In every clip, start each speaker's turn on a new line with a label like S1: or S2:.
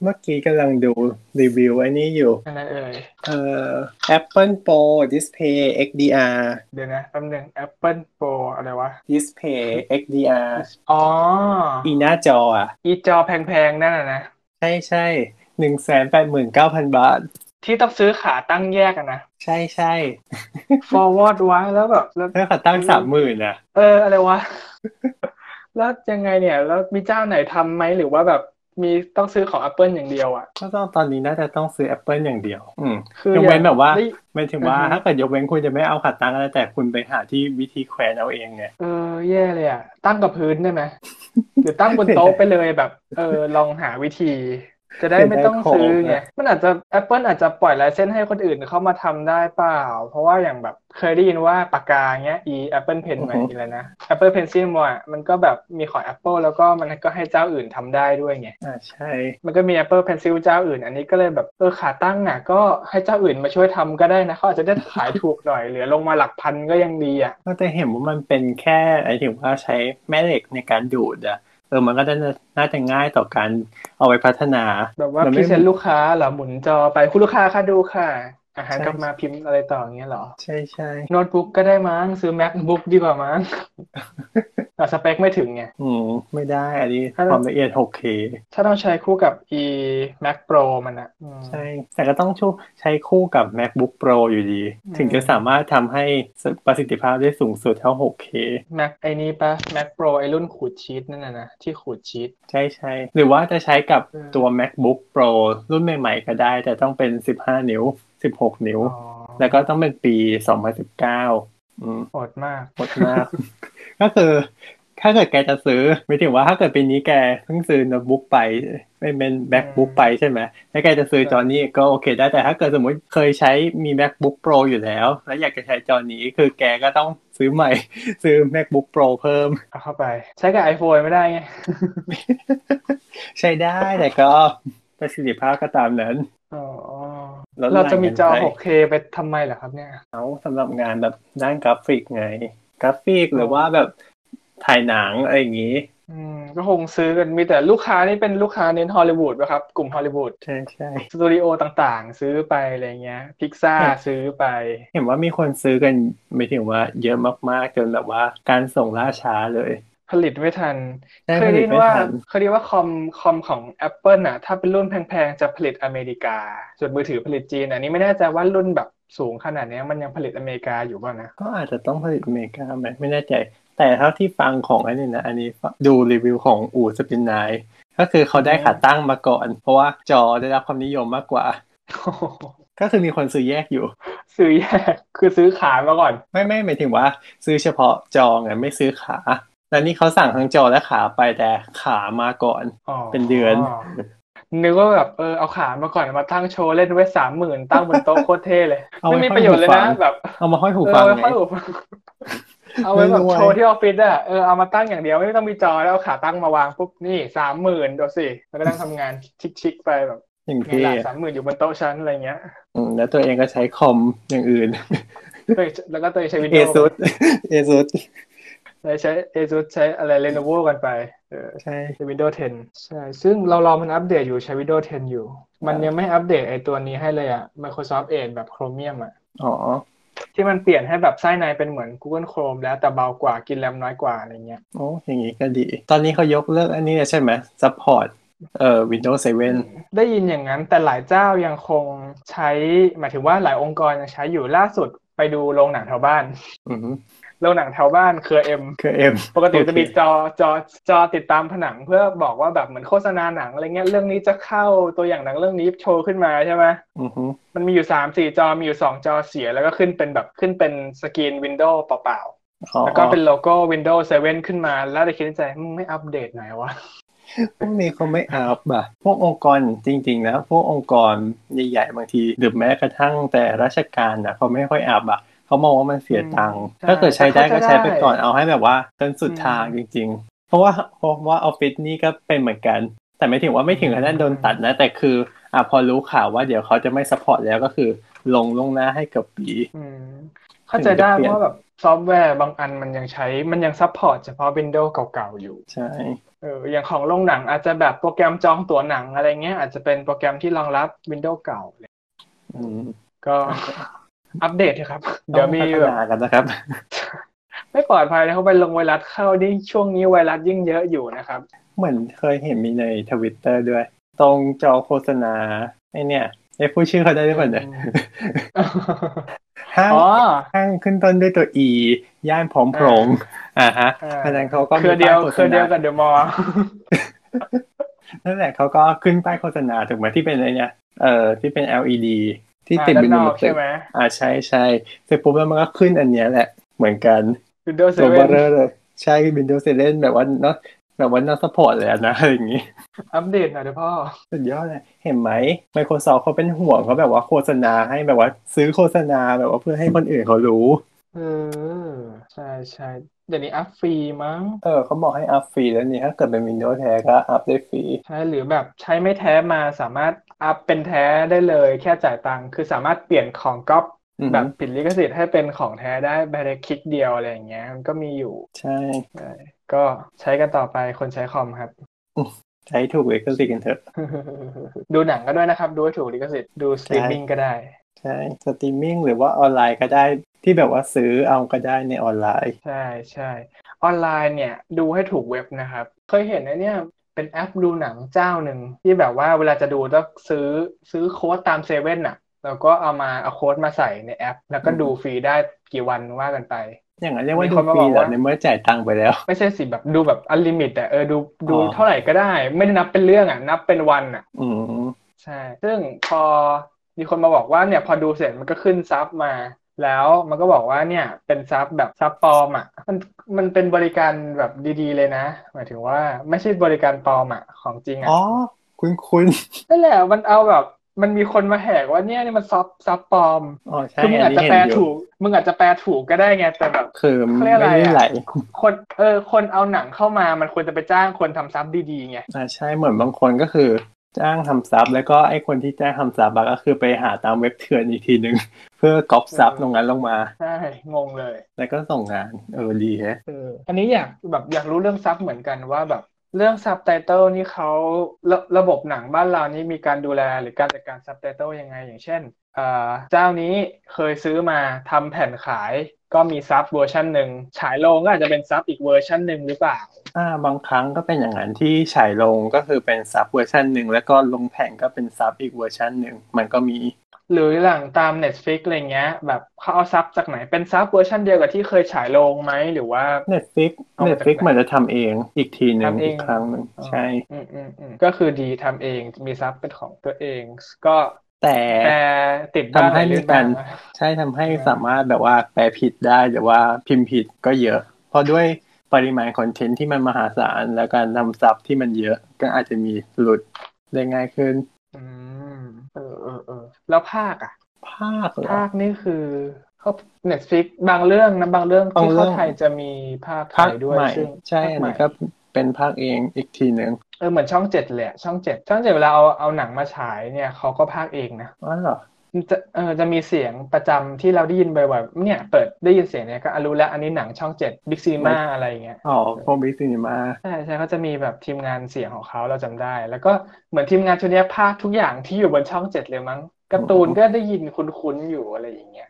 S1: เมื่อกี้กำลังดูรีวิวอันนี้อยู่
S2: อันนั้นเอ่ย
S1: เอ่อ Apple Pro Display XDR
S2: เดี๋ยวนะแป๊บหนึง Apple Pro อะไรวะ
S1: Display XDR
S2: อ๋อ
S1: อีหน้าจออ่ะ
S2: อีจอแพงๆ นั่นน่ะนะ
S1: ใช่ใช่หนึ่งแสนแปดหมื่นเก้าพันบาท
S2: ที่ต้องซื้อขาตั้งแยกอะนะ
S1: ใช่ใช่
S2: forward ไว้แล้วแบบแล้ว
S1: ถ้าเขาตั้งสามหมื่นอ่ะ
S2: เอออะไรวะ แล้วยังไงเนี่ย แล้วมีเจ้าไหนทำไหมหรือว่าแบบมีต้องซื้อของ Apple อย่างเดียวอ่ะ
S1: ก็ต้องตอนนี้น่าจะต้องซื้อ Apple อย่างเดียว อืม
S2: คืออย
S1: กเว้นแบบว่า
S2: ได้
S1: หมายถึงว่า
S2: อือฮึ
S1: ถ้าเกิดยกเว้นคุณจะไม่เอาขาตั้งอะไรแต่คุณไปหาที่วิธีแขวนเอาเองไง
S2: เออแย่เลยอ่ะ ตั้งกับพื้นได้ไหม หรือตั้งบนโต๊ะไปเลยแบบ เออ ลองหาวิธี จะได้ไม่ต้องซื้อไง มันอาจจะ Apple อาจจะปล่อยไลายเส้นส์ให้คนอื่นเข้ามาทำได้เปล่า เพราะว่าอย่างแบบเคยได้ยินว่าปากกาเงี้ย e Apple Pen
S1: อือ
S2: มา
S1: ฮึ
S2: อีกแล้วนะ Apple Pencil อ่ะมันก็แบบมีของ Apple แล้วก็มันก็ให้เจ้าอื่นทำได้ด้วยไง
S1: อ่าใช่
S2: มันก็มี Apple Pencil เจ้าอื่น อันนี้ก็เลยแบบเออขาตั้งอ่ะ ก็ให้เจ้าอื่นมาช่วยทำก็ได้นะเขาอาจจะได้ขายถูกหน่อยเหลือลงมาหลักพันก็ยังดีอ่ะ
S1: ก็จะเห็นว่ามันเป็นแค่ไอ้ถึงว่าใช้แม่เหล็กในการดูดอะเออมันก็จะน่าจะง่ายต่อการเอาไปพัฒนา
S2: แบบว่า
S1: มัน
S2: พ
S1: ไม่
S2: รีเซนต์ลูกค้าเหรอหมุนจอไปคุณลูกค้าค่ะดูค่ะ อาหาร
S1: ใช่
S2: กลับมาพิมพ์อะไรต่ออย่างเงี้ยเหรอ
S1: ใช่ใช่
S2: โน้ตบุ๊กก็ได้มั้งซื้อ MacBook ดีกว่ามั้ง แต่สเปคไม่ถึงไง
S1: อืมไม่ได้อันนี้
S2: ถ้า
S1: ความละเอียด 6K
S2: ถ้าต้องใช้คู่กับ e Mac Pro มันอ่ะอืม
S1: ใช่ แต่ก็ต้องช่วยใช้คู่กับ MacBook Pro อยู่ดี
S2: อืม
S1: ถึงจะสามารถทำให้ประสิทธิภาพได้สูงสุดเท่า 6K
S2: Mac ไอ้นี้ปะ Mac Pro ไอ้รุ่นขูดชีตนั่นน่ะนะที่ขูดชีต
S1: ใช่ใช่หรือว่าจะใช้กับ
S2: อืม
S1: ตัว MacBook Pro รุ่นใหม่ๆก็ได้ แต่ต้องเป็น 15 นิ้ว 16 นิ้ว
S2: อ๋อ
S1: แล้วก็ต้องเป็นปี 2019อืม
S2: โหดมาก
S1: หดมาก ก็คือ ถ้าเกิดแกจะซื้อหมายถึงว่าถ้าเกิดปีนี้แกเพิ่งซื้อโน้ตบุ๊กไปเป็นเป็น MacBook ไปใช่ไหมแล้วแกจะซื้อจอนี้ก็โอเคได้แต่ถ้าเกิดสมมติเคยใช้มี MacBook Pro อยู่แล้ว แล้วอยากจะใช้จอนี้คือแกก็ต้องซื้อใหม่ ซื้อ MacBook Pro เพิ่ม
S2: เอาเข้าไป ใช้กับ iPhone ไม่ได้ไง
S1: ใช้ได้แต่ก็ประสิทธิภาพก็ตามนั้น
S2: อ๋อ
S1: ลดหลั่น
S2: เราจะมีจอ
S1: กันไป
S2: 6K ไปทำไมเหรอครับเนี่ย
S1: เอาสำหรับงานแบบด้านกราฟิกไง กราฟิกหรือว่าแบบถ่ายหนังอะไรอย่างนี้
S2: อืมก็คงซื้อกันมีแต่ลูกค้านี่เป็นลูกค้าเน้นฮอลลีวูดป่ะครับ กลุ่มฮอลลีวูด
S1: ใช่ใช่
S2: สตูดิโอต่างๆ ซื้อไปอะไรเงี้ยพิกซ่า
S1: ครับ
S2: ซื้อไป
S1: เห็นว่ามีคนซื้อกันไม่ถึงว่าเยอะมากๆ จนแบบว่าการส่งล่าช้าเลย
S2: ผลิตไม่ทัน
S1: ได้
S2: เค
S1: ผ
S2: ยได้
S1: ลิต
S2: ยิน
S1: ไม่
S2: ว่า
S1: ทัน
S2: เคยได้ยินว่าคอมคอมของ Apple น่ะ ถ้าเป็นรุ่นแพงๆ จะผลิตอเมริกา ส่วนมือถือผลิตจีน อันนี้ไม่แน่ใจว่ารุ่นแบบสูงขนาดเนี้ยมันยังผลิตอเมริกาอยู่ป่ะนะ
S1: ก็อาจจะต้องผลิตอเมริกาไหมไม่แน่ใจ แต่เท่าที่ฟังของอันนี้นะ อันนี้ดูรีวิวของอู่สปินไนก็คือเขาได้ขาตั้งมาก่อน เพราะว่าจอได้รับความนิยมมากกว่า ก็คือมีคนซื้อแยกอยู่
S2: ซื้อแยกคือซื้อขามาก่อน
S1: ไม่ไม่หมายถึงว่าซื้อเฉพาะจอไงไม่ซื้อขาแล้วนี่เขาสั่งทั้งจอและขาไปแต่ขามาก่อน
S2: อ๋อ
S1: เป็นเดือน
S2: นึกว่าแบบเออเอาขามาก่อนเอามาตั้งโชว์เล่นไว้สามหมื่นตั้งบนโต๊ะโคตรเท่เลย
S1: เอา
S2: ไม่
S1: ไว้
S2: มี
S1: ห้อย
S2: ประโย
S1: หู
S2: ชน์เลย
S1: ฟั
S2: นะ
S1: ง
S2: แบบ
S1: เอามาห้อยหู
S2: เอ
S1: ฟัง
S2: อ
S1: ไง
S2: ไม่ค่อยอุปเอาไว้แบ
S1: ไม่
S2: บ
S1: รวย
S2: โชว์ที่ออฟฟิศอะเออเอามาตั้งอย่างเดียวไม่ต้องมีจอแล้วเอาขาตั้งมาวางปุ๊บนี่สามหมื่นดูสิแล้วก็นั่งทำงานชิคๆไปแบบ
S1: อย่าง
S2: ไง
S1: ที่
S2: ล่ะสามหมื่นอยู่บนโต๊ะชั้นอะไรเงี้ย
S1: อืมแล้วตัวเองก็ใช้คอมอย่างอื่น
S2: เออแล้วก็ตัวเองใช้วิน
S1: เอ
S2: โด
S1: ซู
S2: ว์
S1: ดเอซูด
S2: ใช้เอซูใช้อะไรเลโนโวกันไปเออ
S1: ใช่
S2: ใช้ Windows 10 ใช่ ซึ่งเรารอมันอัปเดตอยู่ใช้ Windows 10 อยู่ มันยังไม่อัปเดตไอตัวนี้ให้เลยอะ Microsoft Edge แบบ Chromium อะ
S1: อ๋อ
S2: ที่มันเปลี่ยนให้แบบไส้ในเป็นเหมือน Google Chrome แล้วแต่เบากว่ากินแรมน้อยกว่าอะไรเงี้ย
S1: โอ้อย่างงี้ก็ดี ตอนนี้เขายกเลิกอันนี้แล้วใช่ไหม ซัพพอร์ต เอ่อ Windows 7
S2: ได้ยินอย่างนั้นแต่หลายเจ้ายังคงใช้ หมายถึงว่าหลายองค์กรยังใช้อยู่ล่าสุดไปดูโรงหนังแถวบ้าน
S1: อือฮึ
S2: โรงหนังแถวบ้านเครือเอ็ม
S1: คือเอ็ม
S2: ปกติจะมีจอจอจอติดตามผนังเพื่อบอกว่าแบบเหมือนโฆษณาหนังอะไรเงี้ยเรื่องนี้จะเข้าตัวอย่างหนังเรื่องนี้โชว์ขึ้นมาใช่ไหม
S1: อือฮึ
S2: มันมีอยู่สามสี่จอมีอยู่สองจอเสียแล้วก็ขึ้นเป็นแบบขึ้นเป็นสกรีนวินโดว์เปล่า
S1: อ๋อ
S2: ๆแล้วก็เป็นโลโก้ Windows 7 ขึ้นมาแล้วได้คิดในใจมึงไม่อัปเดตหน่อยวะ
S1: พวกนี้เขาไม่อัพอะพวกองค์กรจริงๆนะ พวกองค์กรใหญ่ๆบางทีหรือแม้กระทั่งแต่ราชการนะเขาไม่ค่อยอัพอะเขามองว่ามันเสียตังค์
S2: อืม
S1: ถ้าเกิดใช้ได้
S2: ใช่
S1: ก็ใช้ไปก่อนเอาให้แบบว่าจนสุด
S2: อืม
S1: ทางจริง ๆ เพราะว่าเพราะว่าออฟฟิศนี่ก็เป็นเหมือนกัน แต่ไม่ถึงว่าไม่ถึงขนาดโดนตัดนะ แต่คืออ่ะพอรู้ข่าวว่าเดี๋ยวเขาจะไม่สปอร์ตแล้วก็คือลงลวงหน้าให้เกับปี
S2: อืม เข้าใจได้เพราะแบบซอฟต์แวร์บางอันมันยังใช้มันยังซัพพอร์ตเฉพาะ Windows เก่าๆอยู่
S1: ใช่
S2: เอออย่างของโรงหนังอาจจะแบบโปรแกรมจองตั๋วหนังอะไรเงี้ยอาจจะเป็นโปรแกรมที่รองรับ Windows เก่าเลย
S1: อืม
S2: ก็อัปเดตเถอะครับ เดี๋ยวมี
S1: ต้องพัฒ
S2: แบบ
S1: นากันนะครับ
S2: ไม่ปลอดภัยนะเขาไปลงไวรัสเข้านี่ช่วงนี้ไวรัสยิ่งเยอะอยู่นะครับ
S1: เหมือนเคยเห็นมีในทวิตเตอร์ด้วย ตรงจอโฆษณาไอเนี่ยไอผู้ชื่อเขาได้หรือเปล่าเนี่ยห้าง
S2: อ๋อ
S1: ห้างขึ้นต้นด้วยตัว E ย่านพร้อมโพรง อ่าฮะอันนั้นเขาก็
S2: เครือเดียว
S1: มีป้าโฆษ
S2: เครือเดี
S1: ณา
S2: ยวกับเดอะมอลล์
S1: นั่นแหละเขาก็ขึ้นป้ายโฆษณาถูกไหมที่เป็นอะไรเนี่ยเอ่อที่เป็น LED ที่ติด
S2: อ่า
S1: บน
S2: ด้านน
S1: มื
S2: อ
S1: อก ตึ
S2: ใช่
S1: ก
S2: ไหม
S1: อ่าใช่ใช่เสร็จปุ๊บแล้วมันก็ขึ้นอันเนี้ยแหละเหมือนกัน
S2: วินโดว์เซ
S1: ตัวเบ
S2: เว่
S1: อร์เรอน ร์เลยใช่ Windows 7แบบว่าเนาะแบบว่าน่าสปอร์ตเลยอะนะอะไรอย่างงี้
S2: อัปเดตหน่อยเถอะพ่อ
S1: สุดยอดเลยเห็นไหม Microsoft เขาเป็นห่วงเขาแบบว่าโฆษณาให้แบบว่าซื้อโฆษณาแบบว่าเพื่อให้คนอื่นเขารู้
S2: เออ ใช่ใช่เดี๋ยวนี้อัพฟรีมั้ง
S1: เออเขาบอกให้อัพฟรีแล้วนี่ถ้าเกิดเป็น Windows แท้ก็อัพได้ฟรี
S2: ใช่หรือแบบใช้ไม่แท้มาสามารถอัพเป็นแท้ได้เลย แค่จ่ายตังค์คือสามารถเปลี่ยนของก๊อป
S1: อือ
S2: แบ
S1: ฮึ
S2: บผิดลิขสิทธิ์ให้เป็นของแท้ได้ภายในคลิกเดียวอะไรอย่างเงี้ยมันก็มีอยู่
S1: ใช่
S2: ก็ใช้กันต่อไปคนใช้คอมครับ
S1: ใช้ถูกเลยก็สิกันเถอะ
S2: ดูหนังก็ด้วยนะครับ ดูให้ถูกลิขสิทธิ์ดูสตรีมมิ่งก็ได้
S1: ใช่สตรีมมิ่งหรือว่าออนไลน์ก็ได้ที่แบบว่าซื้อเอาก็ได้ในออนไลน์
S2: ใช่ใช่ออนไลน์เนี่ยดูให้ถูกเว็บนะครับ เคยเห็นไอ้เนี่ยเป็นแอปดูหนังเจ้าหนึ่งที่แบบว่าเวลาจะดูต้องซื้อซื้อโค้ดตามเซเว่นอ่ะ แล้วก็เอามาเอาโค้ดมาใส่ในแอป แล้วก็
S1: อืม
S2: ดูฟรีได้กี่วันว่ากันไป
S1: อย่างนั้นเรียกว่า
S2: มี
S1: ดู
S2: คนมา
S1: ฟรี
S2: บอก
S1: เหรอ
S2: ว่า
S1: ในเมื่อจ่ายตังค์ไปแล้ว
S2: ไม่ใช่สิแบบดูแบบอันลิมิตอ่ะเออดูดู
S1: อ๋อ
S2: เท่าไหร่ก็ได้ ไม่ได้นับเป็นเรื่องอ่ะนับเป็นวันอ่ะ
S1: อืม
S2: ใช่ ซึ่งพอมีคนมาบอกว่าเนี่ยพอดูเสร็จมันก็ขึ้นซับมา แล้วมันก็บอกว่าเนี่ยเป็นซับแบบซับปลอมอ่ะ มันมันเป็นบริการแบบดีๆเลยนะ หมายถึงว่าไม่ใช่บริการปลอมอ่ะของจริงอ่ะ
S1: อ๋อคุณคุณ
S2: นั่นแหละมันเอาแบบมันมีคนมาแหกว่าเนี่ยนี่มันซับซับปลอม
S1: อ๋อใช่
S2: คือมึง
S1: อั
S2: อาจ
S1: น
S2: จะ
S1: นี้
S2: แปล
S1: เห็นอยู่
S2: ถูกมึงอาจจะแปลถูกก็ได้ไงแต่แบบ
S1: คือ
S2: เขา
S1: ไม่
S2: เรียกอะไร
S1: ได้
S2: อะ
S1: ไหล
S2: คนเออคนเอาหนังเข้ามามันควรจะไปจ้างคนทำซับดีๆไง
S1: อ่าใช่เหมือนบางคนก็คือจ้างทำซับแล้วก็ไอ้คนที่จ้างทำซับอะก็คือไปหาตามเว็บเถื่อนอีกทีหนึ่ง เพื่อกอบซับ
S2: เออ
S1: ตรงนั้นลงมา
S2: ใช่งงเลย
S1: แล้วก็ส่งงาน เออดีแฮะ
S2: เอออันนี้อยากแบบอยากรู้เรื่องซับเหมือนกันว่าแบบเรื่องซับไตเติลนี่เขาระระบบหนังบ้านเรานี่มีการดูแลหรือการจัดการซับไตเติลยังไง อย่างเช่นเอ่อเจ้านี้เคยซื้อมาทำแผ่นขาย ก็มีซับเวอร์ชันหนึ่งฉายโรงก็อาจจะเป็นซับอีกเวอร์ชันหนึ่งหรือเปล่า
S1: อ่าบางครั้งก็เป็นอย่างนั้นที่ฉายลงก็คือเป็นซับเวอร์ชันหนึ่งแล้วก็ลงแผงก็เป็นซับอีกเวอร์ชันหนึ่งมันก็มี
S2: หรือหลังตาม Netflix อะไรเงี้ยแบบเขาเอาซับจากไหนเป็นซับเวอร์ชันเดียวกับที่เคยฉายโรงไหมหรือว่า
S1: เน็ตฟิก
S2: เอามา
S1: เน็
S2: จากไหน
S1: ตฟิกมันจะทำเองอีกทีหนึ่ง
S2: ทำเอง
S1: อีกครั้งหนึ่งใช่
S2: อืมอืมอืมก็คือดีทำเองมีซับเป็นของตัวเอง ก็
S1: แต่
S2: แปลติดบ้าง
S1: ทำให้มีการ
S2: ลื่บ้ง
S1: ใช่ทำให้สามารถแบบว่าแปลผิดได้หรือว่าพิมพ์ผิดก็เยอะ เพราะด้วยปริมาณคอนเทนต์ที่มันมหาศาล แล้วการนำซับที่มันเยอะก็อาจจะมีหลุดได้ง่ายขึ้น
S2: อืมเออเออเออแล้วภาคอ่ะ
S1: ภาคเหรอ
S2: ภาคนี่คือเขา Netflix บางเรื่องนะบางเรื่อง
S1: บาง
S2: ที่
S1: เรื่
S2: เข้า
S1: อง
S2: ไทยจะมีภาคไท
S1: ภาค
S2: ยด้วย
S1: ใหม่
S2: ซึ่ง
S1: ใช่
S2: ภาค
S1: อัน
S2: ใหม่
S1: นี้ก็เป็นภาคเองอีกทีหนึ่ง
S2: เออเหมือนช่องเจ็ดแหละช่องเจ็ดช่องเจ็ดเวลาเอาเอาหนังมาฉายเนี่ยเขาก็ภาคเองนะ
S1: อ๋อเหรอ
S2: จะเออจะมีเสียงประจำที่เราได้ยินบ่อยๆเนี่ยเปิดได้ยินเสียงเนี่ยก็อ่ะรู้แล้วอันนี้หนังช่องเจ็ดบิ๊กซีมาอะไรอย่างเงี้ย
S1: อ๋อพวกบิ๊กซีนีมา
S2: ใช่ใช่เขาจะมีแบบทีมงานเสียงของเขาเราจำได้ แล้วก็เหมือนทีมงานชุดเนี้ยภาคทุกอย่างที่อยู่บนช่องเจ็ดเลยมั้งการ์ตูนก็ได้ยินคุ้นๆอยู่อะไรอย่างเงี้ย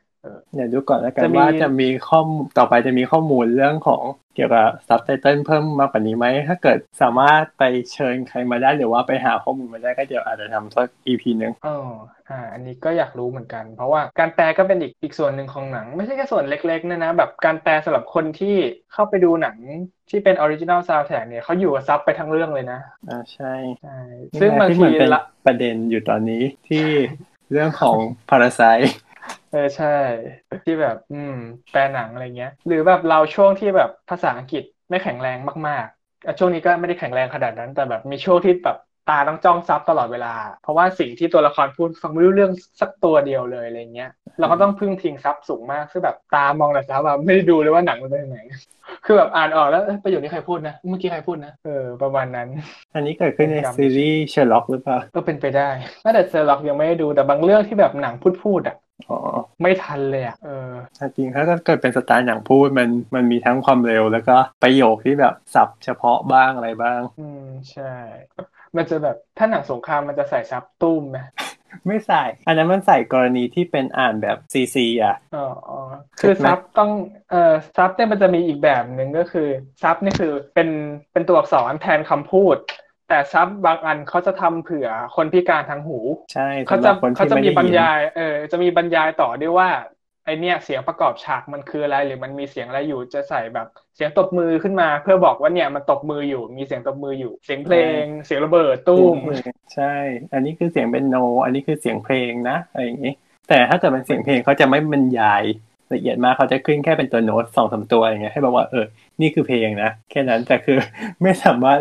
S1: เดี๋ยวดูก่อนแล้วกั
S2: จะ
S1: น
S2: มี
S1: ว่าจะมีข้อมูลต่อไปจะมีข้อมูลเรื่องของเกี่ยวกับซับไตเติลเพิ่มมากกว่านี้ไหมถ้าเกิดสามารถไปเชิญใครมาได้หรือว่าไปหาข้อมูลมาได้ก็เดี๋ยวอาจจะทำสักอีพีหนึ่ง
S2: อ๋ออ่า อันนี้ก็อยากรู้เหมือนกัน เพราะว่าการแปลก็เป็นอีกอีกส่วนหนึ่งของหนัง ไม่ใช่แค่ส่วนเล็กๆนะนะ แบบการแปลสำหรับคนที่เข้าไปดูหนังที่เป็นออริจิน l ลซาว d t แ a c k เนี่ยเขาอยู่กับซับไปทั้งเรื่องเลยนะ
S1: อ่าใช่
S2: ใช่
S1: นี่
S2: ซึ่ง
S1: แหละ
S2: บาง
S1: ที่
S2: ที
S1: มันเป็น
S2: ละ
S1: ประเด็นอยู่ตอนนี้ที่เรื่องของพาราไซ
S2: เออใช่ ที่แบบ อืม แปลหนังอะไรเงี้ย หรือแบบเราช่วงที่แบบภาษาอังกฤษไม่แข็งแรงมากๆอ่ะช่วงนี้ก็ไม่ได้แข็งแรงขนาดนั้น แต่แบบมีช่วงที่แบบตาต้องจ้องซับตลอดเวลา เพราะว่าสิ่งที่ตัวละครพูดฟังไม่รู้เรื่องสักตัวเดียวเลยอะไรเงี้ย เราก็ต้องพึ่งพิงซับสูงมากคือแบบตามองแต่ซับแบบไม่ได้ดูเลยว่าหนังมันเป็นยังไง คือแบบอ่านออกแล้วเอ้ยประโยคนี้ใครพูดนะ เมื่อกี้ใครพูดนะ เออ ประมาณนั้น
S1: อันนี้เกิดขึ้นในซีรีส์เชอร์ล็อกหรือเปล่า
S2: ก็เป็นไปได้แม้แต่เซอร์ล็อกยังไม่ได้ดูแต่บางเรื่องที่แบบหนังพูดพูดๆอ่ะ
S1: อ๋อ
S2: ไม่ทันเลยอ่ะเออ
S1: แต่จริงถ้าเกิดเป็นสไตล์หนังพูดมันมันมีทั้งความเร็วแล้วก็ประโยคที่แบบสับเฉพาะบ้างอะไรบ้าง
S2: อืมใช่ มันจะแบบถ้าหนังสงครามมันจะใส่ซับตุ้มไหม
S1: ไม่ใส่ อันนั้นมันใส่กรณีที่เป็นอ่านแบบซีซีอ่ะ
S2: อ๋ออ๋อคือซับต้องเอ่อซับเนี่ยมันจะมีอีกแบบหนึ่งก็คือซับนี่คือเป็นเป็นตัวอักษรแทนคำพูด แต่ซับบางอันเขาจะทำเผื่อคนพิการทางหู
S1: ใช่
S2: เขา
S1: สำห
S2: จะ
S1: รับคน
S2: เขา
S1: ที่
S2: จะ
S1: ไม่
S2: มี
S1: ได้
S2: บรร
S1: ยิน
S2: ยายเออจะมีบรรยายต่อด้วยว่าไอเนี่ยเสียงประกอบฉากมันคืออะไรหรือมันมีเสียงอะไรอยู่จะใส่แบบเสียงตบมือขึ้นมา เพื่อบอกว่าเนี่ยมันตบมืออยู่ มีเสียงตบมืออยู่ เสียงเพลง เสียงระเบิดตุ้ม
S1: ใช่ อันนี้คือเสียงเป็นโน อันนี้คือเสียงเพลงนะอะไรอย่างนี้ แต่ถ้าเกิดเป็นเสียงเพลงเขาจะไม่บรรยายละเอียดมากเขาจะขึ้นแค่เป็นตัวโน้ตสองสามตัวอย่างเงี้ยให้บอกว่าเออ นี่คือเพลงนะ แค่นั้นแต่คือ ไม่สามารถ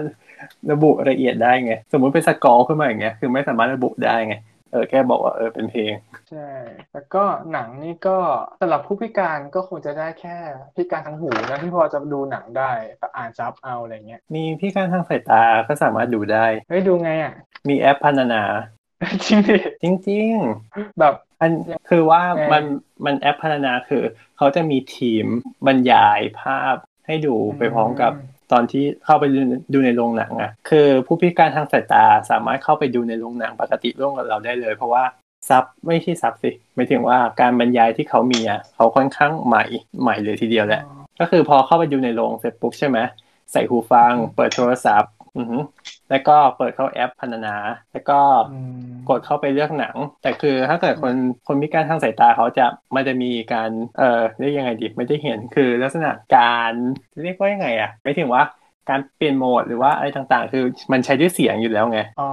S1: ระบุละเอียดได้ไง สมมุติเป็นสกอร์ขึ้นมาอย่างเงี้ยคือไม่สามารถระบุได้ไง เออแค่บอกว่าเออเป็นเพลง
S2: ใช่แล้วก็หนังนี่ก็สำหรับผู้พิการก็คงจะได้แค่พิการทางหูนะที่พอจะดูหนังได้แต่อ่านซับเอาอะไรเงี้ย
S1: มีพี่การทางสายตาก็สามารถดูได้
S2: เฮ้ยดูไงอ่ะ
S1: มีแอปพรรณนา
S2: จริงดิ
S1: จริง ๆ
S2: แบบ
S1: อันคือว่า
S2: เอ่อ
S1: มันมันแอปพัฒนาคือเขาจะมีทีมบรรยายภาพให้ดูไปพร้อมกับตอนที่เข้าไปดูดูในโรงหนังอะคือผู้พิการทางสายตาสามารถเข้าไปดูในโรงหนังปกติร่วมกับเราได้เลย เพราะว่าซับไม่ใช่ซับสิหมายถึงว่าการบรรยายที่เขามีอะเขาค่อนข้างใหม่ใหม่เลยทีเดียวแหละ ก็คือพอเข้าไปดูในโรงเสร็จปุ๊บใช่ไหมใส่หูฟัง เปิดโทรศัพท์ อือหือแล้วก็เปิดเข้าแอปพันนา แล้วก็
S2: อืม
S1: กดเข้าไปเลือกหนัง แต่คือถ้าเกิดคนคนพิการทางสายตาเขาจะมันจะมีการเอ่อเรียกยังไงดีไม่ได้เห็นคือลักษณะการเรียกว่ายังไงอ่ะไม่ถึงว่าการเปลี่ยนโหมดหรือว่าอะไรต่างๆ คือมันใช้ด้วยเสียงอยู่แล้วไง
S2: อ๋อ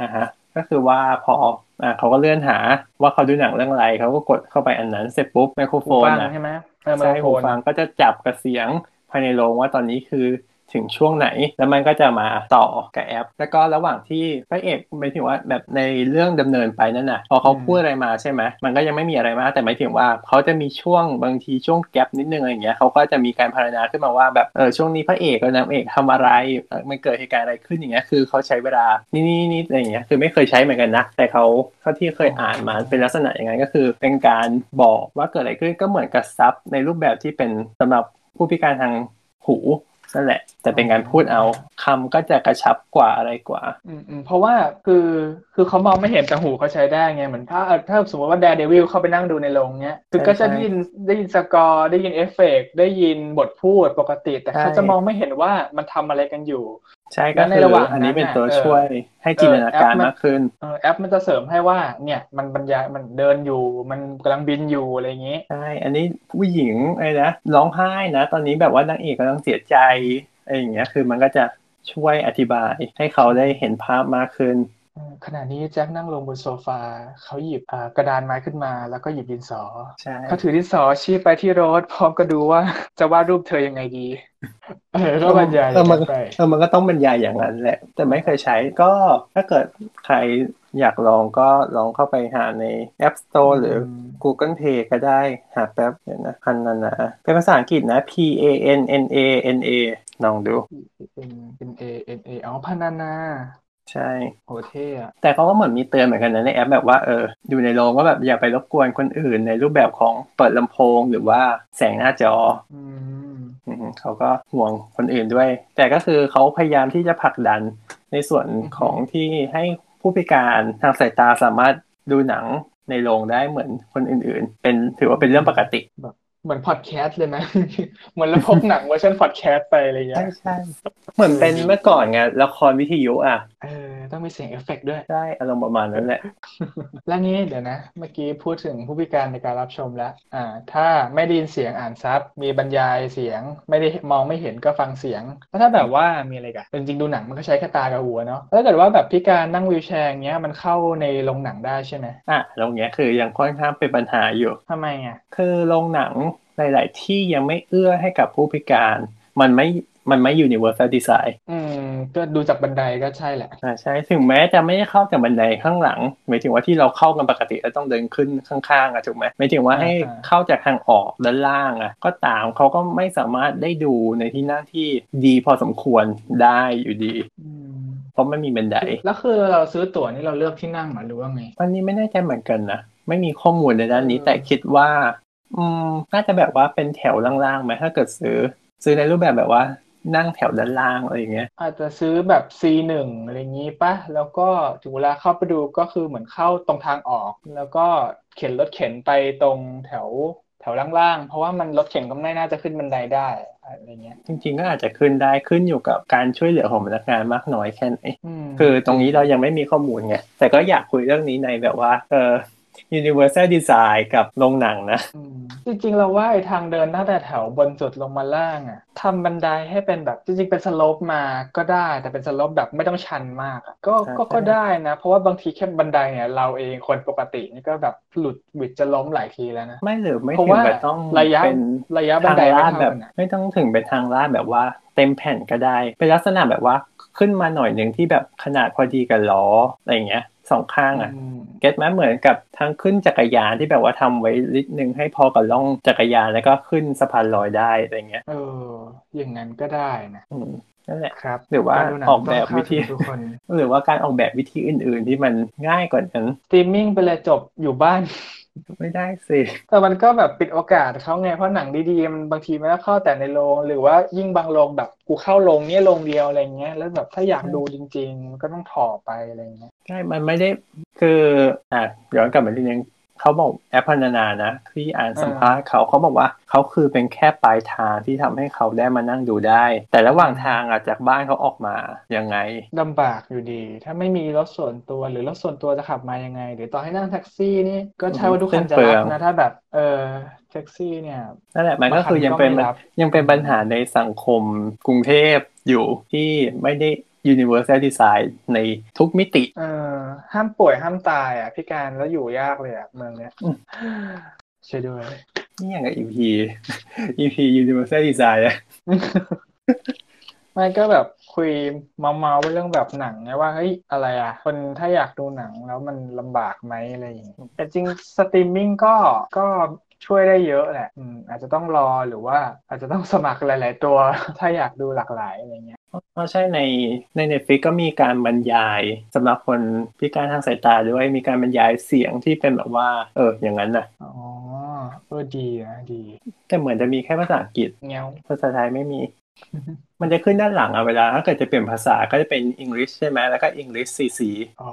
S1: อ่าฮะก็คือว่าพออ่าเขาก็เลื่อนหาว่าเขาดูหนังเรื่องอะไรเขาก็กดเข้าไปอันนั้นเสร็จปุ๊บไมโครโฟ
S2: หู
S1: น
S2: ฟัง
S1: อ่ะ
S2: ใช่ไหมเออไม
S1: ใช่
S2: โครโฟ
S1: หู
S2: น
S1: ฟังก็จะจับกับเสียงภายในโรงว่าตอนนี้คือถึงช่วงไหน แล้วมันก็จะมาต่อกับแอป แล้วก็ระหว่างที่พระเอกไม่ถึงว่าแบบในเรื่องดำเนินไปนั่นน่ะพอเขา
S2: อืม
S1: พูดอะไรมาใช่ไหมมันก็ยังไม่มีอะไรมากแต่หมายถึงว่าเขาจะมีช่วงบางทีช่วงแกลบนิดนึงอะไรอย่างเงี้ยเขาก็จะมีการพรรณนาขึ้นมาว่าแบบเออช่วงนี้พระเอกกับนางเอกทำอะไรเออมันเกิดเหตุการณ์อะไรขึ้นอย่างเงี้ยคือเขาใช้เวลานี่นี่นี่อะไรอย่างเงี้ยคือไม่เคยใช้เหมือนกันนะแต่เขาเท่าที่เคยอ่านมาเป็นลักษณะอย่างนั้นก็คือ เป็นการบอกว่าเกิดอะไรขึ้นก็เหมือนกับซับในรูปแบบที่เป็นสำหรับผู้พิการทางหูนั่นแหละ แต่เป็นการพูดเอาคำก็จะกระชับกว่าอะไรกว่า
S2: อืมอืมเพราะว่าคือคือเขามองไม่เห็นแต่หูเขาใช้ได้ไงเหมือนถ้าเอ่อถ้าสมมติว่าแดร์เดวิลเข้าไปนั่งดูในโรงเนี้ยคือ
S1: ใช่
S2: ก็จะ
S1: ใช่
S2: ได้ยินได้ยินสกอร์ได้ยินเอฟเฟกต์ได้ยินบทพูดปกติ แต่
S1: ใช่
S2: เขาจะมองไม่เห็นว่ามันทำอะไรกันอยู่
S1: ใช่ก็
S2: และใน
S1: คือ
S2: ระหว่างนั้น
S1: อันนี้เป็นตัว
S2: น่ะเออ
S1: ช่วยให้จินตนาการ
S2: เออแอปมัน
S1: มากขึ้น
S2: เออแอปมันจะเสริมให้ว่าเนี่ยมันบรรยายมันเดินอยู่ มันกำลังบินอยู่อะไรอย่างนี้
S1: ใช่ อันนี้ผู้หญิงไอ้นะร้องไห้นะ ตอนนี้แบบว่านางเอกกำลังเสียใจอะไรอย่างเงี้ย คือมันก็จะช่วยอธิบายให้เขาได้เห็นภาพมากขึ้น
S2: อืมขณะนี้แจ็คนั่งลงบนโซฟาเขาหยิบอ่ากระดานไม้ขึ้นมา แล้วก็หยิบดินสอ
S1: ใช่
S2: เขาถือดินสอชี้ไปที่รถพร้อมก็ดูว่าจะวาดรูปเธอยังไงดี เออก็บรรยาย
S1: เออมัน
S2: ไป
S1: เออมันก็ต้องบรรยายอย่างนั้นแหละ แต่ไม่เคยใช้ก็ถ้าเกิดใครอยากลองก็ลองเข้าไปหาใน App Store หรือ Google Play ก็ได้หาแป๊บเดี๋ยวนะพันนานาเป็นภาษาอังกฤษนะ P A N N A N A ลองดู
S2: N N A N A อ๋อพานานา
S1: ใช่
S2: โหเท่อะ
S1: แต่เขาก็เหมือนมีเตือนเหมือนกันนะในแอปแบบว่าเอออยู่ในโรงว่าแบบอย่าไปรบกวนคนอื่น ในรูปแบบของเปิดลำโพงหรือว่าแสงหน้าจอ
S2: อืม
S1: อืมเขาก็ห่วงคนอื่นด้วย แต่ก็คือเขาพยายามที่จะผลักดันในส่วนของที่ให้ผู้พิการทางสายตาสามารถดูหนังในโรงได้เหมือนคนอื่นๆ เป็นถือว่าเป็นเรื่องปกติ
S2: เหมือนพอดแคสต์เลยไหม เหมือนเราพกหนังเวอร์ชันพอดแคสต์ไปอะไรอย่างเงี้
S1: ใช่
S2: ย
S1: ใช่เหมือนเป็นเมื่อก่อนไงละครวิทยุอ่ะ
S2: เออต้องมีเสียงเอฟเฟกต์ด้วย
S1: ได้อารมณ์ประมาณนั้นแหละ
S2: และนี้เดี๋ยวนะ เมื่อกี้พูดถึงผู้พิการในการรับชมแล้ว อ่า ถ้าไม่ได้ยินเสียงอ่านซับมีบรรยายเสียง ไม่ได้มองไม่เห็นก็ฟังเสียงแล้วถ้าแบบว่ามีอะไรกันจริงๆดูหนังมันก็ใช้แค่ตากับหัวเนาะแล้วถ้าเกิดว่าแบบพิการนั่งวีลแชร์อย่างเงี้ยมันเข้าในโรงหนังได้ใช่ไหม
S1: อ่ะตรงเนี้ยคือยังค่อนข้างเป็นปัญหาอยู่
S2: ทำไมอ่ะ
S1: คือโรงหนังหลาย ๆ ที่ยังไม่เอื้อให้กับผู้พิการ มันไม่ มันไม่ universal design
S2: อืม ก็ดูจากบันไดก็ใช่แหละ
S1: อ่าใช่ ถึงแม้จะไม่ได้เข้าจากบันไดข้างหลัง หมายถึงว่าที่เราเข้ากันปกติแล้วต้องเดินขึ้นข้าง ๆ อ่ะ ถูกไหมหมายถึงว่า
S2: อ่า
S1: ให้
S2: อ่า
S1: เข้าจากทางออกด้านล่างอ่ะ ก็ตามเขาก็ไม่สามารถได้ดูในที่นั่งที่ดีพอสมควรได้อยู่ดี
S2: อืม
S1: เพราะไม่มีบันได
S2: แล้วคือเราซื้อตั๋วนี่เราเลือกที่นั่งเหรอหรือว่าไง
S1: อันนี้ไม่แน่ใจเหมือนกันนะ ไม่มีข้อมูลในด้านนี้ แต่คิดว่า อืมน่าจะแบบว่าเป็นแถวล่างๆไหมถ้าเกิดซื้อ ซื้อในรูปแบบแบบว่านั่งแถวด้านล่างอะไรอย่างเงี้ย
S2: อาจจะซื้อแบบ C1 อะไรอย่างนี้ปะแล้วก็ถึงเวลาเข้าไปดูก็คือเหมือนเข้าตรงทางออก แล้วก็เข็นรถเข็นไปตรงแถวแถวล่างๆ เพราะว่ามันรถเข็นก็ไม่น่าจะขึ้นบันไดได้อะไรเงี้ย
S1: จริงๆก็อาจจะขึ้นได้ขึ้นอยู่กับการช่วยเหลือของพนักงานมากน้อยแค่ไหน
S2: อืม
S1: คือตรงนี้เรายังไม่มีข้อมูลไง แต่ก็อยากคุยเรื่องนี้ในแบบว่า เออ universal design กับโรงหนังนะ
S2: มจริงๆเราว่าไอ้ทางเดินตั้งแต่แถวบนสุดลงมาล่างอะทำบันไดให้เป็นแบบจริงๆเป็นสโลปมาก็ได้ แต่เป็นสโลปแบบไม่ต้องชันมากอะก็
S1: ใช่
S2: ก็
S1: ใช่
S2: ก็ได้นะ เพราะว่าบางทีแค่บันไดเนี่ยเราเองคนปกตินี่ก็แบบหลุดบิดจะล้มหลายทีแล้วนะ
S1: ไม่หรือไม่
S2: เพราะ
S1: ถึง
S2: ว่า
S1: กับต้อง
S2: ระยะ
S1: เป็น
S2: ระยะบันได
S1: ทางลาด
S2: ไม่เท่า
S1: แบ
S2: กับ นอะ
S1: ไม่ต้องถึงเป็นทางลาดแบบว่า เต็มแผ่นก็ได้ เป็นลักษณะแบบว่าขึ้นมาหน่อยหนึ่งที่แบบขนาดพอดีกับล้ออะไรอย่างเงี้ยสองข้างอ่ะ
S2: อืม
S1: เก็ตไหมเหมือนกับทางขึ้นจักรยานที่แบบว่าทำไว้ลิดนึงให้พอกับล่องจักรยานแล้วก็ขึ้นสะพานลอยได้อะไรเงี้ย
S2: เออ อย่างนั้นก็ได้นะ
S1: อืมนั่นแหละ
S2: ครับ
S1: หรือว่า
S2: การดูหนัง
S1: ออกแบบ
S2: ต้งเข้า
S1: วิธี
S2: ถึงทุกคน
S1: หรือว่าการออกแบบวิธีอื่น ๆ ที่มันง่ายกว่านั้น
S2: สตรีมมิ่งไปเลยจบอยู่บ้าน
S1: ไม่ได้สิ
S2: แต่มันก็แบบปิดโอกาสเขาไง เพราะหนังดีๆ มันบางทีมันก็เข้าแต่ในโรง หรือว่ายิ่งบางโรงแบบกูเข้าโรงเนี้ยโรงเดียวอะไรเงี้ย แล้วแบบถ้าอยากดูจริงๆมันก็ต้องถ่อไปอะไรเงี้ย
S1: ใช่มันไม่ได้คืออ่ะย้อนกลับมาทีนึงเขาบอกแอปพนานานะที่อ่าน
S2: อ่า
S1: สัมภาษณ์เขาเขาบอกว่าเขาคือเป็นแค่ปลายทางที่ทำให้เขาได้มานั่งดูได้ แต่ระหว่างทางอ่ะจากบ้านเขาออกมายังไง
S2: ลำบากอยู่ดี ถ้าไม่มีรถส่วนตัวหรือรถส่วนตัวจะขับมายังไง หรือต่อให้นั่งแท็กซี่นี่ก็ใช่ว่าทุกคันจะรับนะถ้าแบบเออแท็กซี่เนี่ย
S1: นั่นแหละมันก็คือยังเป็น
S2: บางครั้งก็ไม่รับ
S1: ยังเป็นปัญหาในสังคมกรุงเทพอยู่ที่ไม่ได้ universal design ในทุกมิติ
S2: เออห้ามป่วยห้ามตายอ่ะพิการแล้วอยู่ยากเลยอ่ะเมืองเนี้ย
S1: อืม
S2: ช่วย ด้วย
S1: นี่อย่างกับ EP EP universal design อะ
S2: ไม่ก็แบบคุยเมาเมาๆไปเรื่องแบบหนังไงว่าเฮ้ยอะไรอ่ะ คนถ้าอยากดูหนังแล้วมันลำบากไหมอะไรอย่างงี้แต่จริงสตรีมมิ่งก็ก็ช่วยได้เยอะแหละอืมอาจจะต้องรอหรือว่าอาจจะต้องสมัครหลาย ๆ ตัว ถ้าอยากดูหลากหลายอะไรเงี้ย
S1: เพราะใช่ในใน Netflix ก็มีการบรรยายสำหรับคนพิการทางสายตาด้วยมีการบรรยายเสียงที่เป็นแบบว่า เออ อย่างนั้นนะ
S2: อ๋อเออดีนะดี
S1: แต่เหมือนจะมีแค่ภาษาอังกฤษ
S2: เงี้ยว
S1: ภาษาไทยไม่มี มันจะขึ้นด้านหลังอะเวลาถ้าเกิดจะเปลี่ยนภาษาก็จะเป็น English ใช่ไหมแล้วก็ English CC
S2: อ๋อ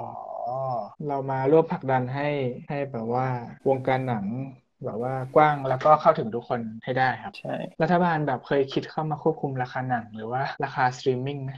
S2: เรามาร่วมผลักดันให้ให้แบบว่าวงการหนังแบบว่ากว้างแล้วก็เข้าถึงทุกคนให้ได้ครับ
S1: ใช่
S2: รัฐบาลแบบเคยคิดเข้ามาควบคุมราคาหนังหรือว่าราคาสตรีมมิ่งไหม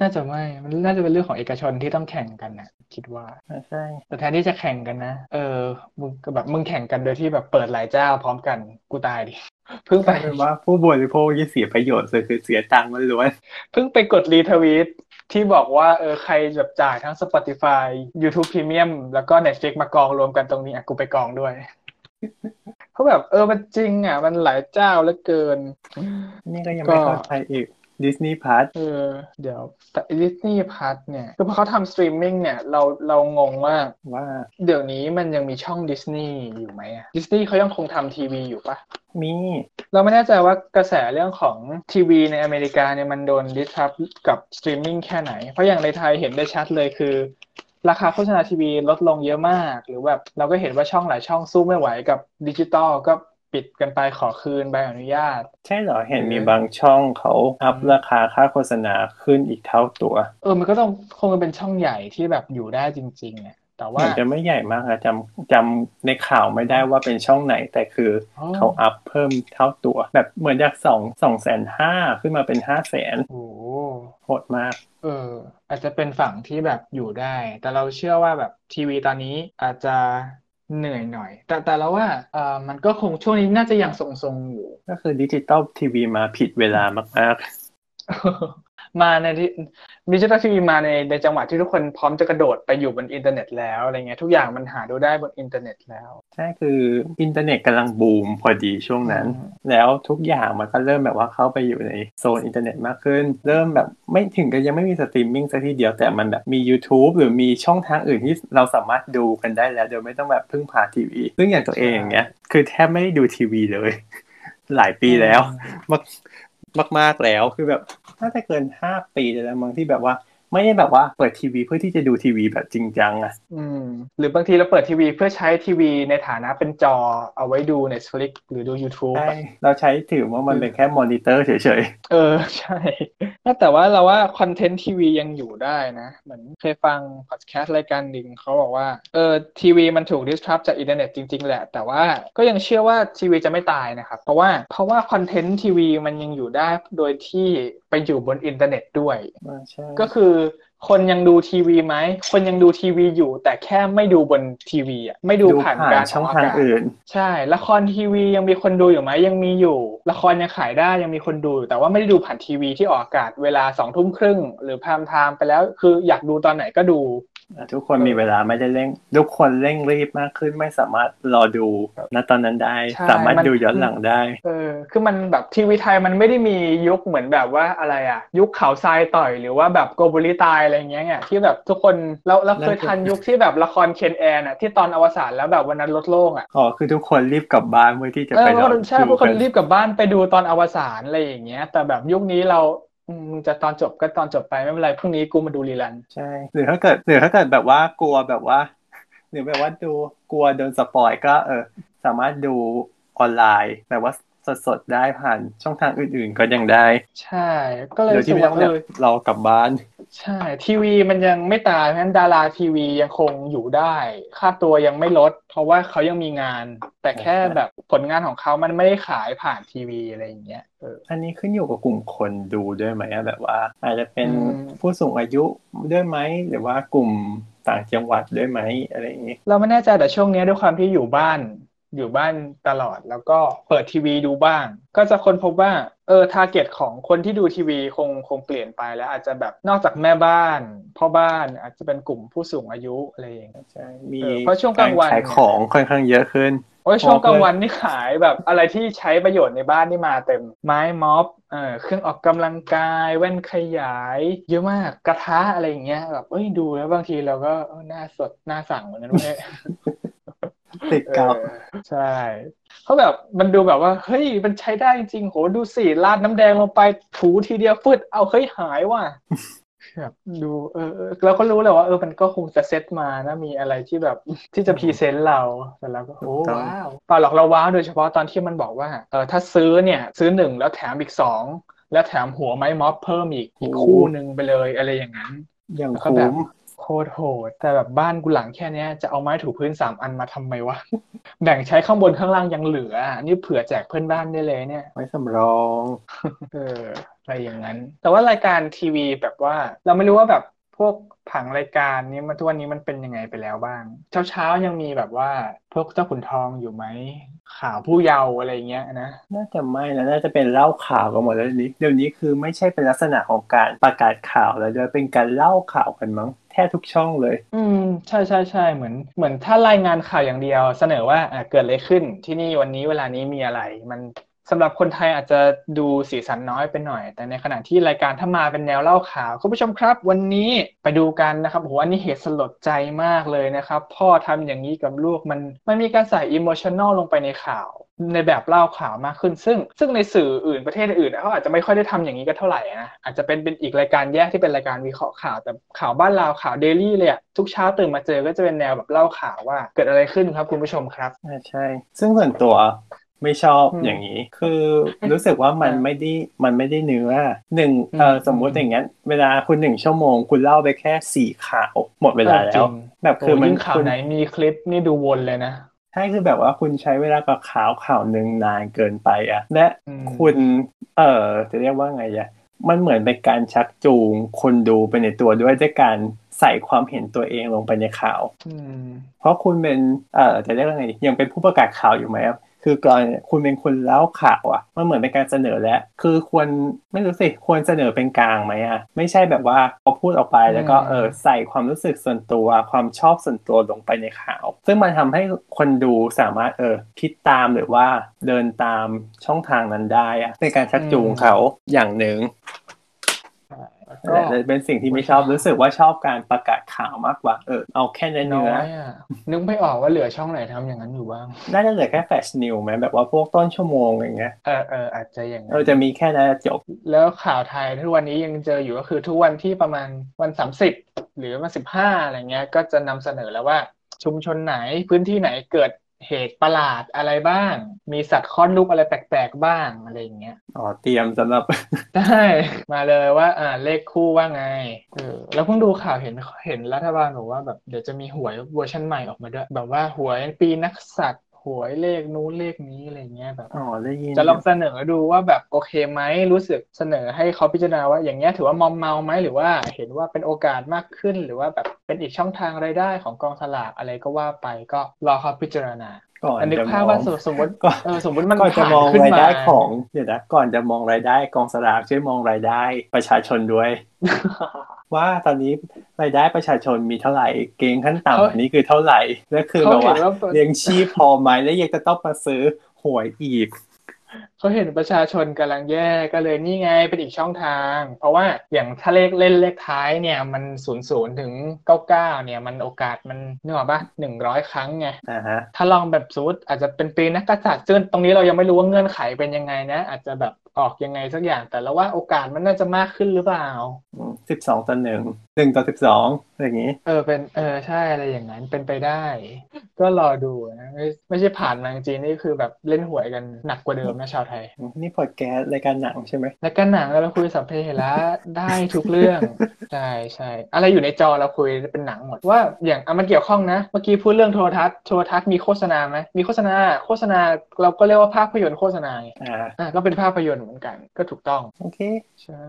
S2: น่าจะไม่ มันน่าจะเป็นเรื่องของเอกชนที่ต้องแข่งกันนะคิดว่า
S1: ใช่
S2: แต่แทนที่จะแข่งกันนะ เออ มึงก็แบบมึงแข่งกันโดยที่แบบเปิดหลายเจ้าพร้อมกันกูตายดิ เพิ่ง
S1: ก
S2: ไป
S1: ลายเป็นว่าผู้บริโภคที่เสียประโยชน์สุดคือเสียตังค์ล้วน
S2: เพิ่งไปกดรีทวีตที่บอกว่าเออใครแบบจ่ายทั้ง Spotify YouTube Premium แล้วก็ Netflix มากองรวมกันตรงนี้อ่ะกูไปกองด้วย เพราะแบบเออมันจริงอ่ะ มันหลายเจ้าเหลือเกิน
S1: ๆนี่ก็ยังไม่เข้าใจอีกดิสนีย์พาร์ท
S2: เออเดี๋ยวแต่ดิสนีย์พัทเนี่ยคือพอเขาทำสตรีมมิ่งเนี่ยเราเรางงว่า
S1: ว่า
S2: เดี๋ยวนี้มันยังมีช่องดิสนีย์อยู่ไหมดิสนีย์เขายังคงทำทีวีอยู่ปะ
S1: มี
S2: เราไม่แน่ใจว่ากระแสเรื่องของทีวีในอเมริกาเนี่ยมันโดนดิสรับกับสตรีมมิ่งแค่ไหน เพราะอย่างในไทยเห็นได้ชัดเลยคือ ราคาโฆษณาทีวีลดลงเยอะมาก หรือแบบเราก็เห็นว่าช่องหลายช่องสู้ไม่ไหวกับดิจิตอลก็ปิดกันไปขอคืนใบอนุญาต
S1: ใช่เหรอเห็น
S2: เออ
S1: มีบางช่องเขาอัพราคาค่าโฆษณาขึ้นอีกเท่าตัว
S2: เออมันก็ต้องคงจะเป็นช่องใหญ่ที่แบบอยู่ได้จริงๆเนี่ยแต่
S1: เห
S2: ว่า
S1: มือนจะไม่ใหญ่มากนะจำจำในข่าวไม่ได้ว่าเป็นช่องไหน แต่คืออ
S2: อ
S1: เขาอัพเพิ่มเท่าตัว แบบเหมือนจากสองสองแสนห้าขึ้นมาเป็นห้าแสน
S2: โอ้โห
S1: โหดมาก
S2: เออ อาจจะเป็นฝั่งที่แบบอยู่ได้ แต่เราเชื่อว่าแบบทีวีตอนนี้อาจจะเหนื่อยหน่อย แต่แต่เราว่าเออมันก็คงช่วงนี้น่าจะยังทรงๆอยู่
S1: ก็คือดิจิตอลทีวีมาผิดเวลามาก
S2: มาในที่ดิจิทัลทีวีมาในในจังหวะที่ทุกคนพร้อมจะกระโดดไปอยู่บนอินเทอร์เน็ตแล้วอะไรเงี้ยทุกอย่างมันหาดูได้บนอินเทอร์เน็ตแล้ว
S1: ๆใช่คืออินเทอร์เน็ตกำลังบูมพอดีช่วงนั้น
S2: อืม
S1: แล้วทุกอย่างมันก็เริ่มแบบว่าเข้าไปอยู่ในโซนอินเทอร์เน็ตมากขึ้น เริ่มแบบไม่ถึงกับยังไม่มีสตรีมมิ่งซะทีเดียวแต่มันแบบมี YouTube หรือมีช่องทางอื่นที่เราสามารถดูกันได้แล้ว โดยไม่ต้องแบบพึ่งพาทีวีซึ่งอย่างตัวเองอย่างเงี้ยคือแทบไม่ได้ดูทีวีเลย หลายปีแล้ว มากมากๆแล้วคือแบบน่าจะเกินห้าปีแล้วมั้งที่แบบว่า ไม่ได้แบบว่าเปิดทีวีเพื่อที่จะดูทีวีแบบจริงจังอะ
S2: อืม หรือบางทีเราเปิดทีวีเพื่อใช้ทีวีในฐานะเป็นจอเอาไว้ดู Netflix หรือดู YouTube
S1: ใช่
S2: อะ
S1: เราใช้ถือว่ามันเป็นแค่มอนิเตอร์เฉย
S2: เออ ใช่ แต่ว่าเราว่าคอนเทนต์ทีวียังอยู่ได้นะเหมือนเคยฟังพอดแคสต์รายการหนึ่งเขาบอกว่าเออทีวีมันถูก disrupt จากอินเทอร์เน็ตจริง ๆ แหละ แต่ว่าก็ยังเชื่อว่าทีวีจะไม่ตายนะครับ เพราะว่าเพราะว่าคอนเทนต์ทีวีมันยังอยู่ได้โดยที่ไปอยู่บนอินเทอร์เน็ตด้วย
S1: ๆอ่าใช่
S2: ก็คือคนยังดูทีวีไหม คนยังดูทีวีอยู่ แต่แค่ไม่ดูบนทีวีอ่ะไม่ดูผ่านการ
S1: ช่อง
S2: ก
S1: ทาง
S2: กศ
S1: อื่น
S2: ใช่ ละครทีวียังมีคนดูอยู่ไหมยังมีอยู่ ละครยังขายได้ยังมีคนดูอยู่แต่ว่าไม่ได้ดูผ่านทีวีที่ออกอากาศเวลาสองทุ่มครึ่งหรือพามไทม์ไปแล้วคืออยากดูตอนไหนก็ดู
S1: อ่ะทุกคนมีเวลาไม่ได้เร่ง ทุกคนเร่งรีบมากขึ้นไม่สามารถรอดูณตอนนั้นได้
S2: ใช่
S1: สามารถ
S2: มัน
S1: ดูย้อนหลังได้
S2: เออคือมันแบบทีวีไทยมันไม่ได้มียุคเหมือนแบบว่าอะไรอ่ะ ยุคเขาทรายต่อยหรือว่าแบบโกบุริตายอะไรอย่างเงี้ยไงที่แบบทุกคนเราเราเคยทันยุคที่แบบละครเคนแอนอ่ะที่ตอนอวสานแล้วแบบวันนั้นลดโลกอ่ะ
S1: อ๋อคือทุกคนรีบกลับบ้านเพื่อที่จะ
S2: เอ
S1: ไป
S2: อพวก
S1: ร
S2: คนใช่
S1: ดู
S2: พวกคน
S1: กั
S2: รีบกลับบ้านไปดูตอนอวสานอะไรอย่างเงี้ย แต่แบบยุคนี้เราอืมมึงจะตอนจบก็ตอนจบไปไม่เป็นไรพรุ่งนี้กูมาดูรีลัน
S1: ใช่ หรือถ้าเกิดหรือถ้าเกิดแบบว่ากลัวแบบว่า หรือแบบว่าดูกลัวโดนสปอยก็เออสามารถดูออนไลน์แบบว่าสดๆได้ผ่านช่องทางอื่นๆก็ยังได้
S2: ใช่ ก็เลย
S1: โดย
S2: รู้สึ
S1: ที่
S2: ก
S1: ไม่ต้อง
S2: ว่าเอ
S1: แบบ
S2: อ
S1: รอกลับบ้าน
S2: ใช่ ทีวีมันยังไม่ตายเพราะฉะนั้นดาราทีวียังคงอยู่ได้ ค่าตัวยังไม่ลด เพราะว่าเขายังมีงาน แต่แค่
S1: ใช่
S2: แบบผลงานของเขามันไม่ได้ขายผ่านทีวีอะไรอย่างเงี้ยเออ
S1: อันนี้ขึ้นอยู่กับกลุ่มคนดูด้วยไหมอะแบบว่า อาจจะเป็น
S2: อืม
S1: ผู้สูงอายุด้วยไหมหรือว่ากลุ่มต่างจังหวัดด้วยไหมอะไรอย่างนี้
S2: เราไม่แน่ใจแต่ช่วงนี้ด้วยความที่อยู่บ้านอยู่บ้านตลอดแล้วก็เปิดทีวีดูบ้าง ก็จะค้นพบว่าเออทาร์เก็ตของคนที่ดูทีวีคงคงเปลี่ยนไปแล้วอาจจะแบบนอกจากแม่บ้านพ่อบ้านอาจจะเป็นกลุ่มผู้สูงอายุอะไรอย่างเงี้ย
S1: ใช่มี
S2: เออเพราะช่วงกลางวัน
S1: รขายของค่อนข้างเยอะขึ้น
S2: โอ้ย
S1: โอ้
S2: ช่วงกลาง
S1: เพื่อน
S2: วันนี่ขายแบบอะไรที่ใช้ประโยชน์ในบ้านนี่มาเต็มไม้ม็อบเออเครื่องออกกำลังกายแว่นขยาย เยอะมากกระทะอะไรอย่างเงี้ยแบบเอ้ยดูแล้วบางทีเราก็เออหน้าสดหน้าสั่งเหมือนกันเว้ย
S1: ติดกับ
S2: เออใช่เขาแบบมันดูแบบว่า เฮ้ยมันใช้ได้จริงโหดูสิราดน้ำแดงลงไปถูทีเดียวฟึดเอาเฮ้ยหายว่ะแบบดูเออเออเราก็รู้แหละว่าเออมันก็คงจะเซตมานะมีอะไรที่แบบที่จะพรีเซนต์เราแต่เราก็โอ้ว้าวเปล่าหรอกเราว้าวโดยเฉพาะตอนที่มันบอกว่าเออถ้าซื้อเนี่ย ซื้อหนึ่งแล้วแถมอีกสองแล้วแถมหัวไม้ม็อบเพิ่มอีกอีกคู่หนึ่งไปเลยอะไรอย่างนั้น
S1: อย่าง
S2: แล้วก็แบ
S1: คุ้
S2: บ
S1: ม
S2: โคตรโหด แต่แบบบ้านกูหลังแค่เนี้ยจะเอาไม้ถูพื้นสามอันมาทำไมวะ แบ่งใช้ข้างบนข้างล่างยังเหลืออ่ะนี่เผื่อแจกเพื่อนบ้านได้เลยเนี่ย
S1: ไว้สำรอง
S2: เอออะไรอย่างนั้น แต่ว่ารายการทีวีแบบว่า เราไม่รู้ว่าแบบพวกผังรายการนี้มาทุกวันนี้มันเป็นยังไงไปแล้วบ้าง เช้าเช้าๆยังมีแบบว่าพวกเจ้าขุนทองอยู่ไหมข่าวผู้เยาว์อะไรเงี้ยนะ
S1: น่าจะไม่นะน่าจะเป็นเล่าข่าวกันหมดแล้วเดี๋ยวนี้เดี๋ยวนี้คือไม่ใช่เป็นลักษณะของการประกาศข่าวแล้วด้วยเป็นการเล่าข่าวกันมั้งแทบทุกช่องเลย
S2: อืมใช่ใช่ใช่เหมือนเหมือนถ้ารายงานข่าวอย่างเดียว เสนอว่าอ่ะเกิดอะไรขึ้นที่นี่วันนี้เวลานี้มีอะไร มันสำหรับคนไทยอาจจะดูสีสันน้อยไปหน่อย แต่ในขณะที่รายการถ้ามาเป็นแนวเล่าข่าวคุณผู้ชมครับ วันนี้ไปดูกันนะครับโอ้โหอันนี้เหตุสลดใจมากเลยนะครับ พ่อทำอย่างนี้กับลูกมันมันมีการใส่อิโมชันแนลลงไปในข่าว ในแบบเล่าข่าวมากขึ้น ซึ่ง ซึ่งในสื่ออื่นประเทศอื่นเขาอาจจะไม่ค่อยได้ทำอย่างนี้กันเท่าไหร่นะอาจจะเป็นเป็นอีกรายการแยกที่เป็นรายการวิเคราะห์ข่าวแต่ข่าวบ้านเราข่าวเดลี่เลยอะทุกเช้าตื่นมาเจอก็จะเป็นแนวแบบเล่าข่าวว่า เกิดอะไรขึ้นครับคุณผู้ชมครับ
S1: อ่าใช่ ซึ่งส่วนตัวไม่ชอบ
S2: อืม
S1: อย่างนี้ คือรู้สึกว่ามัน
S2: อ่า
S1: ไม่ได้ มันไม่ได้เนื้อหนึ่งเอออ
S2: ม
S1: สมมุติอย่างงั้น เวลาคุณหนึ่งชั่วโมง คุณเล่าไปแค่สี่ข่าวหมดเวลา
S2: เออ
S1: แล้
S2: จริ
S1: ว
S2: ง
S1: แบบคือ
S2: โอ้
S1: มัน
S2: ยิ่งข่าว
S1: คุณ
S2: ไหนมีคลิปนี่ดูวนเลยนะ
S1: ใช่คือแบบว่าคุณใช้เวลากับข่าวข่าวหนึ่งนานเกินไปอะและ
S2: อืม
S1: คุณ เออจะเรียกว่าไงอะมันเหมือนเป็นการชักจูงคนดูไปในตัวด้วยด้วยการใส่ความเห็นตัวเองลงไปในข่าว
S2: อืม
S1: เพราะคุณเป็น เอ่อ จะเรียกว่าไงดียังเป็นผู้ประกาศข่าวอยู่ไหมครับ คือก่อนคุณเป็นคนเล่าข่าวอ่ะ มันเหมือนเป็นการเสนอแล้ว คือควรไม่รู้สิควรเสนอเป็นกลางไหมอ่ะ ไม่ใช่แบบว่าพอพูดออกไปแล้วก็
S2: อืม
S1: เออใส่ความรู้สึกส่วนตัว ความชอบส่วนตัวลงไปในข่าว ซึ่งมันทำให้คนดูสามารถเออคิดตามหรือว่าเดินตามช่องทางนั้นได้อ่ะเป็นการชักจูงเขาอย่างหนึ่ง
S2: อ่าโอเค
S1: นั่นแหละเป็นสิ่งที่ไม่ชอบรู้สึกว่าชอบการประกาศข่าวมากกว่าเออเอาแค่เนื้อ
S2: น้อ
S1: เนื้อย
S2: อ่ะนึกไม่ออกว่าเหลือช่องไหนทำอย่างนั้นอยู่บ้าง
S1: น่าจะเหลือแค่แฟชนิวไหมแบบว่าพวกต้นชั่วโมงอย่างเงี้ย
S2: เออเอออาจจะอย่างนั้
S1: เรา
S2: น
S1: จะมีแค่นั้นจบ
S2: แล้วข่าวไทยทุกวันนี้ยังเจออยู่ก็คือทุกวันที่ประมาณวันสามสิบหรือวันสิบห้าอะไรเงี้ย ก็จะนำเสนอแล้วว่า ชุมชนไหนพื้นที่ไหนเกิดเหตุประหลาดอะไรบ้าง มีสัตว์คลอดลูกอะไรแปลกๆบ้างอะไรอย่างเงี้ย
S1: อ๋อเตรียมสำหรับ
S2: ได้ มาเลยว่า อ่าเลขคู่ว่าไงเออแล้วเพิ่งดูข่าวเห็นเห็นรัฐบาลบอกว่าแบบเดี๋ยวจะมีหวยเวอร์ชันใหม่ออกมาด้วย แบบว่าหวยปีนักสัตว์หวยเลขนู้นเลขนี้อะไรเงี้ยแบบ
S1: อ๋อได้ยิน
S2: จะลองเสนอดูว่าแบบโอเคไหมรู้สึกเสนอให้เขาพิจารณาว่าอย่างเงี้ยถือว่ามอมเมาไหมหรือว่าเห็นว่าเป็นโอกาสมากขึ้น หรือว่าแบบเป็นอีกช่องทางรายได้ของกองสลากอะไรก็ว่าไปก็รอเขาพิจารณา
S1: ก่อน
S2: อันนึก
S1: จะ
S2: ภาพ
S1: ม
S2: ว่า
S1: อง
S2: สมมุติสมมติ
S1: ก่อน
S2: เออสมมติมัน
S1: ก่อนจะ
S2: ผ่าน
S1: มอง
S2: ขึ้น
S1: ราย
S2: มา
S1: ได้ของเดี๋ยวนะก่อนจะมองรายได้กองสลากช่วยมองรายได้ประชาชน ด้วย ว่าตอนนี้รายได้ประชาชนมีเท่าไหร่ เกณฑ์ขั้น
S2: เขา
S1: ต่ำนี้คือเท่าไหร่และคือ
S2: เขา
S1: แบบ
S2: เห็
S1: ว่าน
S2: ว่า
S1: เลี้ยงชีพพอไหมและยังจะต้องมาซื้อหวยอีก
S2: เขาเห็นประชาชนกำลังแย่ก็เลยนี่ไงเป็นอีกช่องทาง เพราะว่าอย่างถ้าเลขเล่นเลขท้ายเนี่ยมันศูนย์ศูนย์ถึงเก้าเก้าเนี่ยมันโอกาสมันนึกออกปะหนึ่งร้อยครั้งไง
S1: อ่าฮะ
S2: ถ้าลองแบบสมมติอาจจะเป็นปีนักกษัตริย์ซึ่งตรงนี้เรายังไม่รู้ว่าเงื่อนไขเป็นยังไงนะ อาจจะแบบออกยังไงสักอย่าง แต่แล้วว่าโอกาสมันน่าจะมากขึ้นหรือเปล่า
S1: สิบสองต่อหนึ่งหนึ่งต่อสิบสองอย่างนี้
S2: เออเป็นเออใช่อะไรอย่างนั้นเป็นไปได้ ก็รอดูนะไม่ไม่ใช่ผ่านมาจริงๆนี่คือแบบเล่นหวยกันหนักกว่าเดิมนะชาวไทย
S1: นี่พอดแคสต์รายการหนังใช่ไหม
S2: และก็หนังเราคุยสัพเพเหระได้ทุกเรื่อง ใช่ใช่อะไรอยู่ในจอเราคุยเป็นหนังหมดว่าอย่างอ่ะมันเกี่ยวข้องนะ เมื่อกี้พูดเรื่องโทรทัศน์โทรทัศน์มีโฆษณาไหมมีโฆษณาโฆษณาเราก็เรียกว่าภาพยนตร์โฆษณาไง
S1: อ่า
S2: อ่ะก็เป็นภาพยนตร์เหมือนกันก็ถูกต้อง
S1: โอเค
S2: ใช่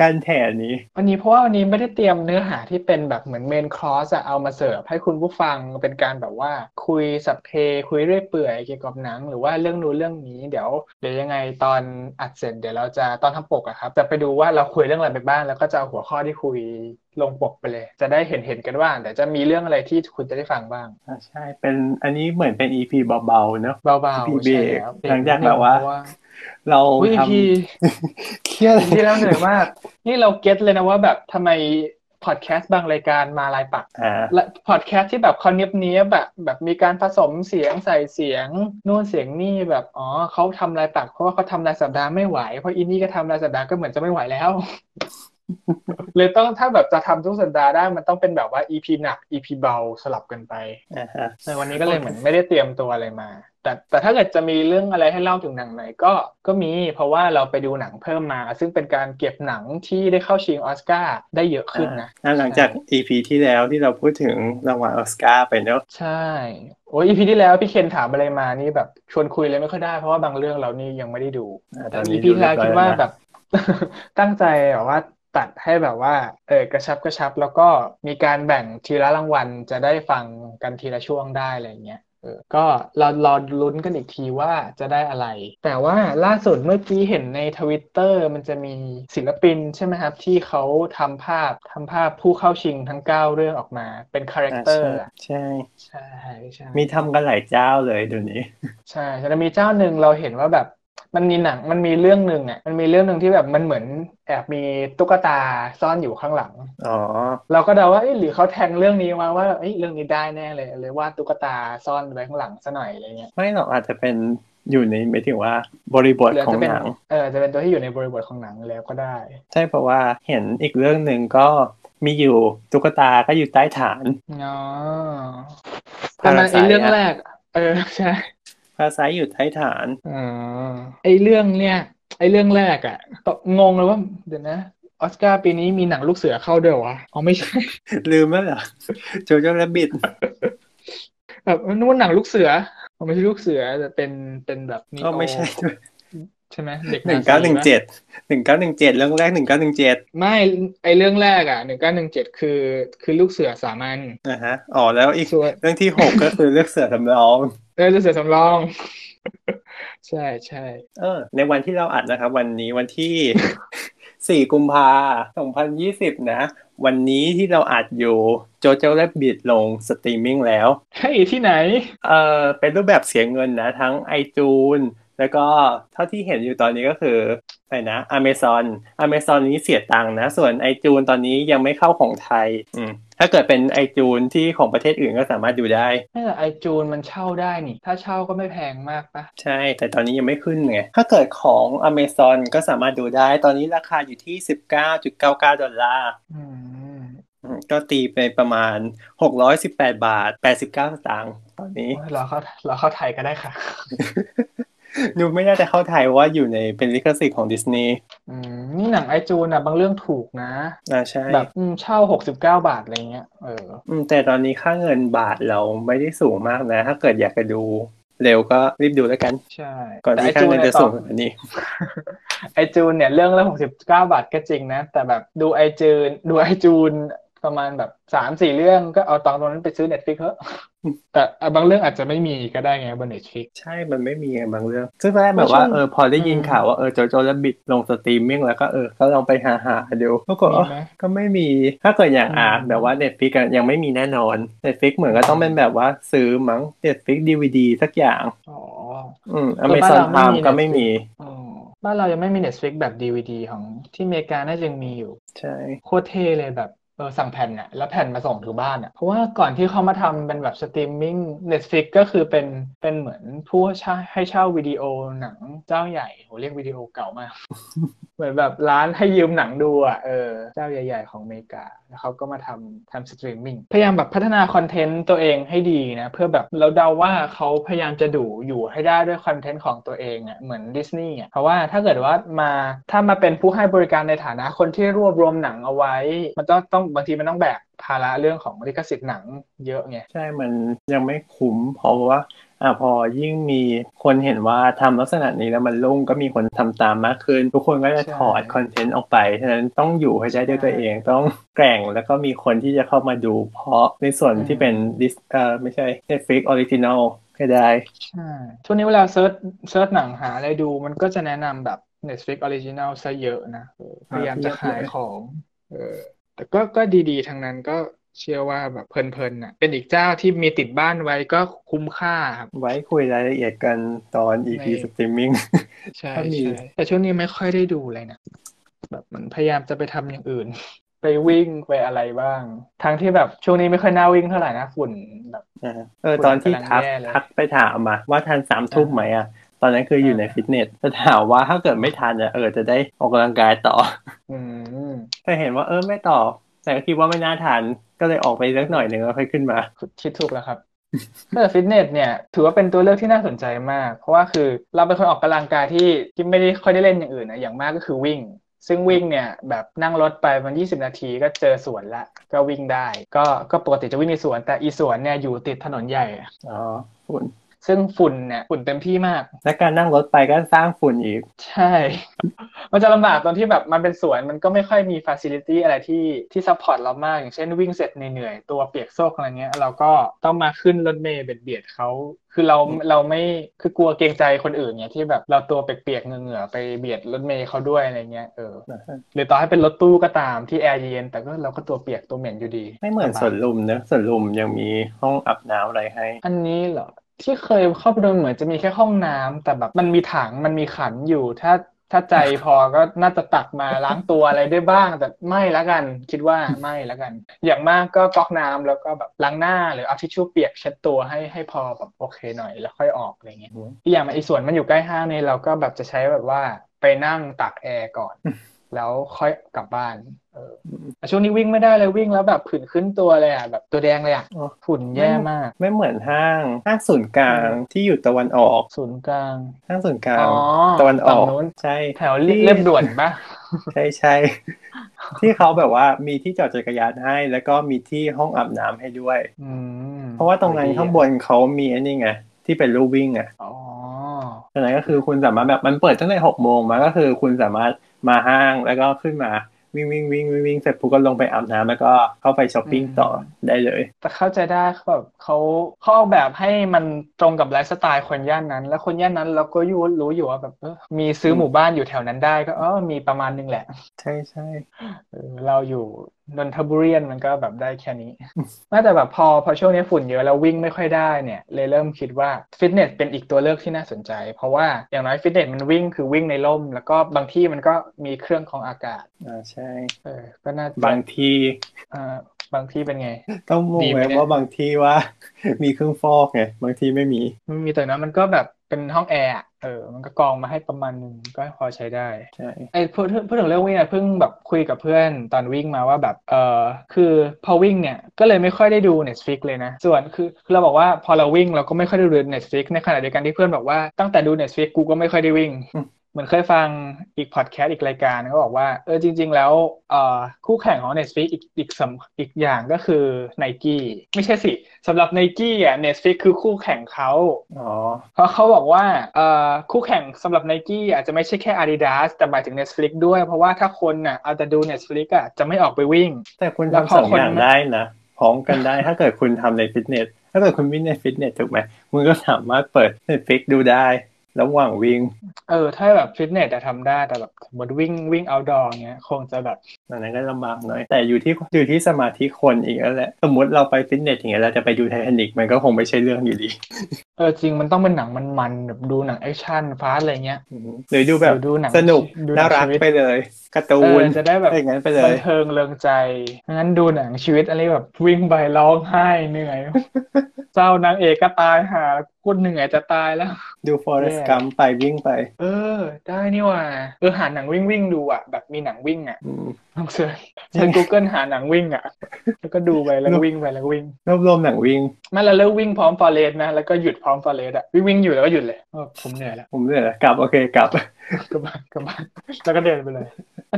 S1: การแถนี้
S2: วันนี้เพราะว่าวันนี้ไม่ได้เตรียมเนื้อหาที่เป็นแบบเหมือนเมนคลอสอะเอามาเสิร์ฟให้คุณผู้ฟังเป็นการแบบว่าคุยสับเพคุยเรื่อยเปื่อยเกี่ยวกับหนัง หรือว่าเรื่องนู้นเรื่องนี้เดี๋ยวเดี๋ยวยังไงตอนอัดเสร็จเดี๋ยวเราจะตอนทำปกอะครับจะไปดูว่าเราคุยเรื่องอะไรไปบ้างแล้วก็จะเอาหัวข้อที่คุยลงปกไปเลย จะได้เห็นเห็นกันว่าเดี๋ยวจะมีเรื่องอะไรที่คุณจะได้ฟังบ้าง
S1: อ่าใช่ เป็นอันนี้เหมือนเป็นอีพีเบาๆเนอะ
S2: เบา
S1: พี่
S2: ๆ
S1: เบรกห
S2: ใช่แล้ว
S1: ลังจากแบบว่า
S2: เพระ
S1: เรา
S2: อุ๊ย
S1: ท
S2: EP
S1: ำเครียด
S2: ที่แล้วเหนื่อยมาก นี่เราเก็ตเลยนะว่าแบบทำไมพอดแคสต์บางรายการมาลายปัก
S1: อ่า
S2: และพอดแคสต์ที่แบบเขาเนียบเนี้ยบๆแบบแบบมีการผสมเสียงใส่เสียงนู่นเสียงนี่แบบอ๋อเขาทำรายปัก เพราะว่าเขาทำรายสัปดาห์ไม่ไหวเพราะอินนี่ก็ทำรายสัปดาห์ก็เหมือนจะไม่ไหวแล้ว เลยต้องถ้าแบบจะทำทุกสัปดาห์ได้มันต้องเป็นแบบว่า EP หนัก EP เบาสลับกันไป
S1: อ่าฮะ
S2: ในวันนี้ก็เลยเหมือนไม่ได้เตรียมตัวอะไรมา แต่แต่ถ้าเกิดจะมีเรื่องอะไรให้เล่าถึงหนังไหนก็ก็มีเพราะว่าเราไปดูหนังเพิ่มมา ซึ่งเป็นการเก็บหนังที่ได้เข้าชิงออสการ์ได้เยอะขึ้นนะ
S1: อ่าหลังจาก EP ที่แล้วที่เราพูดถึงรางวัลออสการ์ไปเนอะ
S2: ใช่ โอ้ยอีพีที่แล้วพี่เคนถามอะไรมานี่แบบชวนคุยเลยไม่ค่อยได้ เพราะว่าบางเรื่องเรานี่ยังไม่ได้ดู
S1: อ่าต
S2: แต่
S1: อน
S2: อี
S1: นี้
S2: พีที่แล้วคิดว่า
S1: เรียร้อย
S2: แบบ ตั้งใจแบบว่าตัดให้แบบว่าเออกระชับกระชับแล้วก็มีการแบ่งทีละรางวัลจะได้ฟังกันทีละช่วงได้อะไรเงี้ยเออก็รอรอลุ้นกันอีกทีว่าจะได้อะไร แต่ว่าล่าสุดเมื่อกี้เห็นในทวิตเตอร์มันจะมีศิลปินใช่ไหมครับ ที่เขาทำภาพทำภาพผู้เข้าชิงทั้ง 9 เรื่องออกมาเป็นคาแรค
S1: อ่า
S2: เตอ
S1: ใช่
S2: ร์
S1: ใช่
S2: ใช่ใช่
S1: มีทำกันหลายเจ้าเลยเดี๋ยวนี้
S2: ใช่แต่มีเจ้าหนึ่งเราเห็นว่าแบบมันมีหนังมันมีเรื่องหนึ่งอ่ะมันมีเรื่องหนึ่งที่แบบมันเหมือนแอบมีตุ๊กตาซ่อนอยู่ข้างหลัง
S1: อ๋อ
S2: เราก็เดาว่าเอ้ยหรือเขาแทงเรื่องนี้มาว่าเอ้ยเรื่องนี้ได้แน่เลยเลยวาดตุ๊กตาซ่อนไว้ข้างหลังซะหน่อยอะไรเงี้ย
S1: ไม่หรอกอาจจะเป็นอยู่ในหมายถึงว่าบริบท
S2: หรืออา
S1: ข
S2: จ
S1: อง
S2: จะเป็น
S1: หนัง
S2: เอออาจจะเป็นตัวที่อยู่ในบริบทของหนังแล้วก็ได้
S1: ใช่เพราะว่าเห็นอีกเรื่องหนึ่งก็มีอยู่ตุ๊กตาก็อยู่ใต้ฐาน
S2: อ๋อ
S1: พาราไซต์
S2: ทำไมไอ้เรื่องแรก เออใช่
S1: ภาษาอยู่ใต้ฐาน
S2: อ๋อไอเรื่องเนี่ย ไอเรื่องแรกอะตกงงเลยว่าเดี๋ยวนะออสการ์ปีนี้มีหนังลูกเสือเข้าด้วยวะอ๋อไม่ใช่
S1: ลืมแล้วเหรอโจโจ้และบิด
S2: แบบนึกว่าหนังลูกเสือมันไม่ใช่ลูกเสือแต่เป็นเป็นแบบนี
S1: ก็ไม่ใช่
S2: ใช่ไหมเด็ก
S1: หนึ่งเก้าหนึ่ง
S2: ซี
S1: เจ็ดหนึ่งเก้าหนึ่งเจ็ดเรื่องแรกหนึ่งเก้าหนึ่งเจ็ด
S2: ไม่ไอเรื่องแรกอ่ะหนึ่งเก้าหนึ่งเจ็ดคือคือลูกเสือสามัญ
S1: นะฮะอ๋อแล้วอีก
S2: ส่วน
S1: เรื่องที่หกก็ คือเรื่องเสือสำรอง
S2: เออลูกเสือสำรอง ใช่ใช่
S1: เออ ในวันที่เราอัดนะครับ วันนี้วันที่ สี่กุมภาสองพันยี่สิบนะ วันนี้ที่เราอัดอยู่โจโจ้และบิดลงสตรีมมิ่งแล้ว
S2: เฮ้ยที่ไหน
S1: เออเป็นรูปแบบเสียเงินนะ ทั้ง iTunes แล้วก็เท่าที่เห็นอยู่ตอนนี้ก็คือ อะไรนะอเมซอนอเมซอนนี้เสียตังค์นะ ส่วนไอจูนตอนนี้ยังไม่เข้าของไทย อืมถ้าเกิดเป็นไอจูนที่ของประเทศอื่นก็สามารถดูได้
S2: ไม่แต่ไอจูนมันเช่าได้นี่ ถ้าเช่าก็ไม่แพงมากปะ
S1: ใช่ แต่ตอนนี้ยังไม่ขึ้นไง ถ้าเกิดของ Amazon ก็สามารถดูได้ ตอนนี้ราคาอยู่ที่ 19.99 ดอลลาร์
S2: อืม
S1: อืมก็ตีไปประมาณ 618 บาท 89 สตางค์ตอนนี้
S2: โอ้ยรอเข้า รอเข้าไทยก็ได้ค่ะ
S1: ดูไม่น่าจะเข้าไทยว่าอยู่ในเป็นลิขสิทธิ์ของดิสนีย์
S2: อืมนี่หนังไอจูนอ่ะบางเรื่องถูกนะ
S1: อ่าใช่
S2: แบบอืมเช่าหกสิบเก้าบาทอะไรเงี้ย เออ
S1: อืมแต่ตอนนี้ค่าเงินบาทเราไม่ได้สูงมากนะ ถ้าเกิดอยากจะดูเร็วก็รีบดูแล้วกัน
S2: ใช่
S1: ก่อน
S2: แต่ไอ
S1: ที่ค่า
S2: จูน
S1: เงิน
S2: เนี่ย
S1: จะ
S2: ต
S1: สู
S2: อง น
S1: กว่านี้
S2: ไอจูนเนี่ยเรื่องละหกสิบเก้าบาทก็จริงนะ แต่แบบดูไอจูนดูไอจูนประมาณแบบสามสี่เรื่องก็เอาตังค์ตรงนั้นไปซื้อเน็ตฟิกเถอะ แต่บางเรื่องอาจจะไม่มีก็ได้ไงบนเน็ตฟิก
S1: ใช่ มันไม่มีไงบางเรื่อง ซึ่งตอนแรกแบบว่า
S2: ใช่
S1: เออ พอได้ยิน
S2: อืม
S1: ข่าวว่า เออ โจโจและบิดลงสตรีมมิ่งแล้วก็ เออ ก็ลองไปหาหาดูปรากฏ
S2: มีไหม
S1: ว่าก็ไม่มี ถ้าเกิดอย่าง
S2: อืม
S1: อ่ะแบบว่า Netflix อะยังไม่มีแน่นอน Netflix เหมือนก็ต้องเป็นแบบว่าซื้อมั้ง Netflix DVD สักอย่าง
S2: อ๋อ
S1: อืม
S2: เออ
S1: Amazon
S2: บ้านเราไม่มี
S1: Prime ก็ไม่มี
S2: อ๋อบ้านเรายังไม่มีเน็ตฟิกแบบดีวดีของที่อเมริกาน่าจะยังมีอยู่
S1: ใช่
S2: โคตรเท่เลยแบบเออสั่งแผ่นน่ะแล้วแผ่นมาส่งถึงบ้านน่ะเพราะว่าก่อนที่เขามาทำเป็นแบบสตรีมมิ่ง Netflix ก็คือเป็นเป็นเหมือนผู้เช่าให้เช่าวิดีโอหนังเจ้าใหญ่โหเรียกวิดีโอเก่ามาก เหมือนแบบร้านให้ยืมหนังดูอ่ะเออเจ้าใหญ่ ๆ ของอเมริกา แล้วเขาก็มาทำทำสตรีมมิ่งพยายามแบบพัฒนาคอนเทนต์ตัวเองให้ดีนะ เพื่อแบบเราเดาว่าเขาพยายามจะดูอยู่ให้ได้ด้วยคอนเทนต์ของตัวเองอ่ะเหมือนดิสนีย์อ่ะเพราะว่าถ้าเกิดว่ามาถ้ามาเป็นผู้ให้บริการในฐานะคนที่รวบรวมหนังเอาไว้ มันต้องต้องบางทีมันต้องแบกภาระเรื่องของลิขสิทธิ์หนังเยอะไง
S1: ใช่ มันยังไม่คุ้ม เพราะว่า อ่ะพอยิ่งมีคนเห็นว่าทำลักษณะนี้แล้วมันลุ่งก็มีคนทำตามมากขึ้น ทุกคนก็จะ
S2: ใช่
S1: ถอดคอนเทนต์ออกไป ฉะนั้นต้องอยู่ให้ได้ด้วยตัวเอง ต้องแกร่งแล้วก็มีคนที่จะเข้ามาดู เพราะในส่วนที่เป็นดิสเอ่อไม่ใช่ Netflix Original ก็ได้
S2: ใช่ช่วงนี้เวลาเซิร์ชเซิร์ชหนังหาอะไรดูมันก็จะแนะนำแบบ Netflix Original ซะเยอะนะเออพยายามจะขายของเออแต่ก็ก็ดีๆ ทั้งนั้นก็เชื่อว่าแบบเพลินๆน่ะเป็นอีกเจ้าที่มีติดบ้านไว้ก็คุ้มค่าครับ
S1: ไว้คุยรายละเอียดกันตอน EP
S2: ใน
S1: Streaming
S2: ใช่
S1: ถ้ามี
S2: ใช่แต่ช่วงนี้ไม่ค่อยได้ดูเลยนะแบบมันพยายามจะไปทำอย่างอื่น ไปวิ่งไปอะไรบ้าง ทั้งที่แบบช่วงนี้ไม่ค่อยน่าวิ่งเท่าไหร่นะฝุ่นแบบ
S1: อ่าเออตอนที่ทัก
S2: กำลังแย่เลย
S1: ทักไปถามอะว่าทันสามทุ่มไหมอะตอนนั้นคืออยู่ใน
S2: อ่า
S1: ฟิตเนสแต่ถามว่าถ้าเกิดไม่ทันอะเออจะได้ออกกำลังกายต่อ
S2: อืม
S1: แต่เห็นว่าเออไม่ต่อ แต่ก็คิดว่าไม่น่าทันก็เลยออกไปสักหน่อยหนึ่งแล้วค่อยขึ้นมา
S2: คิดถูกแล้วครับ แต่ฟิตเนสเนี่ยถือว่าเป็นตัวเลือกที่น่าสนใจมาก เพราะว่าคือเราเป็นคนออกกำลังกายที่ที่ไม่ได้ค่อยได้เล่นอย่างอื่นนะอย่างมากก็คือวิ่ง ซึ่งวิ่งเนี่ยแบบนั่งรถไปมัน 20 นาทีก็เจอสวนละ ก็วิ่งได้ ก็ก็ปกติจะวิ่งในสวน แต่อีสวนเนี่ยอยู่ติดถนนใหญ่
S1: อ๋อฝุ่น
S2: ซึ่งฝุ่นเนี่ยฝุ่นเต็มที่มาก
S1: และการนั่งรถไปก็สร้างฝุ่นอีก
S2: ใช่ มันจะลำบากตอนที่แบบมันเป็นสวนมันก็ไม่ค่อยมีฟ a ซิลิตี้อะไรที่ที่ซัพพอร์ตเรามาก อย่างเช่นวิ่งเสร็จเหนื่อยๆตัวเปียกโซกอะไรเงี้ย เราก็ต้องมาขึ้นรถเมล์เบียดเบียดเขาคือเราเราไม่คือกลัวเกรงใจคนอื่นเนี่ยที่แบบเราตัวเปียกๆเหงื่อๆไปเบียดรถเมล์เขาด้วยอะไรเงี้ยเออหรือต่อให้เป็นรถตู้ก็ตามที่แอร์เย็นแต่ก็เราก็ตัวเปียกตัวเหม็นอยู่ดี
S1: ไม่เหมือน
S2: ลำบาก
S1: สวนลุมนะสวนลุมยังมีห้องอาบน้ำอะไรให้
S2: อันนี้เหรอที่เคยเข้าไปดูเหมือนจะมีแค่ห้องน้ำแต่แบบมันมีถังมันมีขันอยู่ ถ้าถ้าใจพอก็น่าจะตักมาล้างตัวอะไรได้บ้าง แต่ไม่ละกัน คิดว่าไม่ละกัน อย่างมากก็ก๊อกน้ำแล้วก็แบบล้างหน้าหรือเอาทิชชู่เปียกเช็ดตัวให้ให้พอแบบโอเคหน่อยแล้วค่อยออกอะไรเงี้ย
S1: อืม
S2: อีกอย่างมันอีส่วนมันอยู่ใกล้ห้างเนี่ยเราก็แบบจะใช้แบบว่าไปนั่งตักแอร์ก่อน แล้วค่อยกลับบ้านเออแต่ช่วงนี้วิ่งไม่ได้เลยวิ่งแล้วแบบผื่นขึ้นตัวเลยอ่ะแบบตัวแดงเลยอ่ะ
S1: อ๋อ
S2: ฝุ่นแย่มาก
S1: ไม่เหมือนห้างห้างศูนย์กลางที่อยู่ตะวันออก
S2: ศูนย์กลาง
S1: ห้างศูนย์กลา
S2: อ๋
S1: ง
S2: อ
S1: ตะวันออก
S2: ฝั่งนู้น
S1: ใช่
S2: แถวเรียบเรียบด่วนปะ
S1: ใช่ใช่ ที่เขาแบบว่ามีที่จอดจักรยานให้ แล้วก็มีที่ห้องอาบน้ำให้ด้วย
S2: อืม
S1: เพราะว่าตรงนั้นข้างบนเขามีไอ้นี่ไงที่เป็นลูวิ่งอ่ะ
S2: อ๋อ
S1: ฉะนั้นก็คือคุณสามารถแบบมันเปิดตั้งแต่หกโมงมาก็คือคุณสามารถมาห้างแล้วก็ขึ้นมาวิ่งวิ่งวิ่งวิ่งวิ่งเสร็จปุ๊บก็ลงไปอาบน้ำแล้วก็เข้าไปช้อปปิ้งต่ออได้เลย
S2: แต่เข้าใจได้เขาแบบเขาเขาออกแบบให้มันตรงกับไลฟ์สไตล์คนย่านนั้น แล้วคนย่านนั้นเราก็ยูรู้อยู่ว่าแบบเออมีซื้อหมู่บ้านอยู่แถวนั้นได้ก็เออมีประมาณนึงแหละ
S1: ใช่ใช่
S2: เออเราอยู่ นนทบุรีมันก็แบบได้แค่นี้ แม้แต่แบบพอพอช่วงนี้ฝุ่นเยอะแล้ววิ่งไม่ค่อยได้เนี่ยเลยเริ่มคิดว่าฟิตเนสเป็นอีกตัวเลือกที่น่าสนใจ เพราะว่าอย่างน้อยฟิตเนสมันวิ่งคือวิ่งในร่ม แล้วก็บางที่มันก็มีเครื่องของอากาศ
S1: อ่าใช่
S2: เออ ก็น่าจะ
S1: บางที
S2: เอ่อบางที่เป็นไง
S1: ต้องมอง
S2: ดีไหม
S1: ไว้
S2: เนี่ย
S1: ว่าบางทีว่า มีเครื่องฟอกไงบางทีไม่มี
S2: ไม่มีแต่นะมันก็แบบเป็นห้องแอร์อะเออ มันก็กรองมาให้ประมาณหนึงก็พอใช้ได้
S1: ใช่
S2: ไอ้พูดถึงพูดถึงเรื่องวิ่งเนี่ยเพิ่งแบบคุยกับเพื่อนตอนวิ่งมาว่าแบบเออคือพอวิ่งเนี่ยก็เลยไม่ค่อยได้ดู Netflix เลยนะ ส่วนคือคือเราบอกว่าพอเราวิ่งเราก็ไม่ค่อยได้ดู Netflix ในขณะเดียวกันที่เพื่อนบอกว่าตั้งแต่ดู Netflix กูก็ไม่ค่อยได้วิ่ง เหมือนเคยฟังอีกพอดแคสต์อีกรายการก็บอกว่าเออจริง ๆ แล้วเอ่อคู่แข่งของ Netflix อีกอีกสำอีกอย่างก็คือ n i กี้ไม่ใช่สิสำหรับ n i กี้อ่ะ Netflix คือคู่แข่งเขา
S1: อ๋อ
S2: เพราะเขาบอกว่าเอ่อคู่แข่งสำหรับ n i กี้อาจจะไม่ใช่แค่ Adidas แต่หมายถึง Netflix ด้วยเพราะว่าถ้าคนน่ะเอาแต่ดู Netflix อ่ะจะไม่ออกไปวิ่ง
S1: แต่คุณ
S2: แล้วพ
S1: ทำ
S2: อ
S1: สอง
S2: คน
S1: อย่าง
S2: ไม่
S1: ได้นะพร้อมกันได้ ถ้าเกิดคุณทำในฟิตเนสถ้าเกิดคุณวิ่งในฟิตเนสถูกไหมคุณก็สามารถเปิดเน็ตฟิกดูได้ระหว่างวิ่ง
S2: เออถ้าแบบฟิตเนสจะทำได้แต่แบบสมมติวิ่งวิ่ง outdoor เงี้ยคงจะแบบ
S1: อันนั้นก็ลำบากหน่อยแต่อยู่ที่อยู่ที่สมาธิคนอีกแล้วแหละสมมติเราไปฟิตเนสอย่างเงี้ยเราจะไปดูไททานิกมันก็คงไม่ใช่เรื่องอยู่ดี
S2: เออจริงมันต้องเป็นหนังมันๆแบบดูหนังแอคชั่นฟาสอะไรเงี้ย
S1: อืมหรือดูแบบ
S2: หรือดูหนัง
S1: สนุก
S2: ดูห
S1: น่ารัก
S2: งชีวิต
S1: ไปเลยการ์ตู
S2: เออน จะได้แบบ
S1: อะไรอย่างนั้นไปเล
S2: บั
S1: ย
S2: นเทิงเริงใจงั้นดูหนังชีวิตอะไรแบบวิ่งไปร้องไห้เหนื่อย เจ้านางเอกก็ตายหากูเหนื่อยจะตายแล้ว
S1: ดูฟอเรสต์
S2: แย่
S1: กัมไปวิ่งไป
S2: เออ ได้นี่ว่าเออหาหนังวิ่งวิ่งดูอ่ะ แบบมีหนังวิ่ง อ่ะ
S1: อืม
S2: ลองเสิร์ชใช้ Google หาหนังวิ่งอ่ะ แล้วก็ดูไปแล้วก็วิ่งไปแล้วก็วิ่ง
S1: รวบรวมหนังวิ่ง
S2: ไม่แล้วเลิกวิ่งพร้อมฟอเรสนะ แล้วก็หยุดพร้อมฟอเรสอ่ะ วิ่งวิ่งอยู่แล้วก็หยุดเลยเออผมเหนื่อยแล้ว
S1: ผมเนี่ยเหรอกลับโอเคกลับ
S2: กลับบ้านกลับบ้านแล้วก็เดินไปเลย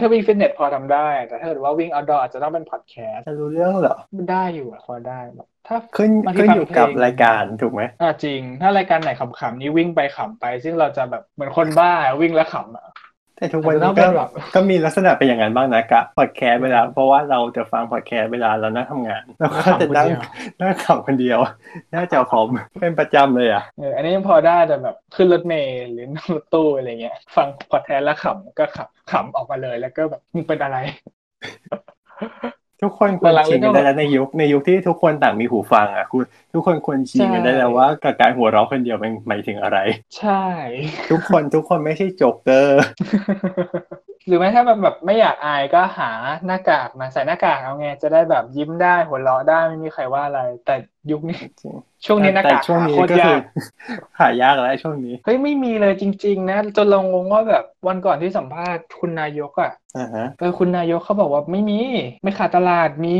S2: ถ้าวิ่งฟิตเนสพอทำได้ แต่ถ้าเกิดว่าวิ่ง outdoor อาจจะต้องเป็นพอดแคสต์
S1: จะรู้เรื่องเหรอ
S2: ได้อยู่อะพอได้แบบถ้า
S1: ขึ้น
S2: บางที
S1: ขึ้น
S2: ฟัง
S1: อยู่กับ
S2: เพลง
S1: รายการถูกไหม
S2: อ่าจริง ถ้ารายการไหนขำๆนี่วิ่งไปขำไป ซึ่งเราจะแบบเหมือนคนบ้าวิ่งแล้วขำอะ
S1: แต่ทุกวัน
S2: อาจจะต้
S1: นี้
S2: อง
S1: ก็
S2: ปรับ
S1: ก็มีลักษณะเป็นอย่างนั้นบ้างนะกะพอดแคสต์เวลา เพราะว่าเราจะฟังพอดแคสต์เวลาเรานั่งทำงานเราก็จะนั่งนั่งขับคนเดียวน่าจะพร้อม เป็นประจำเลยอ่ะ
S2: เอออันนี้ยังพอได้แต่แบบขึ้นรถเมล์หรือนั่งรถตู้อะไรเงี้ย ฟังพอดแทนแล้วขำก็ขำขำออกมาเลยแล้วก็แบบมึงเป็นอะไร
S1: ทุกคนควรชิงกันได้แล้วในยุคในยุคที่ทุกคนต่างมีหูฟังอ่ะคุณทุกคนควรชิงกันได้แล้วว่ากับการหัวเราะคนเดียวมันหมายถึงอะไร
S2: ใช่
S1: ทุกคนทุกคนไม่ใช่โจ๊กเกอร์
S2: หรือไม่ถ้าแบบแบบไม่อยากอายก็หาหน้ากากมาใส่หน้ากากเอาไงจะได้แบบยิ้มได้หัวเราะได้ไม่มีใครว่าอะไร แต่ยุคนี้ช่วงนี้หน้า
S1: แต่
S2: กาก
S1: ช่วง
S2: หา
S1: นี้
S2: โคตร
S1: ก็คื
S2: ยา
S1: อก หายากแล้วช่วงนี้
S2: เฮ้ยไม่มีเลยจริง ๆ นะจนเรางงว่าแบบวันก่อนที่สัมภาษณ์คุณนายกอ่ะ
S1: อ่าฮะ
S2: เออคุณนายกเขาบอกว่าไม่มี ไม่ขาดตลาดมี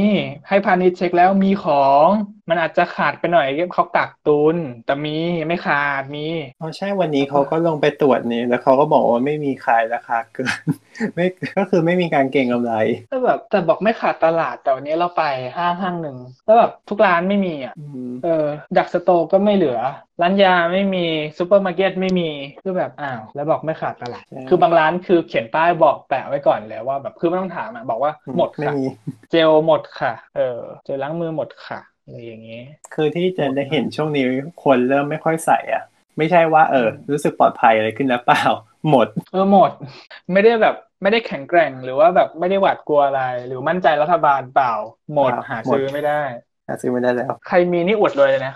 S2: ให้พาณิชย์เช็คแล้วมีของ มันอาจจะขาดไปหน่อยเขากักตุน แต่มีไม่ขาดมี
S1: อ๋อใช่วันนี้เขาก็ลงไปตรวจนี่แล้วเขาก็บอกว่าไม่มีขายราคาเกิน ไม่ก็คือไม่มีการเก็งกำไร
S2: แต่แบบแต่บอกไม่ขาดตลาดแต่วันนี้เราไปห้างห้างหนึ่งแล้วแบบทุกร้านไม่มีอ่ะ
S1: อืม
S2: เออดักสโตร์ก็ไม่เหลือ ร้านยาไม่มีซูเปอร์มาร์เก็ตไม่มีคือแบบอ้าวแล้วบอกไม่ขาดตลาด คือบางร้านคือเขียนป้ายบอกแปะไว้ก่อนแล้วว่าแบบคือไม่ต้องถามอ่ะบอกว่าหมด
S1: ไม่
S2: ค่ะ
S1: มี
S2: เจลหมดค่ะ เออเจลล้างมือหมดค่ะอะไรอย่างนี้
S1: คือที่จะได้เห็นช่วงนี้คนเริ่มไม่ค่อยใส่อ่ะ ไม่ใช่ว่าเออ รู้สึกปลอดภัยอะไรขึ้นแล้วเปล่า หมด
S2: เออหมด ไม่ได้แบบไม่ได้แข็งแกร่งหรือว่าแบบไม่ได้หวาดกลัวอะไร หรือมั่นใจรัฐบาลเปล่า หมด
S1: ครับ
S2: หาซื้อไม่ได้
S1: หาซื้อไม่ได้แล้ว
S2: ใครมีนี่อวดรวยเลยนะ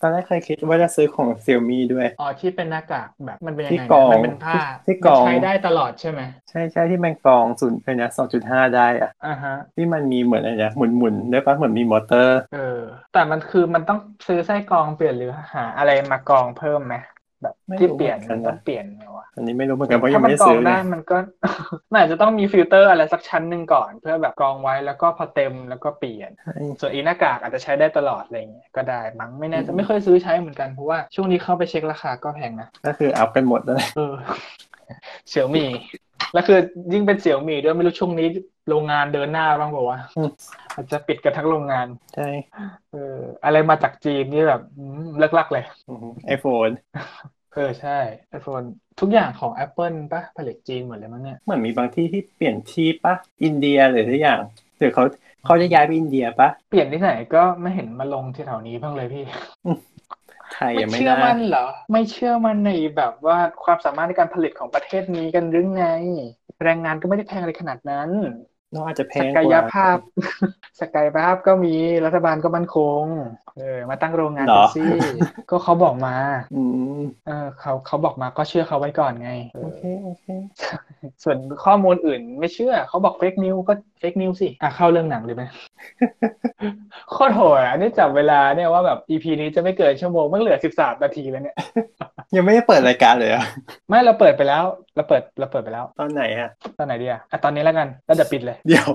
S1: ตอนแรกเคยคิดว่าจะซื้อของเซี่ยมี่ด้วย
S2: อ๋อที่เป็นหน้ากากแบบมันเป็นยัง
S1: ที่
S2: ไง
S1: กรอง
S2: นะมันเป็นผ้า
S1: ที่กรอง
S2: มันใช้ได้ตลอดใช่ไหม
S1: ใช่ใช่ที่แมงกรองศูนย์เลยนะสองจุดห้าได้อ่ะ
S2: อ่าฮะ
S1: ที่มันมีเหมือนอะไรนะหมุนหมุนๆได้ปะเหมือนมีมอเตอร์
S2: เออ แต่มันคือมันต้องซื้อไส้กรองเปลี่ยนหรือหาอะไรมากรองเพิ่มไหมแบบ
S1: ไม่
S2: ที่
S1: รู้
S2: เปลี่ยน
S1: เหมื
S2: มั
S1: อน
S2: น
S1: กันนะ
S2: ต้องเปลี่ยนไหมวะ
S1: อันนี้ไม่รู้เหมือนกันเพราะยั
S2: ถ้าง มั
S1: ไม่
S2: น
S1: ได้
S2: กรอ
S1: ซื้
S2: ง
S1: อเล
S2: ได้
S1: ย
S2: มันก็ มันอาจจะต้องมีฟิลเตอร์อะไรสักชั้นหนึ่งก่อน เพื่อแบบกรองไว้แล้วก็พอเต็มแล้วก็เปลี่ยน
S1: ใช่
S2: ส่วนอีหน้ากากอาจจะใช้ได้ตลอดอะไรอย่างเงี้ยก็ได้มั้งไม่แน่
S1: อื
S2: จะ
S1: ม
S2: ไม่เคยซื้อใช้เหมือนกันเพราะว่าช่วงนี้เข้าไปเช็คราคาก็แพงนะ
S1: ก็คืออัพกันหมดแล้วแหละ
S2: เออ เสี่ยวมี่แล้วคือยิ่งเป็นเสี่ยวมี่ด้วยไม่รู้ช่วงนี้โรงงานเดินหน้าบ้างบอกว่าว
S1: อืม
S2: ะอาจจะปิดกันทั้งโรงงาน
S1: ใช่
S2: เออ อะไรมาจากจีนนี่แบบอืมเลิกลักเลย
S1: ไอโฟน
S2: เออใช่ไอโฟนทุกอย่างของ Apple ปะผลิตจีนหมดเลยมั้งเนี่ย
S1: เหมือนมีบางที่ที่เปลี่ยนที่ปะอินเดียหรือทุกอย่างหรือเขาเขาจะย้ายไปอินเดียปะ
S2: เปลี่ยนที่ไหนก็ไม่เห็นมาลงที่แถวนี้บ้างเลยพี่
S1: ไทยยัง
S2: ไม่
S1: ไม่
S2: เชื่อ
S1: ได้
S2: มันเหรอ ไม่เชื่อมันในแบบว่าความสามารถในการผลิตของประเทศนี้กันหรือไง แรงงานก็ไม่ได้แพงอะไรขนาดนั้น
S1: น้องอาจจะแพ
S2: ศั
S1: ง
S2: ก
S1: ก
S2: ย
S1: ว่า
S2: ภาพ ศักยภาพก็มีรัฐบาลก็มั่นคง เออ มาตั้งโรงงาน
S1: เหรอ
S2: กันสิ ก็เขาบอกมา
S1: อืม
S2: เออเขาเขาบอกมาก็เชื่อเขาไว้ก่อนไงเอ
S1: โอ
S2: อ
S1: เคโอเค
S2: ส่วนข้อมูลอื่นไม่เชื่อ เขาบอกเฟกนิวก็เฟกนิวสิ อ่ะเข้าเรื่องหนังเลยไหม โคตรโหดอ่ะนี่จับเวลาเนี่ยว่าแบบอีพีนี้จะไม่เกินชั่วโมงมันเหลือสิบสามนาทีแล้วเนี่ย
S1: ยังไม่ได้เปิดรายการเลยอะ
S2: ไม่เราเปิดไปแล้วเราเปิดเราเปิดไปแล้ว
S1: ตอนไหนอะ
S2: ตอนไหนดีอ่ะอ่ะตอนนี้แล้วกันแล้วเดี๋ยวปิดเลย
S1: เดี๋ยว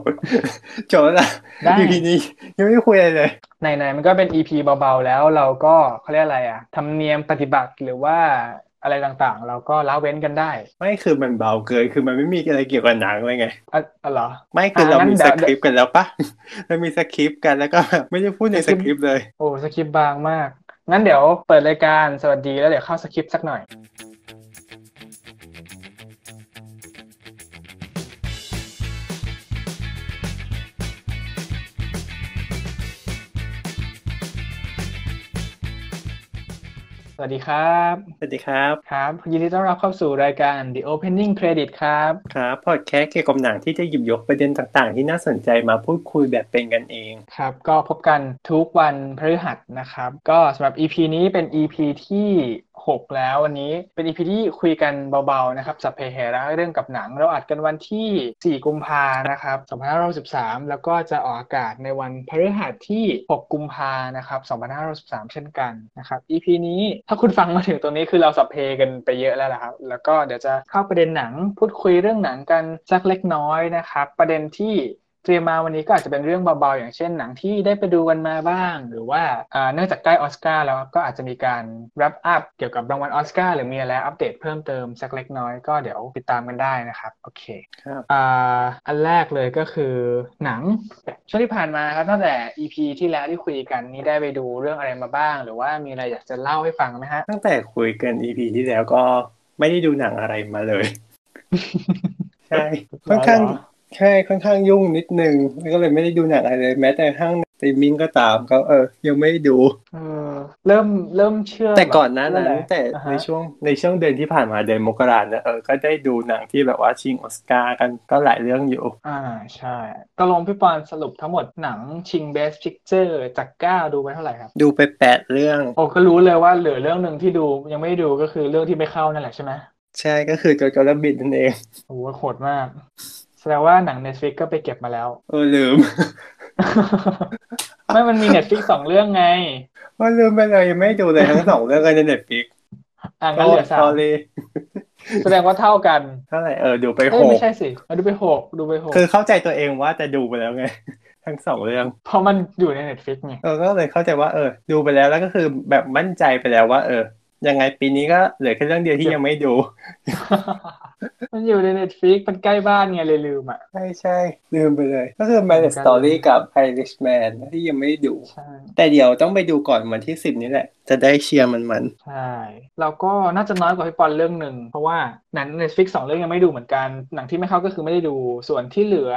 S1: จบแล้วนะ
S2: ได้
S1: อยู่ทีนี้ยังไม่ได้คุยอะไรเลย
S2: ไหนๆมันก็เป็น EP เบาๆแล้วเราก็เขาเรียกอะไรอ่ะธรรมเนียมปฏิบัติหรือว่าอะไรต่างๆ เราก็ละเว้นกันได้
S1: ไม่คือมันเบาเกินคือมันไม่มีอะไรเกี่ยวกับหนังเลยไง
S2: อ่ะอ๋อเหรอ
S1: ไม่คือเรา
S2: อ่ะงั้น
S1: มีส
S2: เดี๋ยว
S1: คริปต์กันแล้วปะ เรามีสคริปต์กันแล้วก็แบบไม่ได้พูดในสคริปต์เลย
S2: โอ้สคริปต์บางมาก งั้นเดี๋ยวเปิดรายการสวัสดีแล้วเดี๋ยวเข้าสคริปต์สักหน่อย สวัสดีครับ
S1: สวัสดีครับ
S2: ครับยินดีต้อนรับเข้าสู่รายการ The Opening Credit ครับ
S1: ครับพอดแคสต์เกี่ยวกับหนังที่จะหยิบยกประเด็นต่างๆ ที่น่าสนใจมาพูดคุยแบบเป็นกันเอง
S2: ครับ ก็พบกันทุกวันพฤหัสนะครับ ก็สำหรับ EP นี้เป็น EP ที่ 6 แล้ววันนี้เป็น EP ที่คุยกันเบาๆนะครับสัพเพเหระเรื่องกับหนัง เราอัดกันวันที่ 4 กุมภานะครับ2563 แล้วก็จะออกอากาศในวันพฤหัสที่ 6 กุมภานะครับ2563 เช่นกันนะครับ EP นี้ถ้าคุณฟังมาถึงตรงนี้คือเราสัพเพกันไปเยอะแล้วล่ะครับ แล้วก็เดี๋ยวจะเข้าประเด็นหนังพูดคุยเรื่องหนังกันสักเล็กน้อยนะครับ ประเด็นที่ เตรียมมาวันนี้ก็อาจจะเป็นเรื่องเบาๆ อย่างเช่นหนังที่ได้ไปดูกันมาบ้าง หรือว่าอ่าเนื่องจากใกล้ออสการ์แล้วก็อาจจะมีการ wrap up เกี่ยวกับรางวัลออสการ์หรือมีอะไรอัปเดตเพิ่มเติมสักเล็กน้อยก็เดี๋ยวติดตามกันได้นะครับโอเค
S1: ครับ
S2: อ่าอันแรกเลยก็คือหนังช่วงที่ผ่านมาครับตั้งแต่ EP ที่แล้วที่คุยกันนี่ได้ไปดูเรื่องอะไรมาบ้าง หรือว่ามีอะไรอยากจะเล่าให้ฟังไหม ฮะ
S1: ตั้งแต่คุยกัน EP ที่แล้วก็ไม่ได้ดูหนังอะไรมา เลย ใช่ค่อนข้าง
S2: เหรอ
S1: ใช่ค่อนข้างยุ่งนิดนึงก็เลยไม่ได้ดูหนังอะไรเลย แม้แต่ห้างสตรีมมิ่งก็ตามก็เออ ยังไม่ได้ดู
S2: เออเริ่มเริ่มเชื่อ
S1: แต่ก่อนหน้า
S2: เรื่
S1: นั้
S2: ง
S1: น
S2: อะไร
S1: แต่
S2: อ่า
S1: ใน
S2: ฮะ
S1: ช่วงในช่วงเดือนที่ผ่านมาเดือนมกราเนี่ยเออก็ได้ดูหนังที่แบบว่าชิงออสการ์กันก็หลายเรื่องอยู่
S2: อ่าใช่ตกลงพี่ปอนสรุปทั้งหมดหนังชิง Best Picture จากเก้าดูไปเท่าไหร่ครับ
S1: ดูไปแปดเรื่อง
S2: โอ้ก็รู้เลยว่าเหลือเรื่องหนึ่งที่ดูยังไม่ได้ดูก็คือเรื่องที่ไม่เข้านั่นแหละใช่ไหม
S1: ใช่ก็คือโจโจและบิดนั่นเอง
S2: โอ้โหโหดมาก แสดงว่าหนัง Netflix ก็ไปเก็บมาแล้ว
S1: เออลืม
S2: ไม่มันมี Netflix สองเรื่องไง
S1: ว่าลืมไปเลยยังไม่ดูเลยทั้งสองเรื่องกันในเน็ตฟิก
S2: อ่างั้นเหลือสาม
S1: ลี
S2: แสดงว่าเท่ากัน
S1: เท่าไหร่เออดูไป
S2: เอ้
S1: ห
S2: ยไม่
S1: ก
S2: ใช่สิเอาดูไปหกดูไปหก
S1: คือเข้าใจตัวเองว่าจะดูไปแล้วไง ทั้งสองเรื่อง
S2: เพราะมันอยู่ใน Netflix ไง
S1: เออก็เลยเข้าใจว่าเออ ดูไปแล้วแล้วก็คือแบบมั่นใจไปแล้วว่า เออ ยังไงปีนี้ก็เหลือแค่เรื่องเดียวที่ยังไม่ดู
S2: มันอยู่ใน Netflix มันใกล้บ้านไงเลยลืมอ่ะ
S1: ใช่ใช่ลืมไปเลย ก็คือ Marriage
S2: เหมือนกัน
S1: Story กับ Irishman ที่ยังไม่ได้ดู
S2: ใช่
S1: แต่เดี๋ยวต้องไปดูก่อนวันที่สิบนี้แหละ จะได้เชียร์มันมัน
S2: ใช่เราก็น่าจะน้อยกว่าพี่ปอนเรื่องหนึ่ง เพราะว่าหนัง Netflix สองเรื่องยังไม่ดูเหมือนกัน หนังที่ไม่เข้าก็คือไม่ได้ดูส่วนที่เหลือ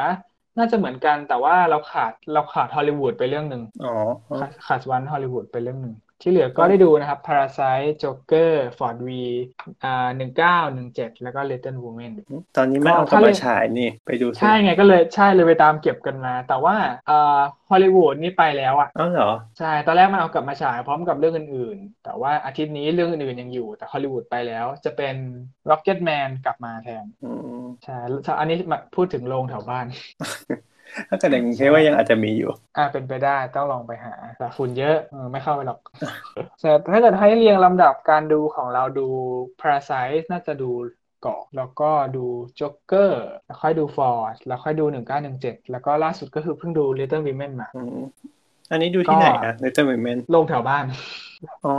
S2: น่าจะเหมือนกันแต่ว่าเราขาดเราขาดฮอลลีวูดไปเรื่องหนึ่ง
S1: อ๋อ
S2: ขาดขาดวันฮอลลีวูดไปเรื่องหนึ่งที่เหลือก็ได้ดูนะครับ Parasite Joker Ford V อ่าหนึ่งเก้าหนึ่งเจ็ดแล้วก็ Little Women
S1: ตอนนี้ไม่เอากลับมาฉายนี่ไปดูสิ
S2: ใช่ไงก็เลยใช่เลยไปตามเก็บกันมา แต่ว่าเอ่อฮอลลีวูดนี่ไปแล้วอ่ะ
S1: เอ้าเหรอ
S2: ใช่ ตอนแรกมันเอากลับมาฉายพร้อมกับเรื่องอื่นๆ แต่ว่าอาทิตย์นี้เรื่องอื่นๆยังอยู่ แต่ฮอลลีวูดไปแล้ว จะเป็น Rocket Man กลับมาแทน
S1: อืม
S2: ใช่ อันนี้มาพูดถึงโรงแถวบ้าน
S1: ถ้าเกิดในกรุงเทพว่ายังอาจจะมีอยู่
S2: อ่าเป็นไปได้ต้องลองไปหา แต่ฝุ่นเยอะเออไม่เข้าไปหรอก แต่ถ้าเกิดให้เรียงลำดับการดูของเราดู Parasite น่าจะดูก่อนแล้วก็ดู Joker แล้วค่อยดู Ford แล้วค่อยดู 1917 แล้วก็ล่าสุดก็คือเพิ่งดู Little Women มา
S1: อืมอันนี้ดูที่ไหนนะ Little Women
S2: โรงแถวบ้าน
S1: อ๋อ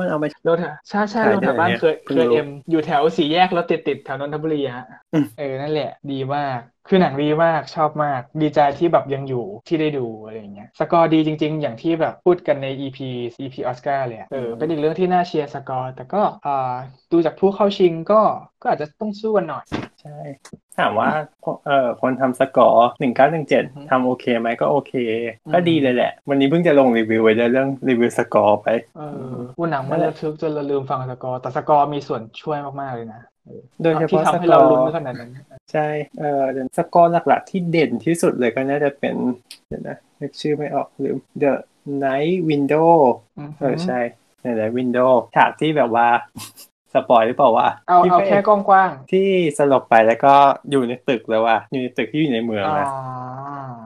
S1: มันเอามา
S2: รถอะใช่ใช่
S1: ขาย
S2: รถแถวบ้าน
S1: ได้ไหม
S2: เคย
S1: เพิ่ง
S2: เคย
S1: รู้
S2: เอ็มอยู่แถวสี่แยกรถติดติดๆแถวนนทบุรีฮะ
S1: อืม
S2: เออนั่นแหละ ดีมาก คือหนังดีมากชอบมาก ดีใจที่แบบยังอยู่ที่ได้ดูอะไรอย่างเงี้ยสกอร์ดีจริง ๆ อย่างที่แบบพูดกันใน EP EP ออสการ์เลยอะเออเป็นอีกเรื่องที่น่าเชียร์สกอร์ แต่ก็อ่าดูจากผู้เข้าชิงก็ก็อาจจะต้องสู้กันหน่อย
S1: ใช่ ถามว่าเอ่อคนทำสกอร์หนึ่งเก้าหนึ่งเจ็ด
S2: อืม
S1: ทำโอเคไหมก็โอเค
S2: อืม
S1: ก็ดีเลยแหละ วันนี้เพิ่งจะลงรีวิวไว้ด้วยเรื่องรีวิวสกอร์ไป
S2: เออวันหนังมันระทึกจนเราลืมฟังสกอร์แต่สกอร์มีส่วนช่วยมากๆเลยนะเอ
S1: โดยเฉ
S2: ที่
S1: พาะ
S2: ทำ
S1: ส
S2: ให้
S1: ก
S2: เรา
S1: อ
S2: ลุ้น
S1: ร์
S2: ขนาดนั้น
S1: ใช่เออเดี๋ยวสกอร์หลักๆที่เด่นที่สุดเลยก็น่าจะเป็นเดี๋ยวนะนึกชื่อไม่ออกลืม The Night Window เออใช่ในแต่วินโดว์ฉากที่แบบว่า สปอยหรือเปล่าวะ
S2: เอา
S1: ที่พ
S2: เอา
S1: ระ
S2: แค่
S1: ก
S2: กว้าง
S1: ที่สลบไปแล้วก็อยู่ในตึกแล้วว่ะอยู่ในตึกที่อยู่ในเมือง
S2: ๆ
S1: นะ
S2: อ่า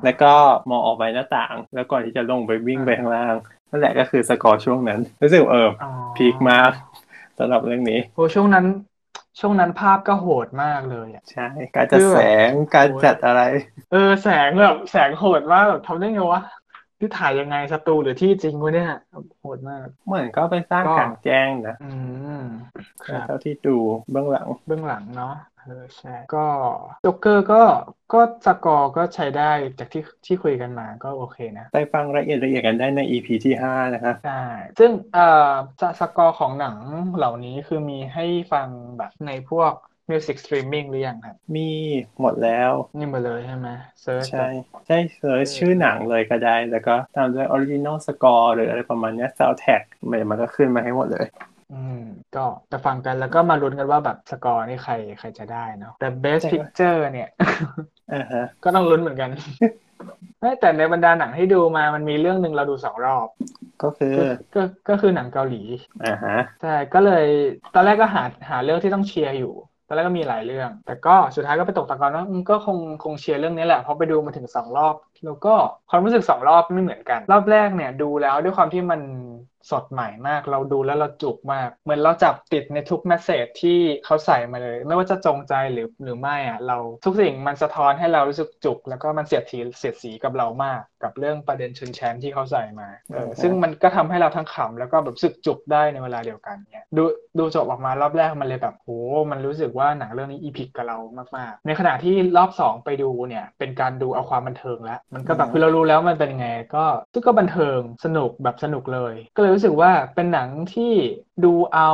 S1: แล้วก็มองออกไปหน้าต่าง แล้วก่อนที่จะลงไปวิ่งไปข้างล่างนั่นแหละก็คือสกอร์ช่วงนั้นรู้สึกเออ
S2: อ๋อ
S1: พีคมากสำหรับเรื่องนี้
S2: โอ้ช่วงนั้น ช่วงนั้นภาพก็โหดมากเลยอะ
S1: ใช่ การจัด
S2: คือแบบ
S1: แสงการ
S2: โอ้ย
S1: จัดอะไร
S2: เออแสงแบบแสงโหดมากแบบทำได้ไงวะที่ถ่ายยังไงสตูหรือที่จริงวะเนี่ยโหดมาก
S1: เหมือนก็ไปสร้าง
S2: ก็
S1: กลางแจ้งนะ
S2: อืมครับ
S1: เท่าที่ดูเบื้องหลัง
S2: เบื้องหลังเนาะเออใช่ก็จ็อกเกอร์ก็ก็สกอร์ก็ใช้ได้จากที่ที่คุยกันมาก็โอเคนะ
S1: ไปฟังรายละเอียดละเอียดกันได้ใน EP ที่ห้านะคะ
S2: ใช่ ซึ่งเอ่อจะสกอร์ของหนังเหล่านี้คือมีให้ฟังแบบในพวก Music Streaming หรือยังครับ
S1: มีหมดแล้ว
S2: นี่หมดเลยใช่ไหมเซิร์ช
S1: ใช่ใช่เสิร์ชชื่อหนังเลยก็ได้ แล้วก็ตามด้วยออริจินอลสกอร์หรืออะไรประมาณเนี้ยซาวแท็กมันก็ขึ้นมาให้หมดเลย
S2: อืมก็จะฟังกันแล้วก็มาลุ้นกันว่าแบบสกอร์นี่ใครใครจะได้เนาะแต่ best
S1: ใช่
S2: picture เนี่ย
S1: อ่าฮะ
S2: ก็ต้องลุ้นเหมือน กัน ไม่แต่ในบรรดาหนังที่ดูมามันมีเรื่องหนึ่งเราดูสองรอบ
S1: ก็คือ
S2: ก็ก็ก็คือหนังเกาหลี
S1: อ่าฮะ
S2: ใช่ก็เลยตอนแรกก็หาหาเรื่องที่ต้องเชียร์อยู่ ตอนแรกก็มีหลายเรื่อง แต่ก็สุดท้ายก็ไปตกตะกอนว่าอืมก็คงคงเชียร์เรื่องนี้แหละเพราะไปดูมาถึงสองรอบแล้วก็ความรู้สึกสองรอบไม่เหมือนกัน รอบแรกเนี่ยดูแล้วด้วยความที่มันสดใหม่มาก เราดูแล้วเราจุกมาก เหมือนเราจับติดในทุกแมสเซจที่เขาใส่มาเลย ไม่ว่าจะจงใจหรือหรือไม่อ่ะเราทุกสิ่งมันสะท้อนให้เรารู้สึกจุก แล้วก็มันเสียดสีเสียดสีกับเรามาก กับเรื่องประเด็นชนชั้นที่เขาใส่มาเออซึ่ง มันก็ทำให้เราทั้งขำแล้วก็แบบรู้สึกจุกได้ในเวลาเดียวกันเนี่ยดูดูจบออกมารอบแรกมันเลยแบบโหมันรู้สึกว่าหนังเรื่องนี้อีพิกกับเรามากๆ ในขณะที่รอบสองไปดูเนี่ยเป็นการดูเอาความบันเทิงแล้วมันก็แบบคือเรารู้แล้วมันเป็นยังไงก็ซึ่งก็บันเทิงสนุกแบบสนุกเลย ก็เลยรู้สึกว่าเป็นหนังที่ดูเอา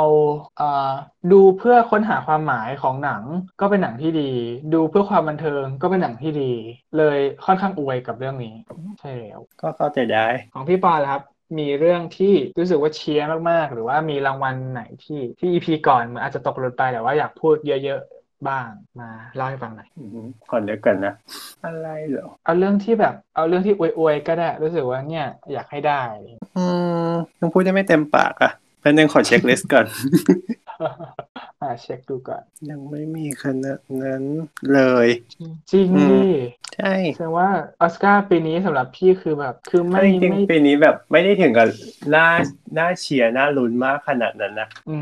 S2: เอ่อดูเพื่อค้นหาความหมายของหนังก็เป็นหนังที่ดี ดูเพื่อความบันเทิงก็เป็นหนังที่ดี เลยค่อนข้างอวยกับเรื่องนี้ใช่แล้ว
S1: ก็เข้าใจได้
S2: ของพี่ปอล่ะครับ มีเรื่องที่รู้สึกว่าเชียร์มากๆ หรือว่ามีรางวัลไหนที่ที่ EP ก่อนอาจจะตกหล่นไปแต่ว่าอยากพูดเยอะๆบ้างมาเล่าให้ฟังหน่อย
S1: อือฮึขอเดี๋ยวกันนะ อะไรเหรอ
S2: เอาเรื่องที่แบบเอาเรื่องที่อวยๆก็ได้ รู้สึกว่าเนี่ยอยากให้ได้
S1: อืมยังพูดได้ไม่เต็มปากอ่ะแป๊บนึงขอเช็คลิสต์ก่อน
S2: อ่าเช็คดูก่อน
S1: ยังไม่มีขนาดนั้นเลย
S2: จริง
S1: อืม
S2: ดิ
S1: ใช่
S2: แสดงว่าออสการ์ปีนี้สำหรับพี่คือแบบคือไม่
S1: ไม่จริง
S2: ไม่
S1: ๆปีนี้แบบไม่ได้ถึงกับน่าน่าเชียร์น่าลุ้นมากขนาดนั้นนะ
S2: อื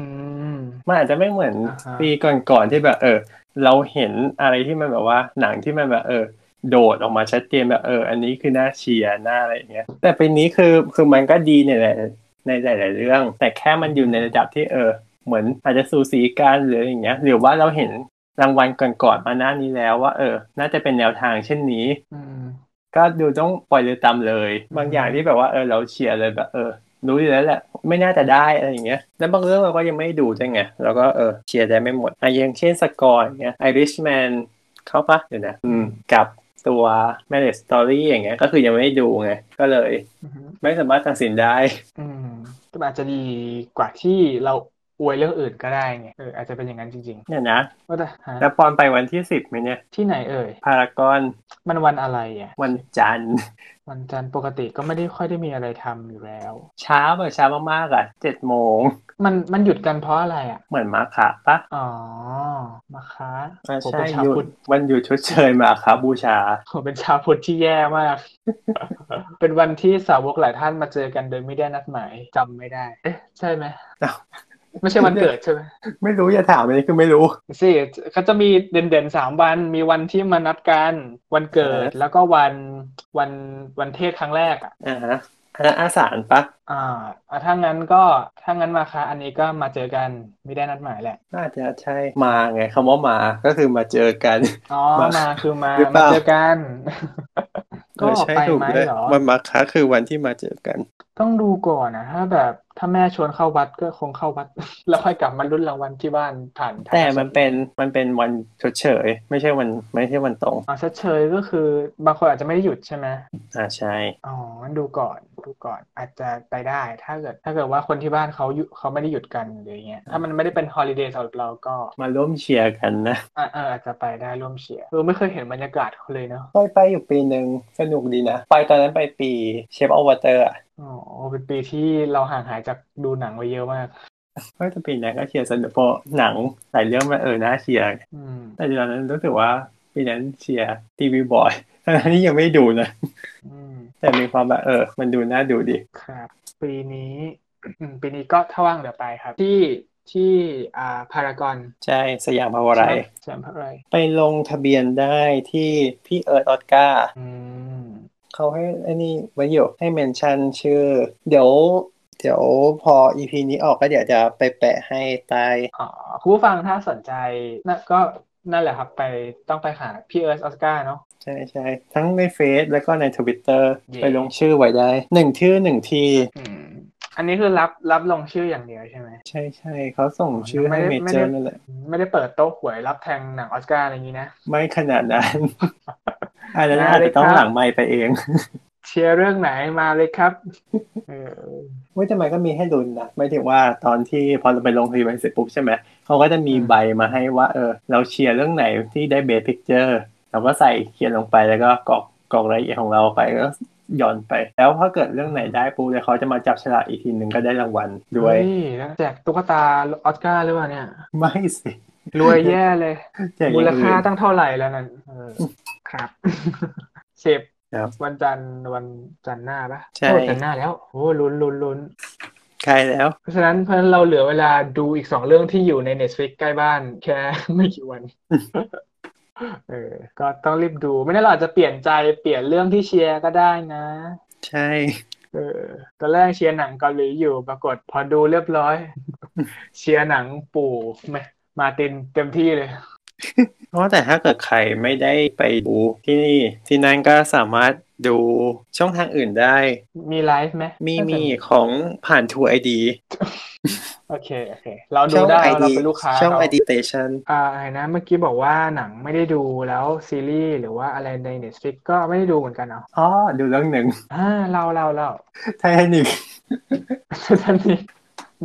S2: ม
S1: มันอาจจะไม่เหมือน
S2: อ่าฮะ
S1: ปีก่อนๆที่แบบ เออ เราเห็นอะไรที่มันแบบว่าหนังที่มันแบบเออ โดดออกมาชัดเจนแบบเออ อันนี้คือหน้าเชียร์หน้าอะไรอย่างเงี้ย แต่ปีนี้คือคือมันก็ดีในหลายในหลาย ๆ เรื่อง แต่แค่มันอยู่ในระดับที่เออ เหมือนอาจจะสูสีกันหรืออะไรอย่างเงี้ย หรือว่าเราเห็นรางวัลก่อนๆมาหน้านี้แล้วว่าเออ น่าจะเป็นแนวทางเช่นนี้
S2: อืม
S1: ก็ดูต้องปล่อยเรือตามเลย บางอย่างที่แบบว่าเออเราเชียร์เลยแบบเออ รู้อยู่แล้วแหละไม่น่าจะได้อะไรอย่างเงี้ยแล้วบางเรื่องเราก็ยังไม่ดูด้วยไงเราก็เออเชียร์ได้ไม่หมดอ่ะอย่างเช่นสกอร์อย่างเงี้ย Irishman เข้าปะเดี๋ยวนะอืมกับตัว Marriage Story อย่างเงี้ยก็คือยังไม่ได้ดูไงก็เลย ไม่สามารถตัดสินได้
S2: อืมก็อาจจะดีกว่าที่เราอวยเรื่องอื่นก็ได้ไงเอออาจจะเป็นอย่างนั้นจริง
S1: เนี่ยนะ
S2: ๆว่าแต่หา
S1: แล้วปอนไปวันที่สิบไหมเนี่ย
S2: ที่ไหนเอ่ย
S1: พารากอน
S2: มันวันอะไรอ่ะ
S1: วันจันทร์
S2: วันจันทร์ปกติก็ไม่ได้ค่อยได้มีอะไรทำอยู่แล้ว
S1: เช้าแบบเช้ามากๆอ่ะเจ็ดโมง
S2: มันมันหยุดกันเพราะอะไรอ่ะ
S1: เหมือนมาค่ะปะ
S2: อ๋อ มาค้า
S1: อ่ะ
S2: ผม
S1: ใช่
S2: เป็นชาว
S1: หยุ
S2: พุท
S1: ด
S2: ธ
S1: วันหยุดชดเชยมาค่ะบูชา
S2: ผมเป็นชาวพุทธที่แย่มาก เป็นวันที่สาวกหลายท่านมาเจอกันโดยไม่ได้นัดหมายจำไม่ได้ เอ๊ะ ใช่ไหม
S1: อ้าว
S2: ไม่ใช่วันเกิดใช่ไหม
S1: ไม่รู้อย่าถามอันนี้คือไม่รู้
S2: สิเขาจะมีเด่นๆสามวัน มีวันที่มานัดกันวันเกิด
S1: เออ
S2: แล้วก็วันวันวันเทศครั้งแรกอ่ะ
S1: อ่าฮะอันนั้นอาสารปะ
S2: อ่าอ่ะถ้างั้นก็ถ้างั้นมาค่ะอันนี้ก็มาเจอกันไม่ได้นัดหมายแหละ
S1: น่าจะใช่มาไงคำว่ามาก็คือมาเจอกัน
S2: อ๋อ
S1: มา
S2: มาคือมา
S1: หรือเป
S2: มา
S1: ล่า
S2: เจอกัน ก็
S1: เออใช่
S2: ไป
S1: ถูก
S2: ไหม
S1: เลย
S2: เหรอ
S1: วันมาคะคือวันที่มาเจอกัน
S2: ต้องดูก่อนนะถ้าแบบ ถ้าแม่ชวนเข้าวัดก็คงเข้าวัด แล้วค่อยกลับมาลุ้นรางวัลที่บ้านผ่าน
S1: แต่มันเป็นมันเป็นวันชดเฉย ไม่ใช่วันไม่ใช่วันตรง
S2: อ๋อชดเชยก็คือบางคนอาจจะไม่ได้หยุดใช่ไหม
S1: อ่าใช่
S2: อ๋องั้นดูก่อนดูก่อนอาจจะไปได้ถ้าเกิด ถ้าเกิดว่าคนที่บ้านเขาหยุดเขาไม่ได้หยุดกันหรืออย่างเงี้ยถ้ามันไม่ได้เป็นฮอลิเดย์สำหรับเราก็
S1: มาร่วมเชียร์กันนะ
S2: อ่าเอออาจจะไปได้ร่วมเชียร์เออไม่เคยเห็นบรรยากาศเขาเลยเนาะ
S1: ไปไปอยู่ปีหนึ่งสนุกดีนะ ไปตอนนั้นไปปีเชฟอวตารอ่ะ
S2: อ๋อเป็นปีที่เราห่างหายจากดูหนังไปเยอะมาก
S1: ก็จะปีนั้นก็เชียร์สนุกเพราะหนังหลายเรื่องมันเออน่าเชียร์
S2: อืม
S1: แต่ตอนนั้นรู้สึกว่าปีนั้นเชียร์ทีวีบอยตอนนั้นนี่ยังไม่ได้ดูนะ
S2: อืม
S1: แต่มีความแบบเออ มันดูน่าดูดี
S2: ครับ ปีนี้ ปีนี้ก็ถ้าว่างเดี๋ยวไปครับ ที่ที่อ่าพารากอน
S1: ใช่สยามพาวไร
S2: สยามพารากอน
S1: ไปลงทะเบียนได้ที่พี่เอิร์ธออสการ์
S2: อืม
S1: เขาให้อันนี้ไว้อยู่ให้เมนชั่นชื่อ เดี๋ยว เดี๋ยวพออีพีนี้ออกก็เดี๋ยวจะไปแปะให้ใต้
S2: อ๋อคุณผู้ฟังถ้าสนใจนะก็นั่นแหละครับไปต้องไปหาพี่เอิร์ธออสการ์เนาะ
S1: ใช่ใช่ทั้งในเฟซแล้วก็ในทวิตเตอร์
S2: เย่
S1: ไปลงชื่อไว้ได้หนึ่งชื่อหนึ่งที
S2: อืม อันนี้คือรับรับลงชื่ออย่างเดียวใช่ไหม
S1: ใช่ใช่เขาส่งชื่อให้เม
S2: ไม่ได้ไม่
S1: เจอ
S2: ได้
S1: ร์นั่นแหละ
S2: ไม่ได้เปิดโต๊ะหวยรับแทงหนังออสการ์อะไรอย่างนี้นะ
S1: ไม่ขนาด นั้นอันนั้น
S2: มา
S1: อาจ
S2: เลย
S1: จะต้อง
S2: ครับ
S1: หลังไม่ไปเอง
S2: เชียร์เรื่องไหนมาเลยครับ เออ
S1: เว้ยแต่มันก็มีให้ดุนนะไม่ถึงว่าตอนที่พอเราไปลงทะเบียนเสร็จปุ๊บใช่ไหมเขาก็จะมีใบมาให้ว่า เออ เราเชียร์เรื่องไหนที่ได้เบสพิกเจอร์เราก็ใส่เขียนลงไปแล้วก็กรอกกรอกรายละเอียดของเราไปแล้วก็หย่อนไป แล้วถ้าเกิดเรื่องไหนได้ปุ๊บแล้วเขาจะมาจับฉลากอีกทีหนึ่งก็ได้รางวัลด้วย
S2: เฮ้แล้วแจกตุ๊กตาออสการ์หรือเปล่าเนี่ย
S1: ไม่สิ
S2: รวยแย่เลย
S1: แจ กอย่
S2: มู
S1: ง
S2: ล
S1: อื่น
S2: ค่าตั้งเท่าไหร่แล้วนั่นเออ ครับ เสิบ
S1: ครับ
S2: วันจันทร์วันจันทร์หน้าปะ
S1: ใช่
S2: โอ้จันทร์หน้าแล้วโอ้ลุ้นลุ้นลุ้น
S1: ใช่แล้ว
S2: เพราะฉะนั้นเพราะฉะนั้นเราเหลือเวลาดูอีกสองเรื่องที่อยู่ใน Netflix ใกล้บ้าน แค่ ไม่กี่วัน เออ ก็ต้องรีบดู ไม่งั้นเราอาจจะเปลี่ยนใจเปลี่ยนเรื่องที่เชียร์ก็ได้นะ
S1: ใช่
S2: เออตอนแรกเชียร์หนังเกาหลีอยู่ปรากฏพอดูเรียบ ร้อย เชียร์หนังปู่แม่มาร์ตินเต็มที่เลย
S1: เพราะแต่ถ้าเกิดใครไม่ได้ไปดูที่นี่ที่นั่นก็สามารถดูช่องทางอื่นได้
S2: มีไลฟ์ไหม
S1: มี
S2: น่าจะ
S1: มีของผ่านทัวร์ไอดี
S2: โอเค โอเค เราดูได้เราเป็นลูกค้า
S1: ช่อง
S2: เรา
S1: ไอดีเตชัน
S2: อ่าอะไรนะ เมื่อกี้บอกว่าหนังไม่ได้ดูแล้วซีรีส์หรือว่าอะไรใน Netflix ก็ไม่ได้ดูเหมือนกันเนาะ
S1: อ๋อดูเรื่องหนึ่ง
S2: อ่าเราเราเรา
S1: ไททานิก
S2: ทันที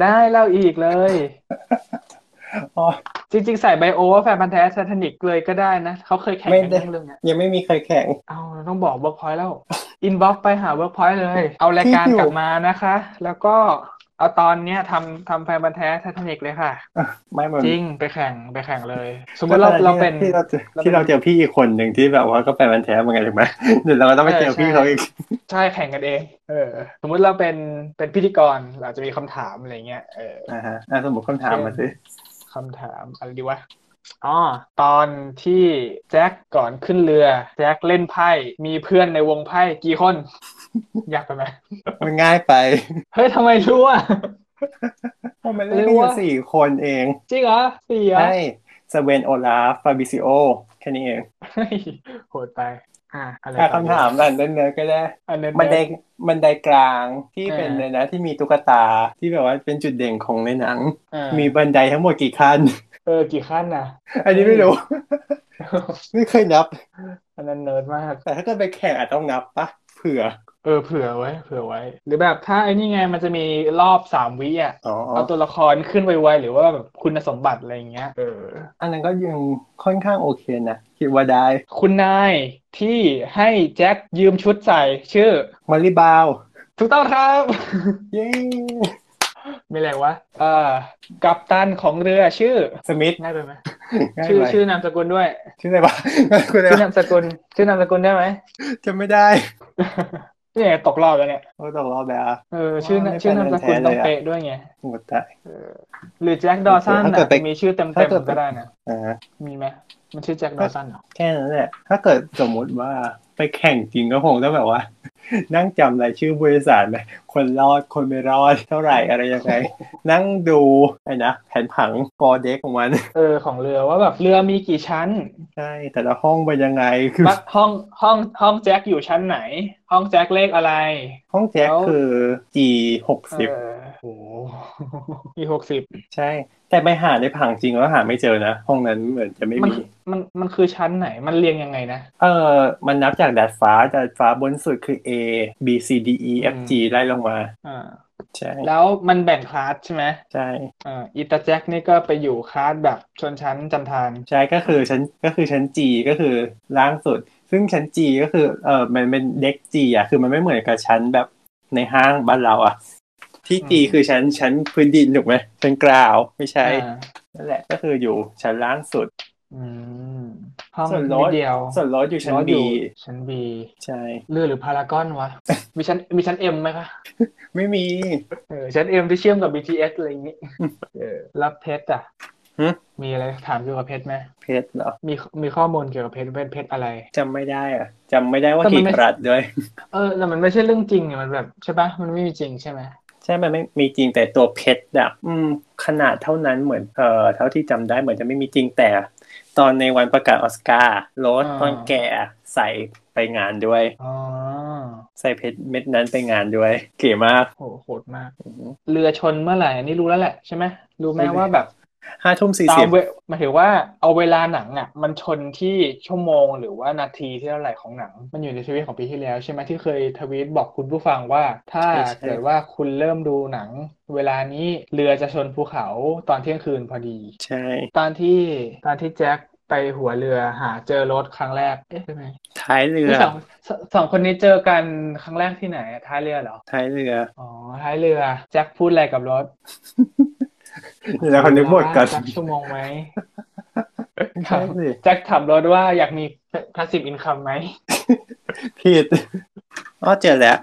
S2: ได้เล่าอีกเลย
S1: อ๋อ
S2: จริง ๆ ใส่ไบโอว่าแฟนพันธ์แท้ไททานิกเลยก็ได้นะ เขาเคยแข่ง
S1: ไม่
S2: กัน
S1: ได้
S2: เรื่องเรื่องเนี้ย
S1: ยังไม่มีใครแข่ง
S2: เอาเราต้องบอกเวิร์กพอยต์แล้วอินบ็อกไปหาเวิร์กพอยต์เลย เอารายการ
S1: ที่อยู่
S2: กลับมานะคะ แล้วก็เอาตอนเนี้ยทำทำแฟนพันธ์แท้ไททานิกเลยค่ะ
S1: ไม่มัน
S2: จริงไปแข่งไปแข่งเลย สมมติเราเราเป็น
S1: ที่เราจอที่เราเจอพี่อีกคนหนึ่งที่แบบว่าก็แปลมันแท้เหมือนกันถูกไหมเดี๋ยวเราก็ต้องไปเจอพี่เขาอีก
S2: ใช่แข่งกันเอง เออ สมมุติเราเป็นเป็นพิธีกรเราจะมีคำถามอะไรเงี้ย เออ
S1: อ่าฮะอ่ะสมมติคำถามมาสิ
S2: คำถามอะไรดีวะ อ๋อ ตอนที่แจ็คก่อนขึ้นเรือ แจ็คเล่นไพ่ มีเพื่อนในวงไพ่กี่คน อยากไปไหม
S1: มันง่ายไป
S2: เฮ้ยทำไมรู้อ่ะ
S1: เพราะมันเล่นกันอยู่สี่คนเอง
S2: จริงเหรอสี่เหรอ
S1: ใช่สเวนโอลาฟฟาบิซิโอแค่นี้เอง
S2: เฮ้ย โหดไป อ่ะอะไร
S1: อ่ะ
S2: ต่อดี
S1: คำถามแบบเนิร์ดๆก็ได้
S2: อันนั้น
S1: บันไดบันไดกลางที่เป็น
S2: อ่า
S1: เลยนะที่มีตุ๊กตาที่แบบว่าเป็นจุดเด่นของในหนัง
S2: อ่ะ
S1: มีบันไดทั้งหมดกี่ขั้น
S2: เออกี่ขั้นนะ
S1: อันนี้ไม่รู้ ไม่เคยนับ
S2: อันนั้นเนิร์ดมาก
S1: แต่ถ้าเกิดไปแข่งอาจต้องนับปะเผื่อ
S2: เออเผื่อไว้ เผื่อไว้ หรือแบบถ้าไอ้นี่ไงมันจะมีรอบสามวิอ่ะ
S1: อ๋อ
S2: เอาตัวละครขึ้นไวๆหรือว่าแบบคุณสมบัติอะไรอย่างเงี้ย เออ
S1: อันนั้นก็ยังค่อนข้างโอเคนะคิดว่าได้
S2: คุณนายที่ให้แจ็คยืมชุดใส่ชื่อ
S1: มาริบาว
S2: ถูกต้องครับ
S1: เย้
S2: มีอะไรวะเอ่อกัปตันของเรือชื่อ
S1: สมิธ
S2: ง่ายไปไหม
S1: ง่าย
S2: ชื่อ
S1: ไป
S2: ชื่อนามสกุลด้วย
S1: ชื่ออะไรวะคุณอะไร
S2: ชื่อนาว
S1: ะ
S2: มสกุล ชื่อนามสกุลได้ไหม
S1: จำไม่ได้
S2: เนี่ยตกรอบแล้วเนี่ย
S1: โอ้ตกรอบแล้ว
S2: เออชื่อ
S1: ว้าวไม่
S2: ชื่อนามสกุล
S1: เป็น
S2: ต้อง
S1: แฟนเลยอะ
S2: เป๊ะด้วยไง
S1: โอ้ตาย
S2: เออหรือแจ็คดอสัน
S1: ถ้าเกิ
S2: นะ
S1: ดไป
S2: มีชื่อเต็ม
S1: ถ้าเกิด
S2: ๆ
S1: ไป
S2: ก็ได้นะ
S1: อ่า
S2: มีไหมมันชื่อแจ็คดอสันเหรอ
S1: แค่นั้นแหละ ถ้าเกิดสมมุติว่าไปแข่งจริงก็คงต้องแบบว่า นั่งจำรายชื่อบริษัทไหมคนรอดคนไม่รอดเท่าไหร่อะไรยังไง นั่งดูไอ้นะแผนผังฟอเด็กของมัน
S2: เออของเรือว่าแบบเรือมีกี่ชั้น
S1: ใช่ แต่ละห้องเป็นยังไงคือ
S2: บัดห้องห้องห้องแจ็คอยู่ชั้นไหน ห้องแจ็คเลขอะไร
S1: ห้องแจ็ค
S2: แล้ว
S1: คือ G หกสิบ
S2: เออโอ้โหมีหกสิบ
S1: ใช่ แต่ไปหาในผังจริงแล้วหาไม่เจอนะ ห้องนั้นเหมือนจะไม่
S2: มัน
S1: มี
S2: มันมันคือชั้นไหนมันเรียงยังไงนะ
S1: เออมันนับจากดาดฟ้าดาดฟ้าบนสุดคือ A B C D E F G ไล่ลงมา
S2: อ่า
S1: ใช่
S2: แล้วมันแบ่งคลาสใช่ไหม
S1: ใช่
S2: อ่าอีตาแจ็คนี่ก็ไปอยู่คลาสแบบชนชั้นจันทาน
S1: ใช่ก็คือชั้นก็คือชั้น G ก็คือล่างสุด ซึ่งชั้น G ก็คือเออมันเป็นเด็ก G อ่ะคือมันไม่เหมือนกับชั้นแบบในห้างบ้านเราอ่ะ ที่ G
S2: อืม
S1: คือชั้นชั้นพื้นดินถูกไหมชั้นกราวไม่ใช่
S2: อ่า
S1: นั่นแหละก็คืออยู่ชั้นล่างสุด
S2: อืมห้อง
S1: ส่วนรถ
S2: นิดเดียว
S1: ส่วนรถอยู่ชั้น
S2: รถ
S1: B
S2: อยู่ชั้นบี
S1: ใช่
S2: เรือหรือพารากอนวะ มีชั้นมีชั้นเอ็มไหมคะ
S1: ไม่มี
S2: เออชั้นเอ็มที่เชื่อมกับ BTS อะไรอย่างงี้เออรับเพชรอ่ะ
S1: หึ
S2: มีอะไรถามเกี่ยวกับเพชรไหม
S1: เพชรเหรอ
S2: มีมีข้อมูลเกี่ยวกับเพชรเป็นเพชรอะไร
S1: จำไม่ได้อ่ะจำไม่ได้ว่า
S2: แต่มัน
S1: กี่
S2: ไม่
S1: กรัตด้วย
S2: เออแต่มันไม่ใช่เรื่องจริงเนี่ยมันแบบใช่ปะมันไม่มีจริงใช่ไหม
S1: ใช่ มันไม่มีจริงแต่ตัวเพชรอะอืม ขนาดเท่านั้นเหมือน เอ่อ เท่าที่จำได้เหมือนจะไม่มีจริงแต่ ตอนในวันประกาศออสการ์โรสตอนแก่อะใส่ไปงานด้วย
S2: อ๋อ
S1: ใส่เพชรเม็ดนั้นไปงานด้วย เก๋มาก
S2: โหโหดมาก เรือชนเมื่อไหร่อันนี้รู้แล้วแหละใช่ไหมรู้ไหมว่าแบบ
S1: ห้าทุ่มสี่
S2: ตา
S1: สิ
S2: ม
S1: บ
S2: เวหมายถึงว่าเอาเวลาหนังอ่ะ มันชนที่ชั่วโมงหรือว่านาทีที่เท่าไหร่ของหนัง มันอยู่ในทวิตของปีที่แล้ว ใช่ไหมที่เคยทวีตบอกคุณผู้ฟังว่า ถ้าเกิดว่าคุณเริ่มดูหนัง เวลานี้เรือจะชนภูเขาตอนเที่ยงคืนพอดี
S1: ใช่
S2: ตอนที่ตอนที่แจ็คไปหัวเรือหาเจอรถครั้งแรกเอ๊ะใช่ไหม
S1: ท้ายเรือ
S2: ที่สองสองสองคนนี้เจอกันครั้งแรกที่ไหนอะท้ายเรือเหรอ
S1: ท้ายเรือ
S2: อ๋อท้ายเรือแจ็คพูดอะไรกับรถ
S1: แล้วคนนึกหมดกัน
S2: สักชั่วโมง ไหม
S1: ใช่สิ
S2: แจ็คถามรถว่าอยากมี passive income ไหม
S1: ผิดอ๋อเจอแล้ว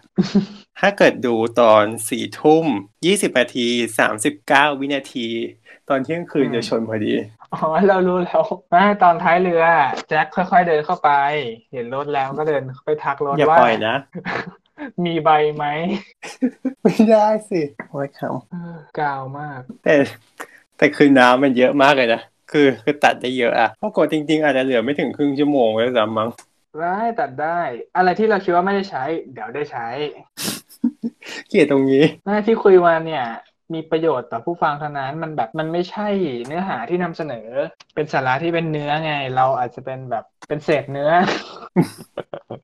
S1: ถ้าเกิดดูตอนสี่ทุ่มยี่สิบนาทีสามสิบเก้าวินาที ตอนเที่ยงคืน
S2: อืม
S1: จะชนพอดี
S2: อ๋อ เรารู้แล้วไม่ตอนท้ายเรือ แจ็คค่อยๆเดินเข้าไป เห็นรถแล้วก็เดินไปทักรถ
S1: อย่า
S2: ว่า
S1: ปล่อยนะ
S2: มีใบไหม
S1: ไม่ได้สิโอ้ยครับ
S2: เออกาวมาก
S1: แต่แต่คือน้ำมันเยอะมากเลยนะ คือคือตัดได้เยอะอะเพราะกดจริงๆ อาจจะเหลือไม่ถึงครึ่งชั่วโมงเลยซ้ำมั้ง
S2: ได้ตัดได้ อะไรที่เราคิดว่าไม่ได้ใช้ เดี๋ยวได้ใช้
S1: เกลียดตรงนี้
S2: หน้าที่คุยมาเนี่ย มีประโยชน์ต่อผู้ฟังเท่านั้นมันแบบมันไม่ใช่เนื้อหาที่นำเสนอ เป็นสาระที่เป็นเนื้อไง เราอาจจะเป็นแบบเป็นเศษเนื้อ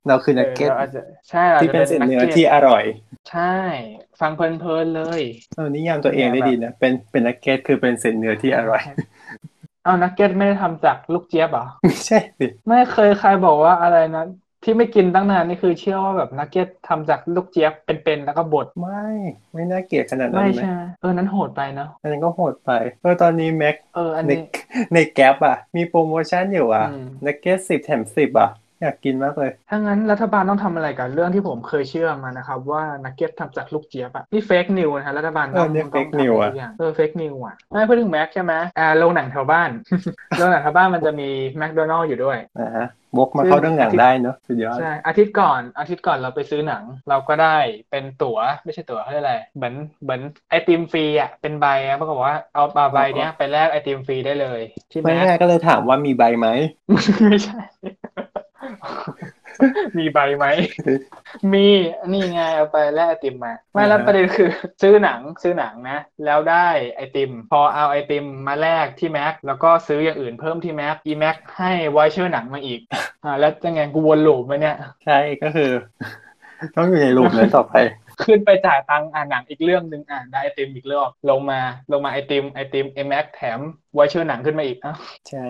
S1: เราคือนักเก็ต
S2: ออราอาจจะใช่รา
S1: ที่เป็น
S2: อาจ
S1: เศ
S2: จะ
S1: ษเนื้อ
S2: นักก็ต
S1: ที่อร่อย
S2: ใช่ ฟังเพลินๆเลย
S1: เออนิยามตัวเองได้ดีนะเป็นเป็นนักเก็ตคือเป็นเศษเนื้อที่อร่อย
S2: เอานักเก็ตไม่ได้ทำจากลูกเจี๊ยบเหรอ
S1: ไม่ใช่สิ
S2: ไม่เคยใครบอกว่าอะไรนะที่ไม่กินตั้งนานนี่คือเชื่อว่าแบบนักเก็ตทำจากลูกเจี๊ยบเป็นๆแล้วก็บด
S1: ไม่ไม่น่าเกลียดขนาดนั้
S2: ไม่
S1: นไหม
S2: ใช่ไหมเออนั้นโหดไปเนาะ
S1: อันนั้นก็โหดไปเออตอนนี้แม็ก
S2: เออ อัน
S1: ใน
S2: นี้
S1: ในแก๊ปอ่ะ มีโปรโมชั่นอยู่อ่ะ
S2: อืม
S1: นักเก็ตสิบแถมสิบอ่ะ อยากกินมากเลย
S2: ถ้างั้นรัฐบาลต้องทำอะไรกับเรื่องที่ผมเคยเชื่อมานะครับว่านักเก็ตทำจากลูกเจี๊ยบอะนี่เฟกนิวนะฮะรัฐบาล
S1: เอ
S2: ต้
S1: อ
S2: อง
S1: เนี่ย
S2: ต้อง
S1: fake news อะ
S2: ทำทุกอย่างเออเฟกนิวอะไม่พูดถึงแม็กใช่ไหมอ่าโรงหนังแถวบ้าน โรงหนังแถวบ้านมันจะมีแมคโดนัลล์อยู่ด้วย
S1: นะฮะบกมาเข้าเรื่องหนังได้เนอะสุดยอด
S2: ใช่อาทิตย์ก่อนอาทิตย์ก่อนเราไปซื้อหนัง เราก็ได้เป็นตั๋วไม่ใช่ตั๋วเขาเรียกอะไรเหมือนเหมือนไอติมฟรีอ่ะเป็นใบอ่ะปรากฏว่าเอามาใบเนี้ยไปแลกไอติมฟรีได้เลยที่
S1: ไม่
S2: แม็ก
S1: ง่ายก็เลยถามว่ามีใบไหม
S2: ไม่ใช่ มีใบไหม มีนี่ไงเอาไปแลกไอติมมาไม่แล้ว
S1: อ่าฮะ
S2: ประเด็นคือ ซื้อหนังซื้อหนังนะ แล้วได้ไอติม พอเอาไอติมมาแลกที่แม็กแล้วก็ซื้ออย่างอื่นเพิ่มที่แม็กอีแม็กให้วอยเชอร์หนังมาอีกอ่าแล้วจะไงกูวนลูปไหมเนี่ย
S1: ใช่ก็คือ ต้องอยู่ในรูปนั้นต่อไป
S2: ขึ้นไปจ่ายตังค์อ่านหนังอีกเรื่องหนึ่งอ่านได้ไอติมอีกเรื่องลงมาลงมาไอติมไอติมเอ็มแม็กแถมไวเชอร์หนังขึ้นมาอีกอ้าว
S1: ใช่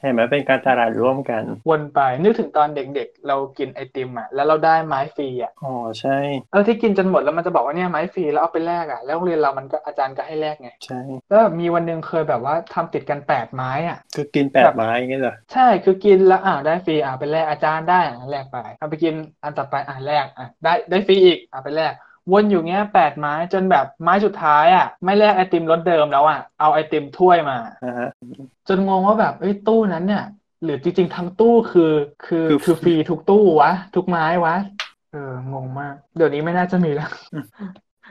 S1: เห็นไหมเป็นการตลาดร่วมกัน
S2: วนไปนึกถึงตอนเด็กๆ เรากินไอติมอ่ะแล้วเราได้ไม้ฟรีอ่ะ
S1: อ๋อใช่
S2: เออที่กินจนหมดแล้วมันจะบอกว่าเนี่ยไม้ฟรีแล้วเอาไปแลกอ่ะแล้วโรงเรียนเรามันก็อาจารย์ก็ให้แลกไง
S1: ใช่
S2: แล้วมีวันหนึ่งเคยแบบว่าทำติดกันแปดไม้อ่ะ
S1: คือกินแป
S2: ครั
S1: ด
S2: บ
S1: ไม้อย่างเงี้ยเหรอ
S2: ใช่คือกินแล้วอ่าได้ฟรีอ่าไปแลกอาจารย์ได้อ่ะแลกไปเอาไปกินอันต่อไปอ่าแลกอ่ะได้ได้ฟรีอีกอ่าไปแลกวนอยู่เงี้ยแปดไม้จนแบบไม้สุดท้ายอ่ะไม่แลกไอติมรสเดิมแล้วอ่ะเอาไอติมถ้วยมา
S1: นะฮะ
S2: จนงงว่าแบบเอ้ยตู้นั้นเนี่ย หรือจริงๆทั้งตู้คือคือ
S1: คือ
S2: คือฟรีทุกตู้วะ ทุกไม้วะ เอองงมาก เดี๋ยวนี้ไม่น่าจะมีแล้ว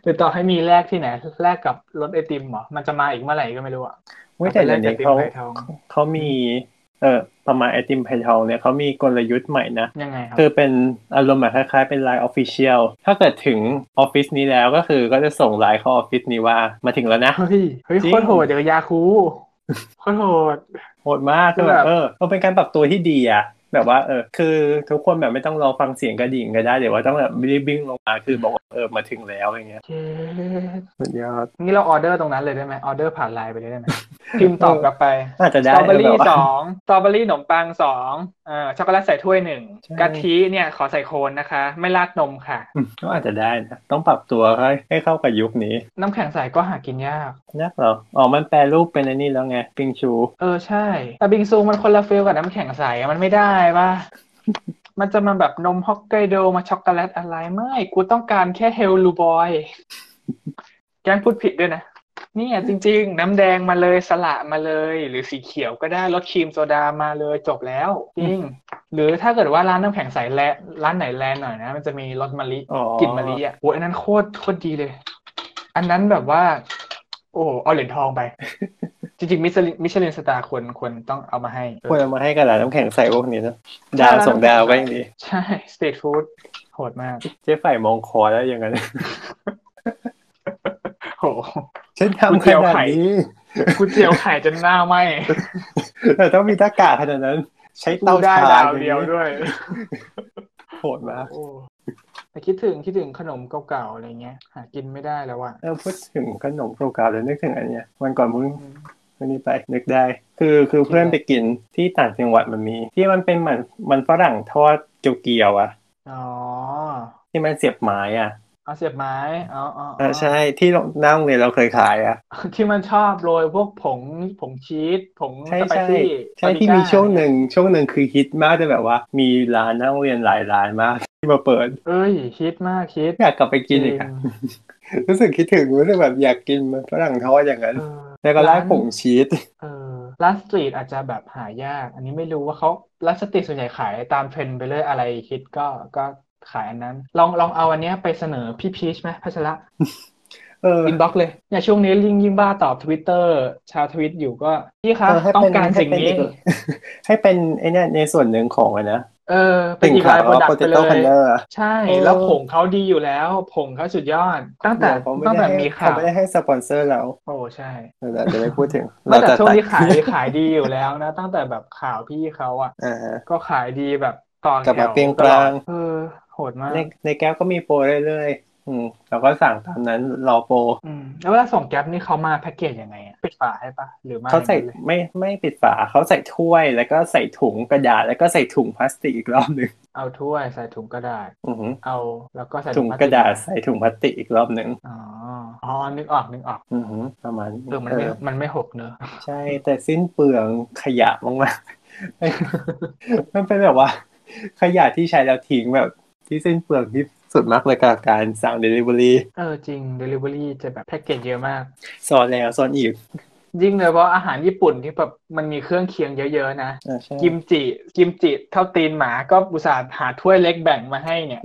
S2: หรือต่อให้มีแลกที่ไหนแลกกับรถไอติมเหรอมันจะมาอีกเมื่อไหร่ก็ไม่รู้อ่ะ
S1: เว้ยแต่
S2: แล
S1: เดี๋ย
S2: ก
S1: ว
S2: กั
S1: นี้
S2: บไอติม
S1: เขา
S2: ไผ่ทอง
S1: เขามีเออประมาณไอติมไพทองเนี่ยเขามีกลยุทธ์ใหม่นะ
S2: ยังไงครับ
S1: คือเป็นอารมณ์แบบคล้ายๆ เป็นไลน์ออฟฟิเชียลถ้าเกิดถึงออฟฟิศนี้แล้วก็คือก็จะส่งไลน์เข้าออฟฟิศนี้ว่ามาถึงแล้วนะ
S2: เฮ้ยเฮ้ย
S1: จริง
S2: โคตรโหดเดี๋ยวยาคูโคตรโหด
S1: โหดมากคือแบ
S2: แบบ บ
S1: เออมันเป็นการปรับตัวที่ดีอะแบบว่าเออคือทุกคนแบบไม่ต้องรอฟังเสียงกระดิ่งก็ได้เดี๋ยวว่าต้องแบบรีบวิ่งลงมาคือบอกว่าเออมาถึงแล้วอย่างเงี้ย
S2: เจ๊
S1: สุดยอด
S2: นี่เราออเดอร์ตรงนั้นเลยได้ไหมออเดอร์ผ่านไลน์ไปเลยได้ ไหมพิมพ์ตอบกลับไป
S1: น่าจะ
S2: ส
S1: ได้
S2: ตรอเบอรี่
S1: แบบว่า
S2: สอง สตรอเบอรี่ขนมปังสองเอ่อช็อกโกแลตใส่ถ้วยหนึ่ง
S1: ใช่
S2: กะทิเนี่ยขอใส่โคนนะคะ ไม่ราดนมค่ะ
S1: อืมก็ อาจจะได้นะต้องปรับตัวให้ให้เข้ากับยุคนี้
S2: น้ำแข็งใสก็หากินยาก
S1: นักเหรออ๋อมันแปลรูปเป็นอันนี้แล้วไงปิงชู
S2: เออใช่ แต่บิงซูมันคนละฟิลกับน้ำแข็งใสอะมันไม่ได้ป่ะ มันจะมาแบบนมฮอกไกโดมาช็อกโกแลตอะไรไม่ กูต้องการแค่เฮลลูบอยแกงพูดผิดด้วยนะ เนี่ยจริง ๆ น้ำแดงมาเลยสละมาเลย หรือสีเขียวก็ได้รสครีมโซดามาเลยจบแล้ว จริง หรือถ้าเกิดว่าร้านน้ำแข็งใสแลร้านไหนแลนหน่อยนะ มันจะมีรสมะลิ
S1: อ๋อ
S2: กลิ่นมะลิอ่ะโอ้ยอันนั้นโคตรโคตรดีเลย อันนั้นแบบว่า โอ้โหเอาเหรียญทอง ไป จริงๆมิชลินมิชลินสตาร์ควรควรต้องเอามาให้เออ
S1: ควรเอามาให้กระดาษน้ำแข็งใส่พวกนี้นะดาวส่งดาวไว้อย่างนี้
S2: ใช่สตรีทฟู้ดโหดมาก
S1: เจ๊ฝ่ายมองคอแล้วอย่างนั้น
S2: โห
S1: ฉัน
S2: คุณ
S1: ทำข
S2: เจียว
S1: นาด
S2: ไข่
S1: นี้
S2: กูเจียวไข่จนหน้าไหม
S1: แต่ต้องมีตะกร้าขนาดนั้น ใช้
S2: กู
S1: เตา
S2: ได้
S1: ถ่า
S2: ดาน ว
S1: อางนี้
S2: เดียวด้วย
S1: โหดมาก
S2: โอ้แต่คิดถึงคิดถึงขนมเก่าๆอะไรเงี้ย หากินไม่ได้แล้วอ่ะ
S1: เออพูดถึงขนมโปรกาเดี๋ยวนึกถึงอันเนี้ยวันก่อนเพิ่งเพิ่งนี่ไปนึกได้ คือคือเพื่อนไปกินที่ต่างจังหวัดมันมี ที่มันเป็นมันมันฝรั่งทอดเกียวๆอะ
S2: อ๋อ
S1: ที่มันเสียบไม้อ่ะ
S2: เอาเสียบไม้อ๋ออ๋ออ๋
S1: อ่าใช่ที่โรงหน้าโรงเรียนเราเคยขายอ่ะ
S2: ที่มันชอบโรยพวกผงผงชีสผง
S1: ใช่
S2: สไป
S1: ใช่
S2: ซี่
S1: ใช่ที่มีช่วงหนึ่งช่วงหนึ่งคือฮิตมากแต่แบบว่า มีร้านหน้าโรงเรียนหลายร้านมาก ที่มาเปิด
S2: เอ้ยฮิตมากฮิต
S1: อยากกลับไปกินอีกอะ
S2: จริง
S1: รู้สึกคิดถึงรู้สึกแบบอยากกินมันฝรั่งทอดอย่างนั้น
S2: เออ
S1: แล้วก็ราดผง
S2: น
S1: ชีส
S2: เออร้านสตรีทอาจจะแบบหายาก อันนี้ไม่รู้ว่าเขาร้านสตรีทส่วนใหญ่ขายตามเทรนด์ไปเรื่อยอะไรคิดก็ก็ขายอันนั้น ลองลองเอาอันเนี้ยไปเสนอพี่พีชไหมพัชระ
S1: เออ
S2: อินบ็อกซ์เลยเนี่ยช่วงนี้ยิ่งยิ่งบ้าตอบทวิตเตอร์ชาวทวิตอยู่ก็พี่คะ
S1: เออให้เป็น
S2: ต้องการสิ่ง
S1: ให้
S2: นี้
S1: เป็นอีก ให้เป็นไอเนี่ยในส่วนหนึ่งของอะนะ
S2: เออเป็นอี
S1: ขาร
S2: กายโปรดัก
S1: โป
S2: ต์
S1: เต
S2: ไปเล
S1: โต้คันเนอย ร์
S2: ใช่
S1: เออ
S2: แล้วผงเขาดีอยู่แล้ว ผงเขาสุดยอด ตั้งแต่
S1: เขาไม่
S2: ตั้ง
S1: ได้
S2: แต่
S1: ให้
S2: มี
S1: เขา
S2: ข่าว
S1: ไม่ได้ให้สปอนเซอร์เรา
S2: โอ้ใช่
S1: เราจะไม่พูดถึง
S2: ตั้งแต่
S1: จะ
S2: ช่วง
S1: ตัด
S2: ที่ขาย ขายดีอยู่แล้วนะ ตั้งแต่แบบข่าวพี่เขาอะ
S1: อ่าฮะ
S2: ก็ขายดีแบบต่อก
S1: ลับ
S2: แถ
S1: มาว เปรี้ยง
S2: ต
S1: ป
S2: ล
S1: ร้า
S2: อด
S1: ง
S2: เออโหดมาก
S1: ในในแก้วก็มีโปรเรื่อยๆอืมเราก็สั่งตามนั้นรอโปร
S2: อืมแล้วเวลาส่งแก๊ปนี่เขามาแพ็กเกจยังไงอะปิดฝาให้ปะหรือมา
S1: เขาใส่
S2: อย่งนั้นลย
S1: ไม่ไม่ปิดฝาเขาใส่ถ้วยแล้วก็ใส่ถุงกระดาษ แล้วก็ใส่ถุงพลาสติกอีกรอบหนึ่ง
S2: เอาถ้วยใส่ถุงกระดาษ
S1: อือหือ
S2: เอาแล้วก็ใส่
S1: ถุง
S2: พลส
S1: ก
S2: ติ
S1: ระดาษใส่ถุงพลาสติกอีกรอบหนึ่ง
S2: อ๋ออ๋อนึกออกนึกออก
S1: อือหือประมาณ
S2: เออมันไม่
S1: เออ
S2: มันไม่หกเนอะ
S1: ใช่แต่สิ้นเปลืองขยะมาก ๆ มันเป็นแบบว่า ขยะที่ใช้แล้วทิ้งแบบที่สิ้นเปลืองที่สุดมากเลยกับการสั่งเดลิเวอรี่
S2: เออจริง Delivery จะแบบแพ็กเกจเยอะมาก
S1: สอนแล้วสอนอีก
S2: ยิ่งเลยเพราะอาหารญี่ปุ่นที่แบบมันมีเครื่องเคียงเยอะๆนะ
S1: อ่าใช่
S2: กิมจิกิมจิเท่าตีนหมาก็อุตส่าห์หาถ้วยเล็กแบ่งมาให้เนี่ย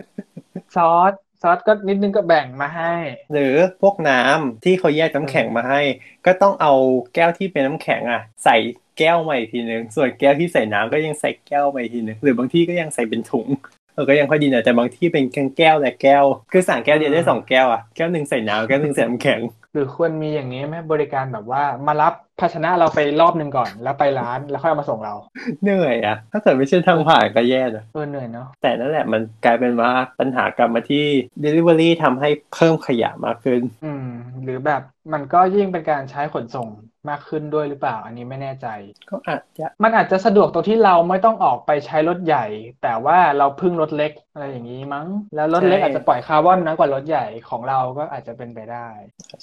S2: ซอสซอสก็นิดนึงก็แบ่งมาให้
S1: หรือพวกน้ำที่เขาแยกน้ำแข็งมาให้ ก็ต้องเอาแก้วที่เป็นน้ำแข็งอ่ะ ใส่แก้วใหม่ทีนึงส่วนแก้วที่ใส่น้ำก็ยังใส่แก้วใหม่ทีนึงหรือบางที่ก็ยังใส่เป็นถุงเออก็ยังพอดีนะแต่บางที่เป็นแก้วและแก้ว คือสั่งแก้วเดียวได้สองแก้วอ่ะแก้วหนึ่งใส่น้ำแก้วหนึ่งใส่น้ำแข็ง
S2: หรือควรมีอย่างนี้ไหมบริการแบบว่ามารับภาชนะเราไปรอบหนึ่งก่อน แล้วไปร้านแล้วค่อยเอามาส่งเรา
S1: เหนื่อยอ่ะถ้าเกิดไม่ใช่ทางผ่านก็แย่นะ
S2: เออเหนื่อยเนาะ
S1: แต่นั่นแหละมันกลายเป็นว่าปัญหากลับมาที่ Delivery ทำให้เพิ่มขยะมากขึ้น
S2: อืม หรือแบบมันก็ยิ่งเป็นการใช้ขนส่งมากขึ้นด้วยหรือเปล่า อันนี้ไม่แน่ใจ
S1: ก็อาจจะ
S2: มันอาจจะสะดวกตรงที่เราไม่ต้องออกไปใช้รถใหญ่ แต่ว่าเราพึ่งรถเล็กอะไรอย่างนี้มั้ง แล้วรถเล็กอาจจะปล่อยคาร์บอนน้อยกว่ารถใหญ่ของเราก็อาจจะเป็นไปได้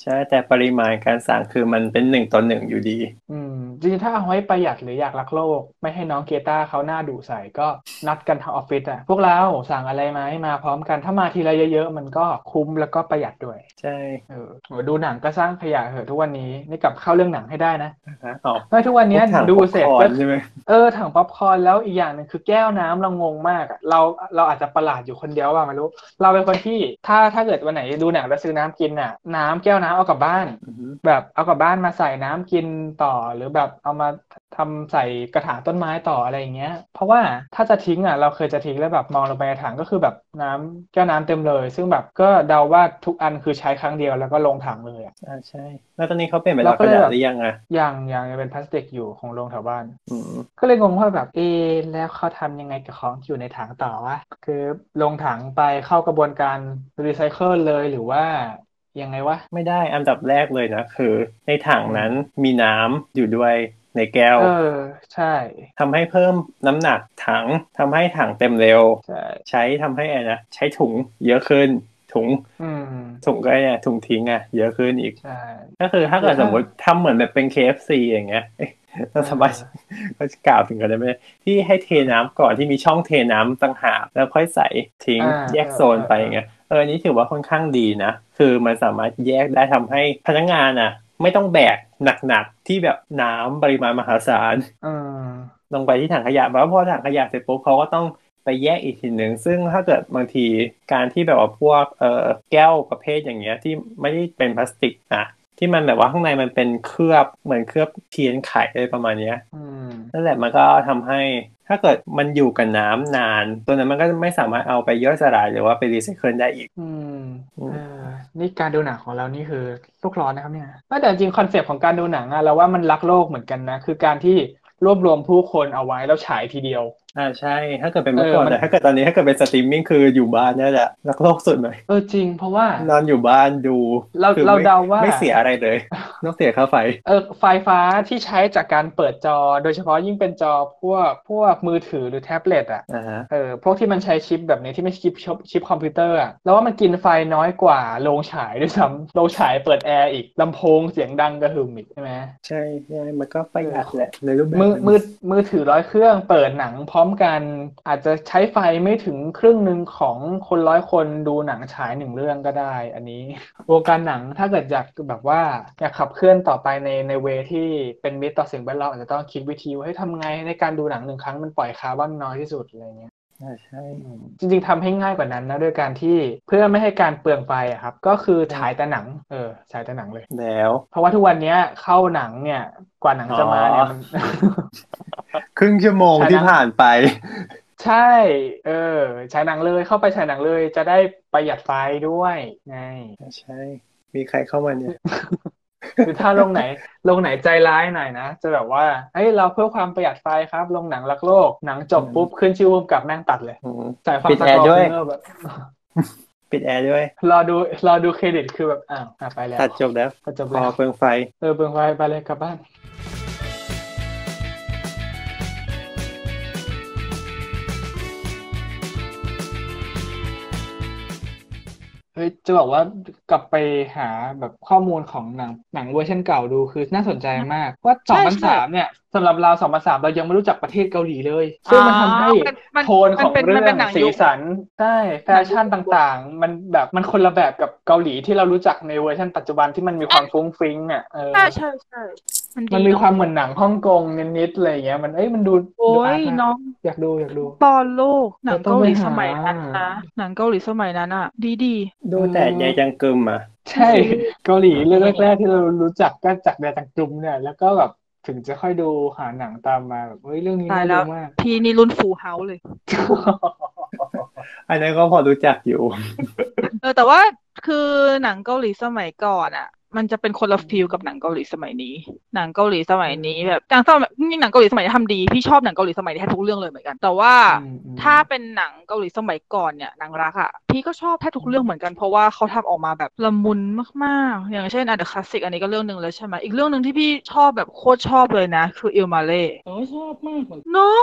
S1: ใช่แต่ปริมาณการสั่งคือมันเป็นหนึ่งต่อหนึ่งอยู่ อยู่ดี
S2: อืมจริงๆถ้าเอาไว้ประหยัดหรืออยากรักโลก ไม่ให้น้องเกต้าเขาหน้าดุใส่ก็นัดกันทางออฟฟิศอ่ะพวกเราสั่งอะไรมาให้มาพร้อมกันถ้ามาทีละเยอะๆ มันก็คุ้มแล้วก็ประหยัดด้วย
S1: ใช่
S2: เออโหดูหนังก็สร้างขยะเหอะทุกวันนี้นี่กลับเข้าเรื่องหนังให้ได้นะ
S1: นะต่อ
S2: ไม่ทุกวันเนี้ย
S1: ถัง
S2: ดูเสร็จ
S1: ป๊อปค
S2: ก็
S1: อร์นใช่ไหม
S2: เออถังป๊อปคอร์นแล้วอีกอย่างหนึ่งคือแก้วน้ำเรางงมากอะเราเราอาจจะประหลาดอยู่คนเดียวว่าไม่รู้ เราเป็นคนที่ถ้าถ้าเกิดวันไหนดูหนังแล้วซื้อน้ำกินอ่ะ น้ำแก้วน้ำเอากลับบ้าน
S1: อือฮึ
S2: แบบเอากลับบ้านมาใส่น้ำกินต่อ หรือแบบเอามาทำใส่กระถางต้นไม้ต่ออะไรอย่างเงี้ย เพราะว่าถ้าจะทิ้งอ่ะเราเคยจะทิ้งแล้วแบบมองลงไปในถังก็คือแบบน้ำแก้วน้ำเต็มเลย ซึ่งแบบก็เดาว่าทุกอันคือใช้ครั้งเดียวแล้วก็ลงถังเลยอ่ะ
S1: อ่าใช่ แล้วตอนนี้เขาเปลี่ยนไป
S2: เรา
S1: รับ
S2: ก็
S1: กระ
S2: เลย
S1: ดา
S2: แบ
S1: ษ
S2: บ
S1: หรือยังอ่ะ
S2: ยังยังยังเป็นพลาสติกอยู่ของโรงแถวบ้าน
S1: อืม
S2: ก็เลยงงว่าแบบเอะแล้วเขาทำยังไงกับของที่อยู่ในถังต่อวะคือลงถังไปเข้ากระบวนการรีไซเคิลเลยหรือว่ายังไงวะ
S1: ไม่ได้อันดับแรกเลยนะคือ ในถังนั้นมีน้ำอยู่ด้วยในแก้ว
S2: เออ ใช่
S1: ทำให้เพิ่มน้ำหนักถังทำให้ถังเต็มเร็ว
S2: ใช่
S1: ใช้ทำให้อะไรนะใช้ถุงเยอะขึ้น ถุง
S2: อืม
S1: ถุงก็เนี่ยถุงทิ้งอ่ะเยอะขึ้นอีก
S2: ใช่
S1: ก็คือถ้าเกิด
S2: เออ
S1: สมมติทำเหมือนแบบเป็น KFC อย่างเงี้ย เอ้ยเราสบายก็กล่าวถึงกันได้ไหมที่ให้เทน้ำก่อนที่มีช่องเทน้ำต่างหากแล้วค่อยใส่ทิ้ง
S2: อ่า
S1: แยกโซนไปอย่างเงี้ยเอออันนี้ถือว่าค่อนข้างดีนะ คือมันสามารถแยกได้ทำให้พนักงานอ่ะ ไม่ต้องแบกหนักๆ ที่แบบน้ำปริมาณมหาศาล
S2: อืม
S1: ลงไปที่ถังขยะแล้วพอถังขยะเสร็จปุ๊บเขาก็ต้องไปแยกอีกทีหนึ่ง ซึ่งถ้าเกิดบางทีการที่แบบว่าพวกเอ่อแก้วประเภทอย่างเงี้ยที่ไม่ได้เป็นพลาสติกนะที่มันแบบว่าข้างในมันเป็นเคลือบเหมือนเคลือบเทียนไขอะไรประมาณเนี้ย
S2: อืม
S1: นั่นแหละมันก็ทำให้ถ้าเกิดมันอยู่กับน้ำนาน ตัวนั้นมันก็ไม่สามารถเอาไปย่อยสลายหรือว่าไปรีไซเคิลได้อีก
S2: อืม
S1: อืม
S2: เออนี่การดูหนังของเรานี่คือลูกร้อนนะครับเนี่ยไม่แต่จริงคอนเซปต์ของการดูหนังอะเราว่ามันรักโลกเหมือนกันนะ คือการที่รวบรวมผู้คนเอาไว้แล้วฉายทีเดียว
S1: อ่าใช่ ถ้าเกิดเป็นเมื่อก่อน
S2: เออมัน
S1: แต่ถ้าเกิดตอนนี้ถ้าเกิดเป็นสตรีมมิ่งคืออยู่บ้านเนี่ยแหละรักโลกสุดหน่อย
S2: เออจริง เพราะว่า
S1: นอนอยู่บ้านดู
S2: เรา
S1: คือ
S2: เรา
S1: ไม่
S2: เดาว่า
S1: ไม่เสียอะไร เลยนอกเสียค่าไฟ
S2: เออไฟฟ้าที่ใช้จากการเปิดจอ โดยเฉพาะยิ่งเป็นจอพวกพวกมือถือหรือแท็บเล็ตอ่ะ
S1: อ่าฮะ
S2: เออพวกที่มันใช้ชิปแบบนี้ที่ไม่ใช่ชิปชิปชิปคอมพิวเตอร์อ่ะแล้วว่ามันกินไฟน้อยกว่าโรงฉายด้วยซ้ำโรงฉายเปิดแอร์อีกลำโพงเสียงดังกระหึ่มอีกใช่ไหม
S1: ใช่ใช่มันก็ประหยัดแหละในรูปแบบ
S2: มือ
S1: หนึ่ง
S2: มือมือถือร้อยเครื่องเปิดหนังพร้อมกัน อาจจะใช้ไฟไม่ถึงครึ่งหนึ่งของคนร้อยคนดูหนังฉายหนึ่งเรื่องก็ได้ อันนี้วงการหนังถ้าเกิดอยากแบบว่าอยากขับเคลื่อนต่อไปในในเวที่เป็นมิตรต่อสิ่งแวดล้อมอาจจะต้องคิดวิธีว่าให้ยทำไงในการดูหนังหนึ่งครั้งมันปล่อยคาร์บอนน้อยที่สุดอะไรเงี้ย
S1: อ่าใช่
S2: อืมจริงๆทำให้ง่ายกว่านั้นนะด้วยการที่เพื่อไม่ให้การเปลืองไฟอะครับก็คือฉายแต่หนังเออฉายแต่หนังเลย
S1: แล้ว
S2: เพราะว่าทุกวันเนี้ยเข้าหนังเนี่ยกว่าหนังจะมาเนี่ย มัน
S1: ครึ่งชั่วโมง
S2: ใช่นะ
S1: ที่ผ่านไป
S2: ใช่ เออฉายหนังเลยเข้าไปฉายหนังเลยจะได้ประหยัดไฟด้วยไง
S1: ใช่ มีใครเข้ามาเนี่ย
S2: คือถ้าลงไหน ลงไหนใจร้ายหน่อยนะ จะแบบว่าเฮ้ยเราเพื่อความประหยัดไฟครับลงหนังรักโลก หนังจบปุ๊บขึ้นชื่อพุ่มกับแม่งตัดเลย
S1: อืม
S2: สายฟั
S1: ปิ
S2: ง
S1: ด
S2: ส
S1: แอร์
S2: กอร์
S1: ด้วย
S2: เนอร์แบบ
S1: ปิดแอร์ด้วย
S2: รอดูรอดูเครดิตคือแบบอ้าวอ่ะไปแล้ว
S1: ตัดจบแล้ว
S2: ก็จบ
S1: พอ
S2: แล้ว
S1: เปลืองไฟ
S2: เออเบิ่งไฟไปเลยกลับบ้าน เฮ้ยจะบอกว่ากลับไปหาแบบข้อมูลของหนังหนังเวอร์ชันเก่าดูคือน่าสนใจมาก ว่าสองพันสามเนี่ยสำหรับเราสองพันสามเรายังไม่รู้จักประเทศเกาหลีเลยซึ่งมันทำให้
S3: อ๋อมันมัน
S2: โทนของ
S3: มันเป็น
S2: เรื่
S3: มันเป็นหนั
S2: อง ง
S3: ยุ
S2: สี
S3: ค
S2: สันใช่แฟชั่นต่างๆ มันแบบมันคนละแบบกับเกาหลีที่เรารู้จักในเวอร์ชันปัจจุบันที่มันมีความฟุ้งฟิ้งอ่ะเออ
S3: ใช่ใช่ใช่มันดี
S2: มันมี
S3: เนอะ
S2: ความเหมือนหนังฮ่องกงนิดๆอะไรอย่างเงี้ยมันเอ้ยมันดู
S3: โอ้
S2: ดู
S3: ย
S2: อาร์ตมาก
S3: น้อง
S2: อยากดูอยากดู
S3: บอลโลก หนัง
S2: เราต้อง
S3: เกาหลี
S2: ไปหา
S3: สมัยนั้นนะหนังเกาหลีสมัยนั้นอ่ะ ดีดี
S1: ดูแต่ยายจังกึมอ่ะ
S2: ใช่เกาหลีเรื่องแรกๆที่เรารู้จักก็จากแดจังจุมเนี่ย แล้วก็แบบถึงจะค่อยดูหาหนังตามมาแบบเฮ้ยเรื่องนี้
S3: ตาย
S2: น่า
S3: แล้
S2: ดู
S3: ว
S2: มาก
S3: พี่นี่รุ่นฟูเฮาเลย
S1: อันนั้นก็พอรู้จักอยู่
S3: เออแต่ว่าคือหนังเกาหลีสมัยก่อนอ่ะ มันจะเป็นคนละฟิลกับหนังเกาหลีสมัยนี้ หนังเกาหลีสมัยนี้แบบหนังสมัยนี่หนังเกาหลีสมัยนี้ทำดีพี่ชอบหนังเกาหลีสมัยนี้แทบทุกเรื่องเลยเหมือนกัน แต่ว่า
S2: อืมอืม
S3: ถ้าเป็นหนังเกาหลีสมัยก่อนเนี่ยหนังรักอ่ะพี่ก็ชอบแทบทุกเรื่องเหมือนกันเพราะว่าเขาทำออกมาแบบละมุนมากๆ อย่างเช่นอันเดอร์คลาสสิกอันนี้ก็เรื่องหนึ่งแล้วใช่ไหมอีกเรื่องหนึ่งที่พี่ชอบแบบโคตรชอบเลยนะ คืออิลมาเล่
S4: แต่ว่าชอบมากเหมือน
S3: เนาะ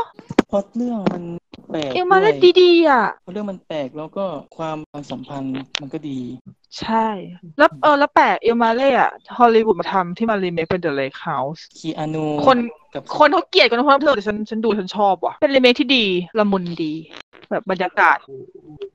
S4: พล็อตเรื่องมัน แปลก
S3: เอ็มมา
S4: ด้
S3: เล่
S4: วย
S3: นดีๆอ่ะ
S4: เพราะเรื่องมันแปลกแล้วก็ความความสัมพันธ์มันก็ดี
S3: ใช่ แล้วเออแล้วแปลกเอลมาเล่อะฮอลลีวูดมาทำที่มารีเมคเป็น The Lake House
S4: คีอานู
S3: คน
S4: กับ
S3: คนเขาเกลียดกันเพราะเธอแต่ฉันฉันดูฉันชอบว่ะ เป็นรีเมคที่ดี ละมุนดี แบบบรรยากาศ โ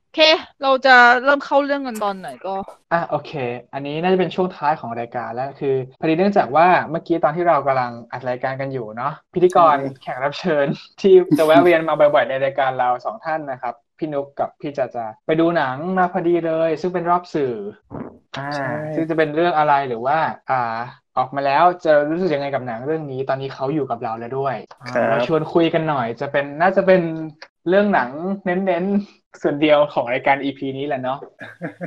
S3: อเค เราจะเริ่มเข้าเรื่องกันตอนไหนก็
S2: อ่ะโอเค อันนี้น่าจะเป็นช่วงท้ายของรายการแล้วคือพอดีเนื่องจากว่าเมื่อกี้ตอนที่เรากำลังอัดรายการกันอยู่เนาะพิธีกรแขกรับเชิญ ที่จะแวะเวียนมาบ่อยๆในรายการเราสองท่านนะครับ พี่นุกกับพี่จาจาไปดูหนังมาพอดีเลย ซึ่งเป็นรอบสื่ออ่า
S1: ใช่
S2: ซึ่งจะเป็นเรื่องอะไรหรือว่า อ่า ออกมาแล้วจะรู้สึกยังไงกับหนังเรื่องนี้ ตอนนี้เขาอยู่กับเราแล้วด้วยอ่า
S1: ครับ
S2: เราชวนคุยกันหน่อย จะเป็นน่าจะเป็นเรื่องหนังเน้นๆส่วนเดียวของรายการ EP นี้แหละเนาะ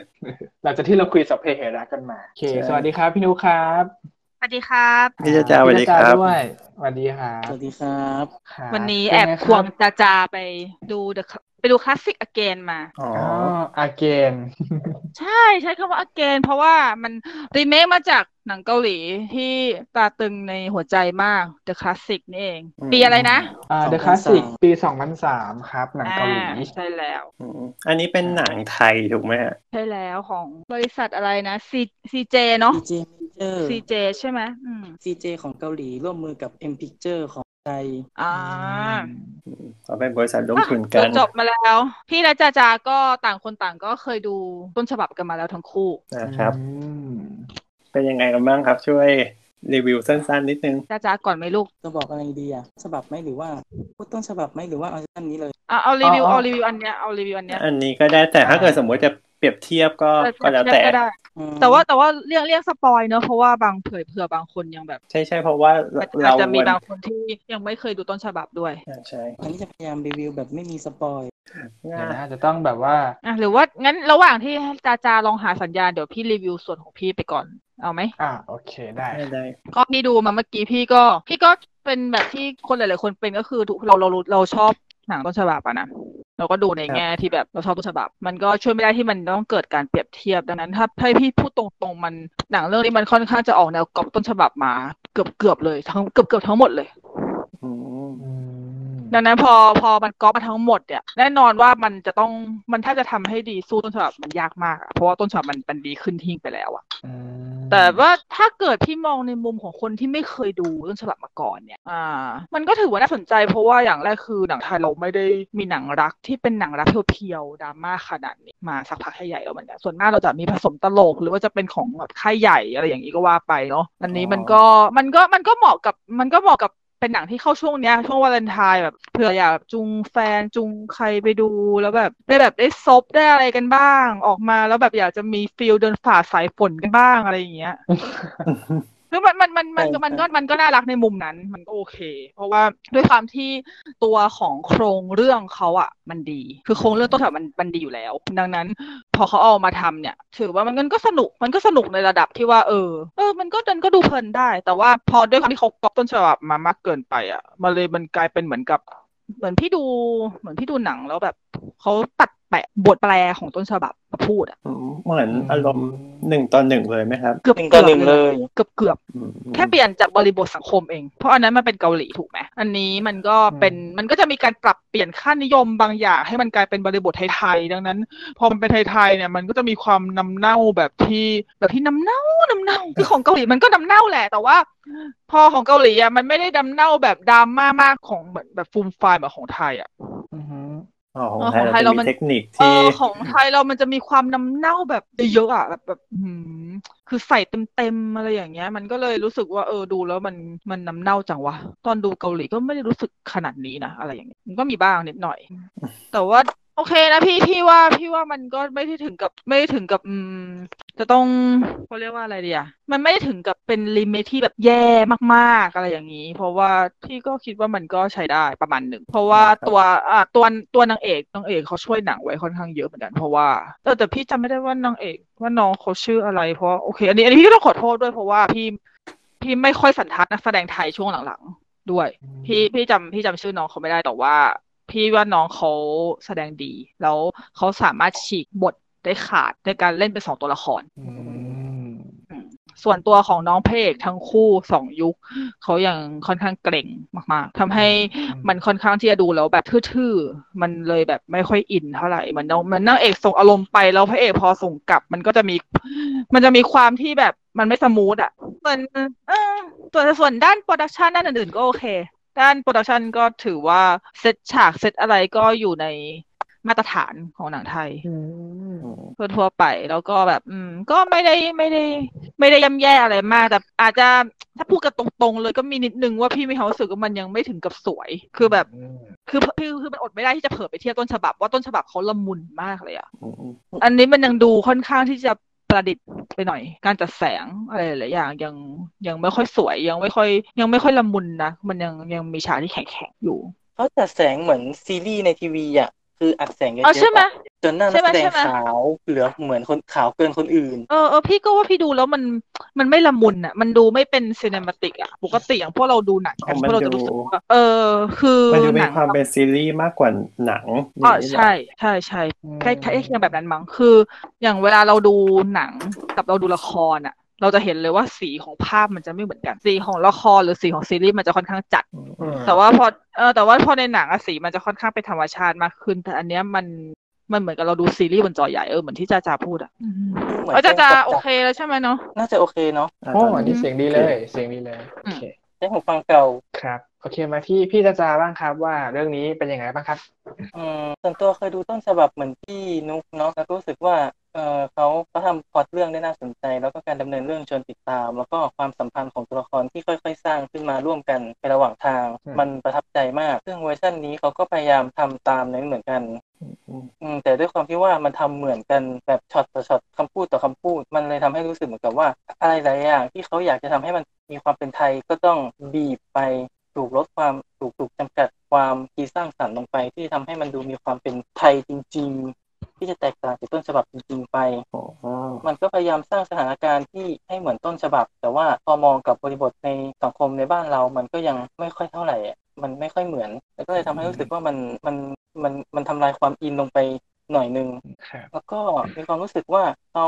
S2: หลังจากที่เราคุยสัพเพเหระกันมาโอเค
S1: ใช่
S2: สวัสดีครับพี่นุครับ
S3: สวัสดีครับ
S1: พี่จ้าจ้าสวัสดี
S2: พี่
S1: ครับ
S2: ด้วยสวัสดีครับ
S4: สวัสดีครับ
S2: ครับ
S3: วันนี้
S2: เป็
S3: แอบ
S2: ไค
S3: คว
S2: รั
S3: งจาจาไปดูเดอะไปดูคลาสสิกอเกนมา
S1: อ๋อ
S2: อ๋ออาเกน
S3: ใช่ใช้คำว่า again เพราะว่ามันรีเมคมาจากหนังเกาหลีที่ตราตรึงในหัวใจมาก The Classic นี่เอง
S1: อืม
S3: ปีอะไรนะ
S2: อ่า The
S4: 2003
S2: Classic ปี 2003 ครับ หนังเกาหลี
S3: อ่ใช่แล้ว
S1: อืมอันนี้เป็นหนังไทยถูกไหมฮะ
S3: ใช่แล้วของบริษัทอะไรนะ C CJ เนาะ
S4: CJ Major
S3: CJ ใช่ไหมอืม
S4: CJ ของเกาหลีร่วมมือกับ M Picture ของไทย
S3: อ่า
S1: เขาเป็นบริษัทร่วมทุนกัน
S3: อ่ะจบมาแล้ว พี่และจาจาก็ต่างคนต่างก็เคยดูต้นฉบับกันมาแล้วทั้งคู่
S1: นะครับ
S2: อืม
S1: เป็นยังไงกันบ้างครับ ช่วยรีวิวสั้นๆนิดนึง
S3: จาจาก่อนไหมลูก
S4: จะบอกอะไรดีอ่ะ ฉบับไหมหรือว่าพูดต้นฉบับไหมหรือว่าเอาอันนี้เลย
S3: อ่ะเอารีวิวเอารีวิวอันเนี้ยเอารีวิวอันเนี้ย
S1: อันนี้ก็ได้แต่ถ้าเกิดสมมติจะเปรียบเทียบก็ก็แล้วแต่
S3: ก็ได้
S4: อืม
S3: แต่ว่าแต่ว่าเลี่ยงเลี่ยงสปอยเนอะเพราะว่าบางเผื่อเผื่อบางคนยังแบบ
S1: ใช่ใช่เพราะว่า
S3: อาจ
S1: เรา
S3: จะมี
S1: วัน
S3: บางคนที่ยังไม่เคยดูต้นฉบับด้วย
S1: อ่าใช่
S4: อันนี้จะพยายามรีวิวแบบไม่มีสปอย
S1: ง่า
S2: เดี๋ยว
S1: ย
S2: นะจะต้องแบบว่า
S3: อ่ะหรือว่างั้นระหว่างที่จาจาลองหาสัญญาณเดี๋ยวพี่รีวิวส่วนของพี่ไปก่อนเอาไหม
S2: อ่าโอเคได้
S1: ได้ได้
S3: ก็พี่ดูมาเมื่อกี้พี่ก็พี่ก็เป็นแบบที่คนหลาย ๆ คนเป็นก็คือทุกเราเราเราชอบหนังต้นฉบับอะนะเราก็ดูใน
S1: ครับ
S3: แง่ที่แบบเราชอบต้นฉบับ มันก็ช่วยไม่ได้ที่มันต้องเกิดการเปรียบเทียบดังนั้นถ้าให้พี่พูดตรง ๆ มันหนังเรื่องนี้มันค่อนข้างจะออกแนวกอบต้นฉบับมาเกือบเกือบๆเลยทั้งเกือบเกือบๆทั้งหมดเลย
S1: อืม
S2: อืม
S3: ดังนั้นพอพอมันก๊อปมาทั้งหมดเนี่ยแน่นอนว่ามันจะต้องมันถ้าจะทำให้ดีสู้ต้นฉบับมันยากมากอะเพราะว่าต้นฉบับมันมันดีขึ้นทิ้งไปแล้วอะ
S2: อืม
S3: แต่ว่าถ้าเกิดพี่มองในมุมของคนที่ไม่เคยดูต้นฉบับมาก่อนเนี่ยอ่า มันก็ถือว่าน่าสนใจ เพราะว่าอย่างแรกคือหนังไทยเราไม่ได้มีหนังรักที่เป็นหนังรักเพียวๆดราม่าขนาดนี้มาสักพักใหญ่ๆแล้วเหมือนกันส่วนมากเราจะมีผสมตลก หรือว่าจะเป็นของแบบค่ายใหญ่อะไรอย่างนี้ก็ว่าไปเนาะอันนี้มันก็ ก็มันก็มันก็เหมาะกับมันก็เหมาะกับเป็นหนังที่เข้าช่วงเนี้ยช่วงวาเลนไทน์แบบเผื่ออยากจูงแฟนจูงใครไปดูแล้วแบบได้แบบได้ซบได้อะไรกันบ้าง ออกมาแล้วแบบอยากจะมีฟิลเดินฝ่าสายฝนกันบ้างอะไรอย่างเงี้ยคือมันมันมันมันมันก็มันก็น่ารักในมุมนั้นมันก็โอเค เพราะว่าด้วยความที่ตัวของโครงเรื่องเขาอะมันดี คือโครงเรื่องต้นฉบับมันมันดีอยู่แล้ว ดังนั้น พอเขาเอามาทำเนี่ย ถือว่ามันก็สนุกมันก็สนุกในระดับที่ว่าเออเออมันก็ดันก็ดูเพลินได้ แต่ว่าพอด้วยความที่เขาก๊อปต้นฉบับมามากเกินไปอ่ะมันเลยมันกลายเป็นเหมือนกับ เหมือนพี่ดูเหมือนพี่ดูหนังแล้วแบบเขาตัดแปะบทแปลของต้นฉบับมาพูดอ่ะ
S1: อืมเหมือนอารมณ์หนึ่งต่อหนึ่งเลยไหมครับ
S3: เกือบ
S4: หนึ่งต่อหนึ่งเลย
S3: เกือบเกือบ
S1: อืม
S3: แค่เปลี่ยนจากบริบทสังคมเอง เพราะอันนั้นมันเป็นเกาหลีถูกไหม อันนี้มันก็เป็น มันก็จะมีการปรับเปลี่ยนค่านิยมบางอย่าง ให้มันกลายเป็นบริบทไทยๆ ดังนั้น พอมันเป็นไทยๆ เนี่ย มันก็จะมีความน้ำเน่าแบบที่แบบที่น้ำเน่า น้ำเน่า คือของเกาหลีมันก็น้ำเน่าแหละ แต่ว่า พอของเกาหลีอ่ะ มันไม่ได้น้ำเน่าแบบดราม่ามากของเหมือนแบบฟูมไฟายแบบของไทยอ่ะ
S2: อืม
S1: อ๋อของ
S3: อ๋อ
S1: ไทย
S3: ของไทย
S1: เรา
S3: เรา
S1: จะมี
S3: มัน
S1: เทคนิค
S3: เอ
S1: ที่
S3: อของไทยเรามันจะมีความน้ำเน่าแบบเยอะๆอ่ะแบบแบบอื้อหือคือใส่เต็มๆอะไรอย่างเงี้ย มันก็เลยรู้สึกว่าเออดูแล้วมันมันน้ำเน่าจังวะตอนดูเกาหลีก็ไม่ได้รู้สึกขนาดนี้นะอะไรอย่างเงี้ยมันก็มีบ้างนิดหน่อย แต่ว่าโอเคนะพี่พี่ว่าพี่ว่ามันก็ไม่ได้ถึงกับไม่ได้ถึงกับอืมจะต้องเขาเรียกว่าอะไรดีอะมันไม่ได้ถึงกับเป็นลิมิตที่แบบแย่มากๆอะไรอย่างนี้ เพราะว่าพี่ก็คิดว่ามันก็ใช้ได้ประมาณหนึ่งเพราะว่าตัวอ่าตัวตัวนางเอกนางเอกเขาช่วยหนังไว้ค่อนข้างเยอะเหมือนกันเพราะว่าเออแต่พี่จำไม่ได้ว่านางเอกว่าน้องเขาชื่ออะไร เพราะโอเค อันนี้อันนี้พี่ก็ต้องขอโทษด้วยเพราะว่าพี่พี่ไม่ค่อยสันทัดนักแสดงไทยช่วงหลังๆด้วย พี่พี่จำพี่จำชื่อน้องเขาไม่ได้แต่ว่า พี่ว่าน้องเขาแสดงดี แล้วเขาสามารถฉีกบทได้ขาดในการเล่นเป็นสองตัวละคร
S2: อืม
S3: ส่วนตัวของน้องพระเอกทั้งคู่สองยุค เขายังค่อนข้างเกร่งมากๆทำให้มันค่อนข้างที่จะดูแล้วแบบทื่อๆ มันเลยแบบไม่ค่อยอินเท่าไหร่เหมันน้องมันนางเอกส่งอารมณ์ไปแล้วพระเอกพอส่งกลับ มันก็จะมี มันจะมีความที่แบบมันไม่สมูทอ่ะส่วนเออส่วนส่วนด้านโปรดักชันด้านอื่นๆก็โอเค ด้านโปรดักชันก็ถือว่าเซตฉากเซตอะไรก็อยู่ในมาตรฐานของหนังไทย
S2: อืม
S3: ทั่วๆไปแล้วก็แบบ อืม ก็ไม่ได้ไม่ได้ ไม่ได้ย่ำแย่อะไรมาก แต่อาจจะถ้าพูดกันตรงๆเลยก็มีนิดนึงว่าพี่มีความรู้สึกว่ามันยังไม่ถึงกับสวย คือแบบ คือคือคือมันอดไม่ได้ที่จะเผลอไปเทียบต้นฉบับว่าต้นฉบับเขาละมุนมากเลยอะอันนี้มันยังดูค่อนข้างที่จะประดิษฐ์ไปหน่อย การจัดแสงอะไรหลายๆอย่างยังยังไม่ค่อยสวยยังไม่ค่อย ยังไม่ค่อยละมุนนะมันยังยังมีฉากที่แข็งๆอยู่
S4: เขาจัดแสงเหมือนซีรีส์ในทีวีอ่ะคืออัดแสงเย
S3: อ๋อ
S4: อะ
S3: ใช่ไหม
S4: ๆอะจนหน้า
S3: ใช่
S4: นัก
S3: ไหม
S4: แสดง
S3: ใช่ไหม
S4: ขาวเหลือเหมือนคนขาวเกินคนอื่น
S3: เออเออพี่ก็ว่าพี่ดูแล้วมันมันไม่ละมุนอ่ะ มันดูไม่เป็นซีเนมาติกอ่ะ ปกติอย่างพวกเราดูหนังกัน
S1: อ๋อมัน
S3: พวกเรา
S1: ดู
S3: จะรู้สึกว่าเออ คือ
S1: มันดูเป็น
S3: หนัง
S1: ความเป็นซีรีส์มากกว่าหนัง
S3: อ๋อย่าง
S1: นี้เหร
S3: ใช่ใช่ใช่ใกล้ใกล้เคียงแบบนั้นมั้งคือ อย่างเวลาเราดูหนังกับเราดูละครอ่ะ เราจะเห็นเลยว่าสีของภาพมันจะไม่เหมือนกันสีของละครหรือสีของซีรีส์มันจะค่อนข้างจัด
S2: อืม
S3: แต่ว่าพอเออแต่ว่าพอในหนังอะสีมันจะค่อนข้างเป็นธรรมชาติมากขึ้น แต่อันเนี้ยมันมันเหมือนกับเราดูซีรีส์บนจอใหญ่เออเหมือนที่จ่าจ่าพูดอ่ะอืม
S4: เหมือน
S3: เออจ่าจ่า
S4: เรื่องจัด
S3: โอเคแล้วใช่ไหมเนาะ
S4: น่าจะโอเคเนาะ
S1: อ่ะ
S2: โอ้
S1: ตอน
S2: อัน
S1: นี้
S2: นี้เสียงดีเลยเสียงดีเลยโอเค
S4: ใช้หูฟังเก่า
S2: ครับโอเคมาที่พี่จาจาบ้างครับว่าเรื่องนี้เป็นยังไงบ้างครับ
S4: อืมส่วนตัวเคยดูต้นฉบับเหมือนพี่นุ๊กเนาะแล้วก็รู้สึกว่าเออเขาเขาทำพล็อตเรื่องได้น่าสนใจ แล้วก็การดำเนินเรื่องชวนติดตาม แล้วก็ความสัมพันธ์ของตัวละครที่ค่อย ๆ สร้างขึ้นมาร่วมกันในระหว่างทาง
S2: อืม
S4: มันประทับใจมากซึ่งเวอร์ชันนี้เขาก็พยายามทำตามนั้นเหมือนกัน อืมแต่ด้วยความที่ว่ามันทำเหมือนกันแบบช็อตต่อช็อตคำพูดต่อคำพูด มันเลยทำให้รู้สึกเหมือนกับว่า อะไรหลายอย่างที่เขาอยากจะทำให้มันมีความเป็นไทยก็ต้องบีบไปถูกลดความถูกถูกจำกัดความคิดสร้างสรรค์ลงไป ที่ทำให้มันดูมีความเป็นไทยจริง ๆ ที่จะแตกต่างจากต้นฉบับจริง ๆ ไป
S1: อ๋อ
S4: มันก็พยายามสร้างสถานการณ์ที่ให้เหมือนต้นฉบับ แต่ว่าพอมองกับบริบทในสังคมในบ้านเรา มันก็ยังไม่ค่อยเท่าไหร่อะมันไม่ค่อยเหมือน แล้วก็เลยทำให้รู้สึกว่ามันมันมันมันทำลายความอินลงไปหน่อยนึง
S2: ครับ
S4: แล้วก็มีความรู้สึกว่าเขา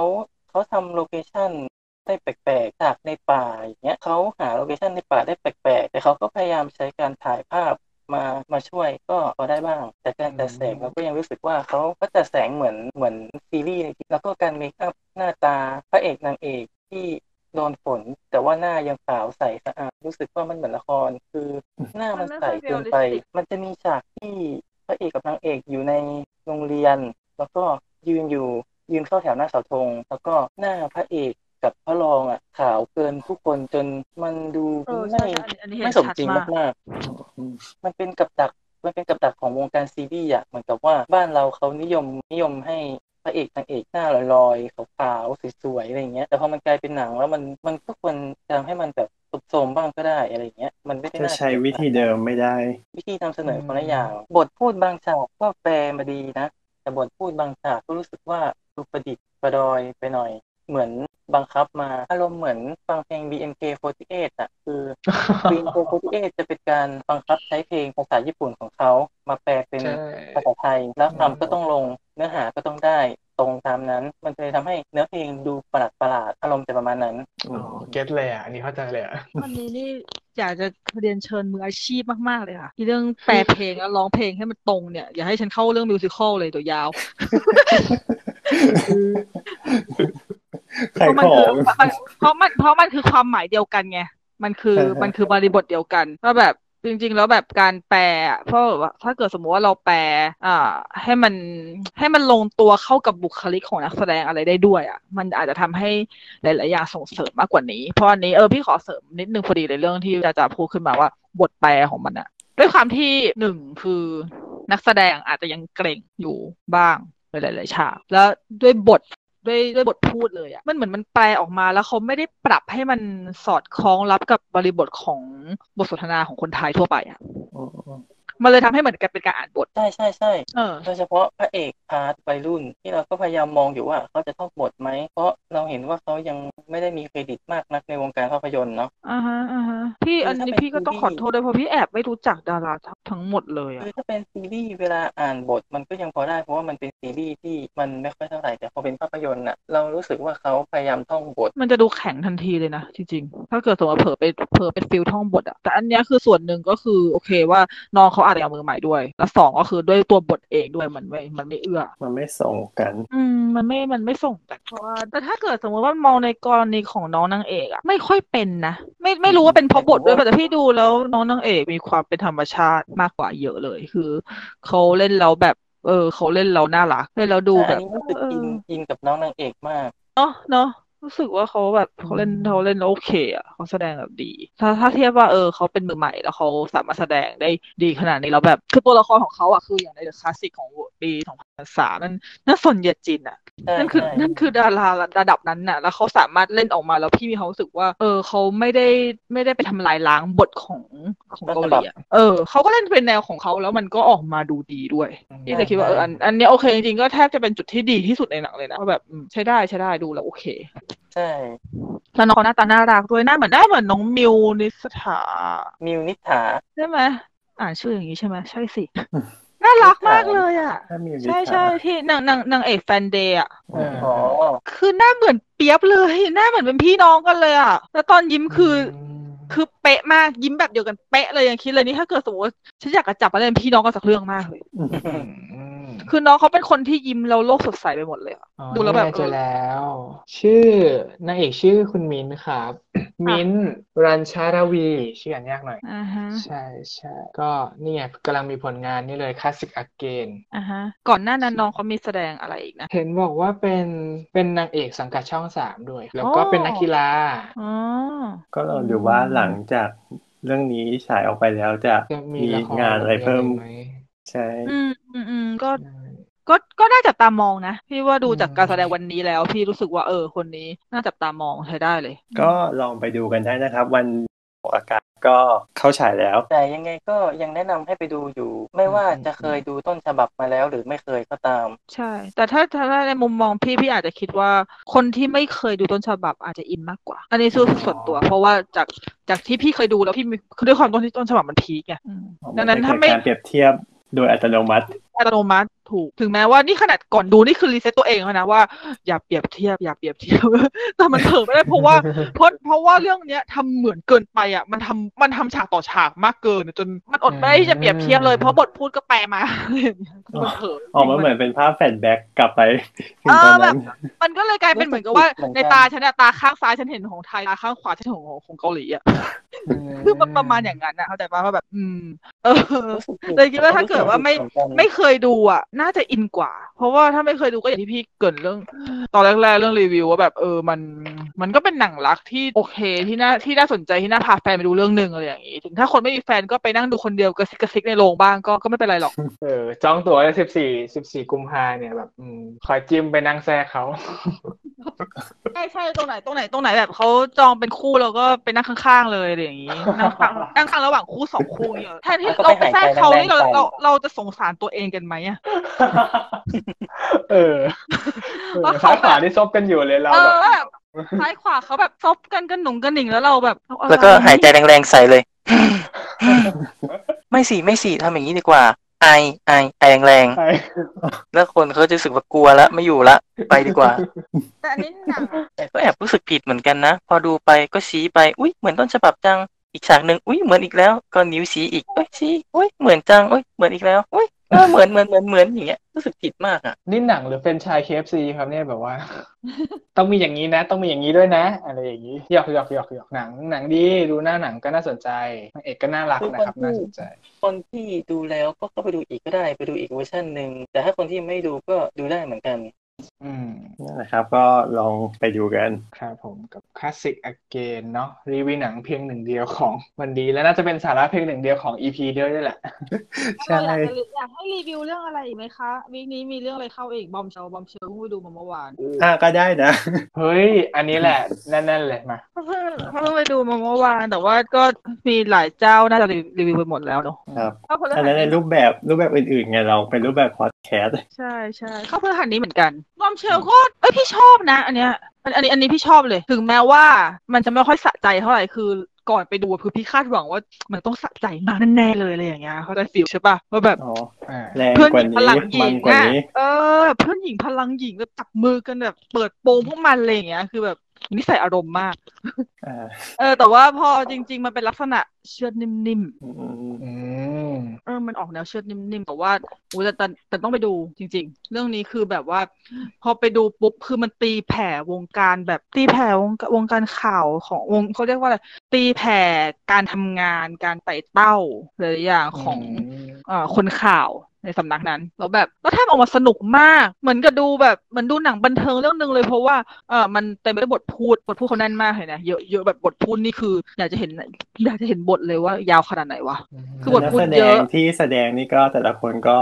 S4: เขาทำโลเคชันได้แปลกๆจากในป่าอย่างเงี้ยเขาหาโลเคชันในป่าได้แปลกๆ แต่เขาก็พยายามใช้การถ่ายภาพมามาช่วยก็พอได้บ้าง แต่การจัดแสงเราก็ยังรู้สึกว่าเขาก็จัดแสงเหมือนเหมือนซีรีส์ในทีแล้วก็การเมคอัพหน้าตาพระเอกนางเอกที่โดนฝน แต่ว่าหน้ายังขาวใสสะอาดรู้สึกว่ามันเหมือนละครคือหน้ามันใสเกินไป มันจะมีฉากที่ พระเอกกับนางเอกอยู่ในโรงเรียน แล้วก็ยืนอยู่ยืนเข้าแถวหน้าเสาธงแล้วก็หน้าพระเอกกับพระรองอ่ะขาวเกินทุกคนจนมันดู
S3: เออใช่
S4: ไม่
S3: ใช่อันนี้เห็น
S4: ไม่สมจริง
S3: ชัดมาก
S4: มากๆมันเป็นกับดักมันเป็นกับดักของวงการซีรีส์อ่ะเหมือนกับว่าบ้านเราเขานิยมนิยมให้พระเอกนางเอกหน้าลอยๆขาวๆสวยๆอะไรอย่างเงี้ยแต่พอมันกลายเป็นหนังแล้วมันมันก็ควรจะทำให้มันแบบสมโทรมบ้างก็ได้อะไรอย่างเงี้ยมันไม่ได้
S1: จะ
S4: น่า
S1: ใช้
S4: เกลียด
S1: วิธีเดิมไม่ได้
S4: วิธีนำเสนอคนละอย่าง บทพูดบางฉากก็แปลมาดีนะ แต่บทพูดบางฉากก็รู้สึกว่าดูประดิษฐ์ประดอยไปหน่อย เหมือนบังคับมาอารมณ์เหมือนฟังเพลง BNK48 อ่ะ คือ BNK48 จะเป็นการบังคับใช้เพลงภาษาญี่ปุ่นของเขามาแปลเป็น
S2: ใช่
S4: ภาษาไทย แล้ว
S2: อืม
S4: คำก็ต้องลงเนื้อหาก็ต้องได้ตรงตามนั้น มันเลยทำให้เนื้อเพลงดูประหลาดประหลาดๆอารมณ์จะประมาณนั้น
S2: อ๋อเก็ตเลยอ่ะอันนี้เข้าใจเลยอ่ะ
S3: วันนี้นี่อยากจะเรียนเชิญมืออาชีพมากๆเลยค่ะที่เรื่องแปลเพลงแล้วร้องเพลงให้มันตรงเนี่ย อย่าให้ฉันเข้าเรื่องมิวสิควลเลยตัวยาว
S1: ใคร
S3: เพราะมั
S1: ข
S3: น
S1: อ
S3: คื
S1: ง
S3: มันเพราะมันเพราะมันคือความหมายเดียวกันไงมันคือ
S1: ใช่ใช่
S3: มันคือบริบทเดียวกันก็แบบจริง ๆ แล้วแบบการแปลอะเพราะแบบว่าถ้าเกิดสมมติว่าเราแปล อ่า ให้มันให้มันลงตัวเข้ากับบุคลิกของนักแสดงอะไรได้ด้วยอ่ะมันอาจจะทำให้หลายๆอย่างส่งเสริมมากกว่านี้ เพราะอันนี้เออพี่ขอเสริมนิดนึงพอดีในเรื่องที่จะจะพูดขึ้นมาว่าบทแปลของมันอะ ด้วยความที่หนึ่งคือนักแสดงอาจจะยังเกรงอยู่บ้างในหลายๆฉากแล้วด้วยบทด้วยด้วยบทพูดเลยอะมันเหมือนมันแปลออกมาแล้วเขาไม่ได้ปรับให้มันสอดคล้องรับกับบริบทของบทสนทนาของคนไทยทั่วไปอะ มันเลยทำให้เหมือนกับเป็นการอ่านบท
S4: ใช่ใช่ใช่
S3: เออ
S4: โดยเฉพาะพระเอกพาร์ทวัยรุ่น ที่เราก็พยายามมองอยู่ว่าเขาจะท่องบทไหม เพราะเราเห็นว่าเขายังไม่ได้มีเครดิตมากนักในวงการภาพยนตร์เนาะ
S3: อ่าฮะอ่าฮะพี่
S4: คืออั
S3: อันนี้
S4: ถ้าเป็น
S3: พี่ก็ต้อง
S4: ซีรีส์
S3: ขอโทษด้วยเพราะพี่แอบไม่รู้จักดาราทั้งหมดเลยอะ
S4: คือถ้าเป็นซีรีส์เวลาอ่านบทมันก็ยังพอได้เพราะว่ามันเป็นซีรีส์ที่มันไม่ค่อยเท่าไหร่แต่พอเป็นภาพยนตร์น่ะเรารู้สึกว่าเขาพยายามท่องบท
S3: มันจะดูแข็งทันทีเลยนะจริงๆ ถ้าเกิดสมมติว่าเผลอไปเผลอเป็นฟิลท่องบทอะแต่อันเนี้ยคือส่วนหนึ่งก็คือโอเคว่าน้องเขาอาจจะเอามือใหม่ด้วย แล้วสองก็คือด้วยตัวบทเองด้วยมันไม่มันไม่เอื้อ
S1: มันไม่ส่งกัน
S3: อืมมันไม่ มันไม่ส่งแต่เพราะว่าแต่ถ้าเกิดสมมติว่ามองในกรณีของน้องนางเอกอะไม่ค่อยเป็นนะ ไม่ไม่รู้ว่าเป็นเพราะบทด้วยป่ะแต่พี่ดูแล้วน้องนางเอกมีความเป็นธรรมชาติมากกว่าเยอะเลยคือเขาเล่นเราแบบ เออเขาเล่นเราน่ารักเล่นเราดู
S4: แต่
S3: แบบ
S4: อันนี้รู้สึก
S3: เอ
S4: อิน
S3: อ
S4: อินกับน้องนางเอกมาก
S3: เนาะเนาะรู้สึกว่าเขาแบบเขาเล่นเขาเล่นโอเคอะเขาแสดงแบบดี ถ้าถ้าเทียบว่าเออเขาเป็นมือใหม่แล้วเขาสามารถแสดงได้ดีขนาดนี้แล้วแบบคือตัวละครของเขาอะคืออย่างในเดอะคลาสสิกของปีสองพันสามนั่นนั่นสนเยจินอะ
S4: ใช่
S3: นั่นคือ
S4: ใช่
S3: นั่นคือดาราระดับนั้นน่ะ แล้วเขาสามารถเล่นออกมาแล้วพี่มีความรู้สึกว่า เออเขาไม่ได้ไม่ได้ไปทำลายล้างบทของของเกาหลีอะเออเขาก็เล่นเป็นแนวของเขาแล้วมันก็ออกมาดูดีด้วยนี่เลยคิดว่าเอออันอันเนี้ยโอเคจริงๆก็แทบจะเป็นจุดที่ดีที่สุดในหนังเลยนะว่าแบบอืมใช้ได้ใช้ได้ดูแล้วโอเค
S4: ใช่
S3: แล้วน้องเขาหน้าตาน่ารักด้วยหน้าเหมือนหน้าเหมือนน้องมิวนิสถา
S4: มิวนิษฐา
S3: ใช่ไหมอ่านชื่ออย่างนี้ใช่ไหมใช่ สิน่ารักมากเลยอ่ะ
S1: ถ้ามี
S3: ใช่ใช่ที่นางนางนางเอกแฟนเดย์อ่ะ
S2: เออ
S4: อ๋อ
S3: คือหน้าเหมือนเปียบเลย หน้าเหมือนเป็นพี่น้องกันเลยอ่ะ แล้วตอนยิ้มคืออคือเป๊ะมากยิ้มแบบเดียวกันเป๊ะเลยยังคิดเลยนี่ถ้าเกิดสมมติว่าฉันอยากจะจับมาเล่นเป็นพี่น้องกันสักเรื่องมากเลย
S2: ม
S3: คือน้องเขาเป็นคนที่ยิ้มแล้วโลกสดใสไปหมดเลยอะ
S2: อ๋อ
S3: ดูแล้วแบบ
S2: นี่ไงเจอแล้ว ชื่อนางเอกชื่อคุณมิ้นครับ มิ้นรัญชารวี ชื่ออ่านยากหน่อย
S3: ่าฮะ
S2: ใช่ใช่ก็นี่ไงกำลังมีผลงานนี่เลย Classic Again
S3: อ่าฮะก่อนหน้านั้นน้องเขามีแสดงอะไรอีกนะ
S2: เห็นบอกว่าเป็นเป็นนางเอกสังกัดช่องสามด้วย แล้วก็
S3: อ๋อ
S2: เป็นนักกีฬา
S3: อ๋อ
S1: ก็เราดูว่าหลังจากเรื่องนี้ฉายออกไปแล้วจะ
S2: จะมี
S1: มี
S2: ละครง
S1: านอะไรเพิ่ม
S2: ไหม
S1: ใช่
S3: อืมอืมอืมก็
S2: ใช่
S3: ก็ก็น่าจับตามองนะ พี่ว่าดูจาก
S2: อืม
S3: การแสดงวันนี้แล้ว พี่รู้สึกว่าเออคนนี้น่าจับตามองใช้ได้เลย
S1: ก็ลองไปดูกันได้นะครับ วันออกอากาศก็เข้าฉายแล้ว
S4: แต่ยังไงก็ยังแนะนำให้ไปดูอยู่ ไม่ว่าจะเคยดูต้นฉบับมาแล้วหรือไม่เคยก็ตาม
S3: ใช่ แต่ถ้าถ้าในมุมมองพี่พี่อาจจะคิดว่าคนที่ไม่เคยดูต้นฉบับอาจจะอินมากกว่า อันนี้ส่วน
S2: อ๋อ
S3: ส่วนตัว เพราะว่าจากจากที่พี่เคยดูแล้วพี่มีคือด้วยความต้นที่ต้นฉบับมันพีกไงอืมดังนั้นถ้าไม่
S1: การเปรียบเทียบโดยอัตโนมัติ
S3: อัตโนมัติถูก ถึงแม้ว่านี่ขนาดก่อนดูนี่คือรีเซ็ตตัวเองแล้วนะว่าอย่าเปรียบเทียบอย่าเปรียบเทียบ แต่มันเผลอไม่ได้เพราะว่า เพราะเพราะว่าเรื่องเนี้ยทำเหมือนเกินไปอ่ะมันทำมันทำฉากต่อฉากมากเกิน จนมันอดไม่ได้ที่จะเปรียบเทียบเลยเพราะบทพูดก็แปลมา อะไรอย่างเงี้ยมันเผลอ
S1: ออกมาเหมือนเป็นภาพแฟลชแบ็กกลับไปถึงตอ
S3: เออน แบ
S1: นั้
S3: บ
S1: น
S3: มันก็เลยกลายเป็นเหมือนกับว่า
S4: เหมือนกัน
S3: ในตาฉันอะตาข้างซ้ายฉันเห็นของไทยตาข้างขวาฉันเห็นของของเกาหลีอะคือมันประมาณอย่างนั้นอะเข้าใจปะว่าแบบ อืม เออ
S4: รู้สึกผิ
S3: เลยคิดว่าถ้าเกิดว่าไม่
S4: รู้สึกผิดเหอนกัน
S3: ไม่เคยดูอะน่าจะอินกว่า เพราะว่าถ้าไม่เคยดูก็อย่างที่พี่เกรินเรื่อง ตอนแรกๆเรื่องรีวิวว่าแบบเออมันมันก็เป็นหนังรักที่โอเคที่น่าที่น่าสนใจที่น่าพาแฟนไปดูเรื่องหนึ่งอะไรอย่างงี้ถึงถ้าคนไม่มีแฟนก็ไปนั่งดูคนเดียวกระซิกกระซิกในโรงบ้างก็ก็ไม่เป็นไรหรอก
S2: เออจองตั๋วสิบสี่สิบสี่กุมภาเนี่ยแบบอืมคอยจิ้มไปนั่งแทรกเขา
S3: ใช่ใช่ตรงไหนตรงไหนตรงไหนแบบเขาจองเป็นคู่เราก็ไปนั่งข้างๆเลยอะไรอย่างนี้ นั่งข้างนั่งข้างระหว่างคู่สองคู่อย่างเงี้ยแทนที่เราไปแทรกเขานี่เราเราเราจะสงสารตัวเองกันไหมอะ
S2: เออ
S3: ว่าเขา
S2: ขา
S3: แบบ
S2: ขาที่ซบกันอยู่เลยเรา
S3: เอ
S2: แบบ
S3: อแบบซ้ายขวาเขาแบบซบกันกันหนุ่งกันหนิงแล้วเราแบบเอาอะไร
S4: แล้วก็หายใจแรงๆใส่ เลย ไม่สิไม่สิทำอย่างนี้ดีกว่า ไอไอไอแรง
S2: ใช่
S4: ๆแล้วคนเขาจะรู้สึกว่ากลัวละไม่อยู่ละไปดีกว่า
S3: แต่อันนี้หนัง
S4: แต่ก็แอบรู้สึกผิดเหมือนกันนะ พอดูไปก็ชี้ไป อุ้ยเหมือนต้นฉบับจัง อีกฉากหนึ่งอุ้ยเหมือนอีกแล้ว ก็นิ้วชี้อีกอุ้ยชี้อุ้ยเหมือนจังอุ้ยเหมือนอีกแล้วอุ้ยเออเหมือนเหมือนเหมือนเหมือนอย่างเงี้ยรู้สึกผิดมากอ่ะ
S2: นี่หนังหรือเป็นไชาย KFC ครับเนี่ยแบบว่า ต้องมีอย่างนี้นะ ต้องมีอย่างนี้ด้วยนะ อะไรอย่างนี้หยอกหยอกหยอกหยอกหนัง หนังดีดูหน้าหนังก็น่าสนใจนางเอกก็น่ารักนะครับ น่าสนใจ
S4: คนที่ดูแล้วก็เข้าไปดูอีกก็ได้ไปดูอีกเวอร์ชันหนึ่งแต่ถ้าคนที่ไม่ดูก็ดูได้เหมือนกัน
S2: อืม
S1: นั่นแหละครับ ก็ลองไปดูกัน
S2: ครับผมกับคลาสสิกอเกนเนาะรีวิวหนังเพียงหนึ่งเดียวของวันนี้และน่าจะเป็นสาระเพียงหนึ่งเดียวของ EP ด้วยนี่แหละ
S1: ใช่
S3: อยากจะรีอยากให้รีวิวเรื่องอะไรอีกไหมคะวีคนี้มีเรื่องอะไรเข้าอีกบอมเชลบอมเชลเพิ่งไปดูมาเมื่อวาน
S1: อ่าก็ได้นะ
S2: เฮ้ย อันนี้แหละ แน่นๆเลยมา
S3: เพิ่งเพิ่งไปดูมาเมื่อวานแต่ว่าก็มีหลายเจ้าน่าจะรีวิวไปหมดแล้วเนาะ
S1: ครับ
S3: เข้าพฤ
S1: อั
S3: หั
S1: น
S3: ส
S1: นั้นในรูปแบบรูปแบบอื่นๆไงเราเป็นรูปแบบพอดแคสต์
S3: ใช่ใช่เข้าพฤหัสนี้เหมือนกันบอมเชลก็เอ้ยพี่ชอบนะ อันเนี้ยอันอันนี้อันนี้พี่ชอบเลย ถึงแม้ว่ามันจะไม่ค่อยสะใจเท่าไหร่คือก่อนไปดูอะคือพี่คาดหวังว่ามันต้องสะใจมากแน่ๆเลยอะไรอย่างเงี้ยเขาใจฟิลใช่ปะว่าแบบ
S1: อ๋อ
S2: อ่า
S1: แรง
S3: เพื่อน
S1: ก
S3: ห
S1: ว่า
S3: ญิงพ
S1: นี้
S3: ลังหญิ
S1: มัน
S3: ง
S1: กว่า
S3: อ่ะ
S1: นี้
S3: เออ เพื่อนหญิงพลังหญิงแบบจับมือกันแบบเปิดโปงพวกมันอะไรอย่างเงี้ย คือแบบนิสัยอารมณ์มาก
S1: อ่า
S3: เออ แต่ว่าพอจริง ๆ มันเป็นลักษณะเชือดนิ่ม
S1: อืม
S2: อืม
S3: ๆเออมันออกแนวเชือดนิ่มๆแต่ว่าโอ้ยแต่แต่แต่ต้องไปดูจริง ๆ เรื่องนี้คือแบบว่า พอไปดูปุ๊บคือมันตีแผ่วงการแบบตีแผ่วงวงการข่าวของวงเขาเรียกว่าอะไรตีแผ่การทำงานการไต่เต้าหลายๆอย่างของ เอ่อคนข่าวในสำนักนั้นแล้วแบบแล้วทำออกมาสนุกมาก เหมือนกับดูแบบเหมันดูหนังบันเทิงเรื่องหนึ่งเลยเพราะว่าเออมันเต็มไปด้วยบทพูดบทพูดเขาแน่นมากเลยนะเยอะเยอะแบบบทพูดนี่คือ อยากจะเห็นอยากจะเห็นบทเลยว่ายาวขนาดไหนวะ คือบท
S1: นัก
S3: พูด
S1: แสด
S3: เย
S1: ง
S3: อะ
S1: ที่แสดงนี่ก็แต่ละคนก็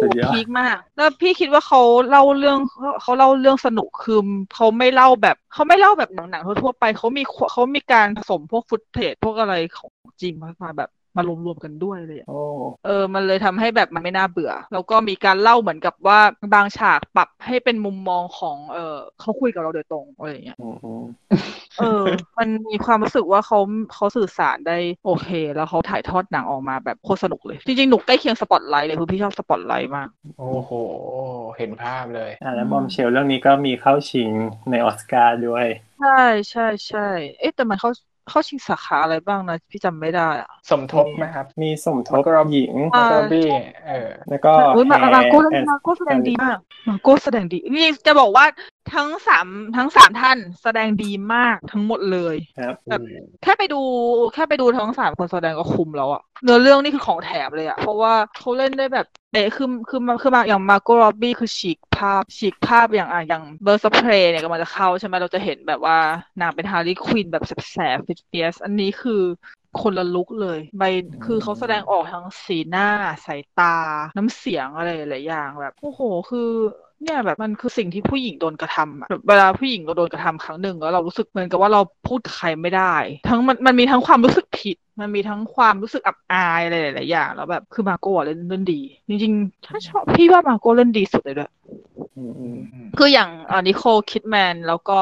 S1: สุด
S3: โอ้โห
S1: ยอด
S3: พีคมาก แล้วพี่คิดว่าเขาเล่าเรื่องเขาเขาเล่าเรื่องสนุกคือเขาไม่เล่าแบบเขาไม่เล่าแบบหนังหนังทั่วๆไปเขามีเขามีการผสมพวกฟุตเทจพวกอะไรของจริงมาแบบมารวมๆกันด้วยเลยอะ
S1: โอ้
S3: เออ มันเลยทำให้แบบมันไม่น่าเบื่อ แล้วก็มีการเล่าเหมือนกับว่าบางฉากปรับให้เป็นมุมมองของ เออเขาคุยกับเราโดยตรงอะไรอย่างเงี้ย
S1: อืมอืม
S3: เอ อ มันมีความรู้สึกว่าเขาเขาสื่อสารได้โอเค แล้วเขาถ่ายทอดหนังออกมาแบบโคตรสนุกเลย จริงๆ หนุกใกล้เคียงสปอตไลท์เลยคือพี่ชอบสปอตไลท์มาก
S2: โอ้โห เห็นภาพเลย
S1: อ่าแล้วบอมเชลเรื่องนี้ก็มีเข้าชิงในออสการ์ด้วย
S3: ใช่ใช่ใช่ เอ๊ะแต่มันเขาเขาชิงสาขาอะไรบ้างนะ พี่จำไม่ได้อะ
S2: สมทบไหมครับ
S1: มีสมทบหญิง
S3: อ่า
S2: กระบี้เออ
S1: แล้วก็
S3: โอ้ยมามามาโก้แล้ว
S1: แอน
S3: มาโก้แสดงดีมากมาโก้แสดงดี นี่จะบอกว่าทั้งสามทั้งสามท่านแสดงดีมากทั้งหมดเลย
S1: ครับ
S3: แค่ไปดูแค่ไปดูทั้งสามคนแสดงก็คุ้มแล้วอะเนื้อเรื่องนี่คือของแถมเลยอะเพราะว่าเขาเล่นได้แบบเอ๊ะคือคือมันคือมาอย่างมาโก r ร b บี้คือฉีกภาพฉีกภาพอย่างอ่ะอย่างเบอร์สเพรย์เนี่ยกำลังจะเข้าใช่ไหมเราจะเห็นแบบว่านางเป็นฮาร์ลีควินแบบแสบๆฟิตเฟียสอันนี้คือคนละลุกเลยใบคือเขาแสดงออกทั้งสีหน้า สายตา น้ำเสียงอะไรหลายๆอย่างแบบโอ้โหคือ เนี่ยแบบมันคือสิ่งที่ผู้หญิงโดนกระทำอะแบบเวลาผู้หญิงเราโดนกระทำครั้งหนึ่งแล้วเรารู้สึกเหมือนกับว่าเราพูดกับใครไม่ได้ ทั้งมันมันมีทั้งความรู้สึกผิด มันมีทั้งความรู้สึกอับอายอะไรหลายๆอย่างแล้วแบบคือมาโก้อะเล่นเล่นดี จริงๆถ้าชอบพี่ว่ามาโก้เล่นดีสุดเลยด้วย
S1: อืมอืม
S3: คืออย่างเอ่อนิโคลคิดแมนแล้วก็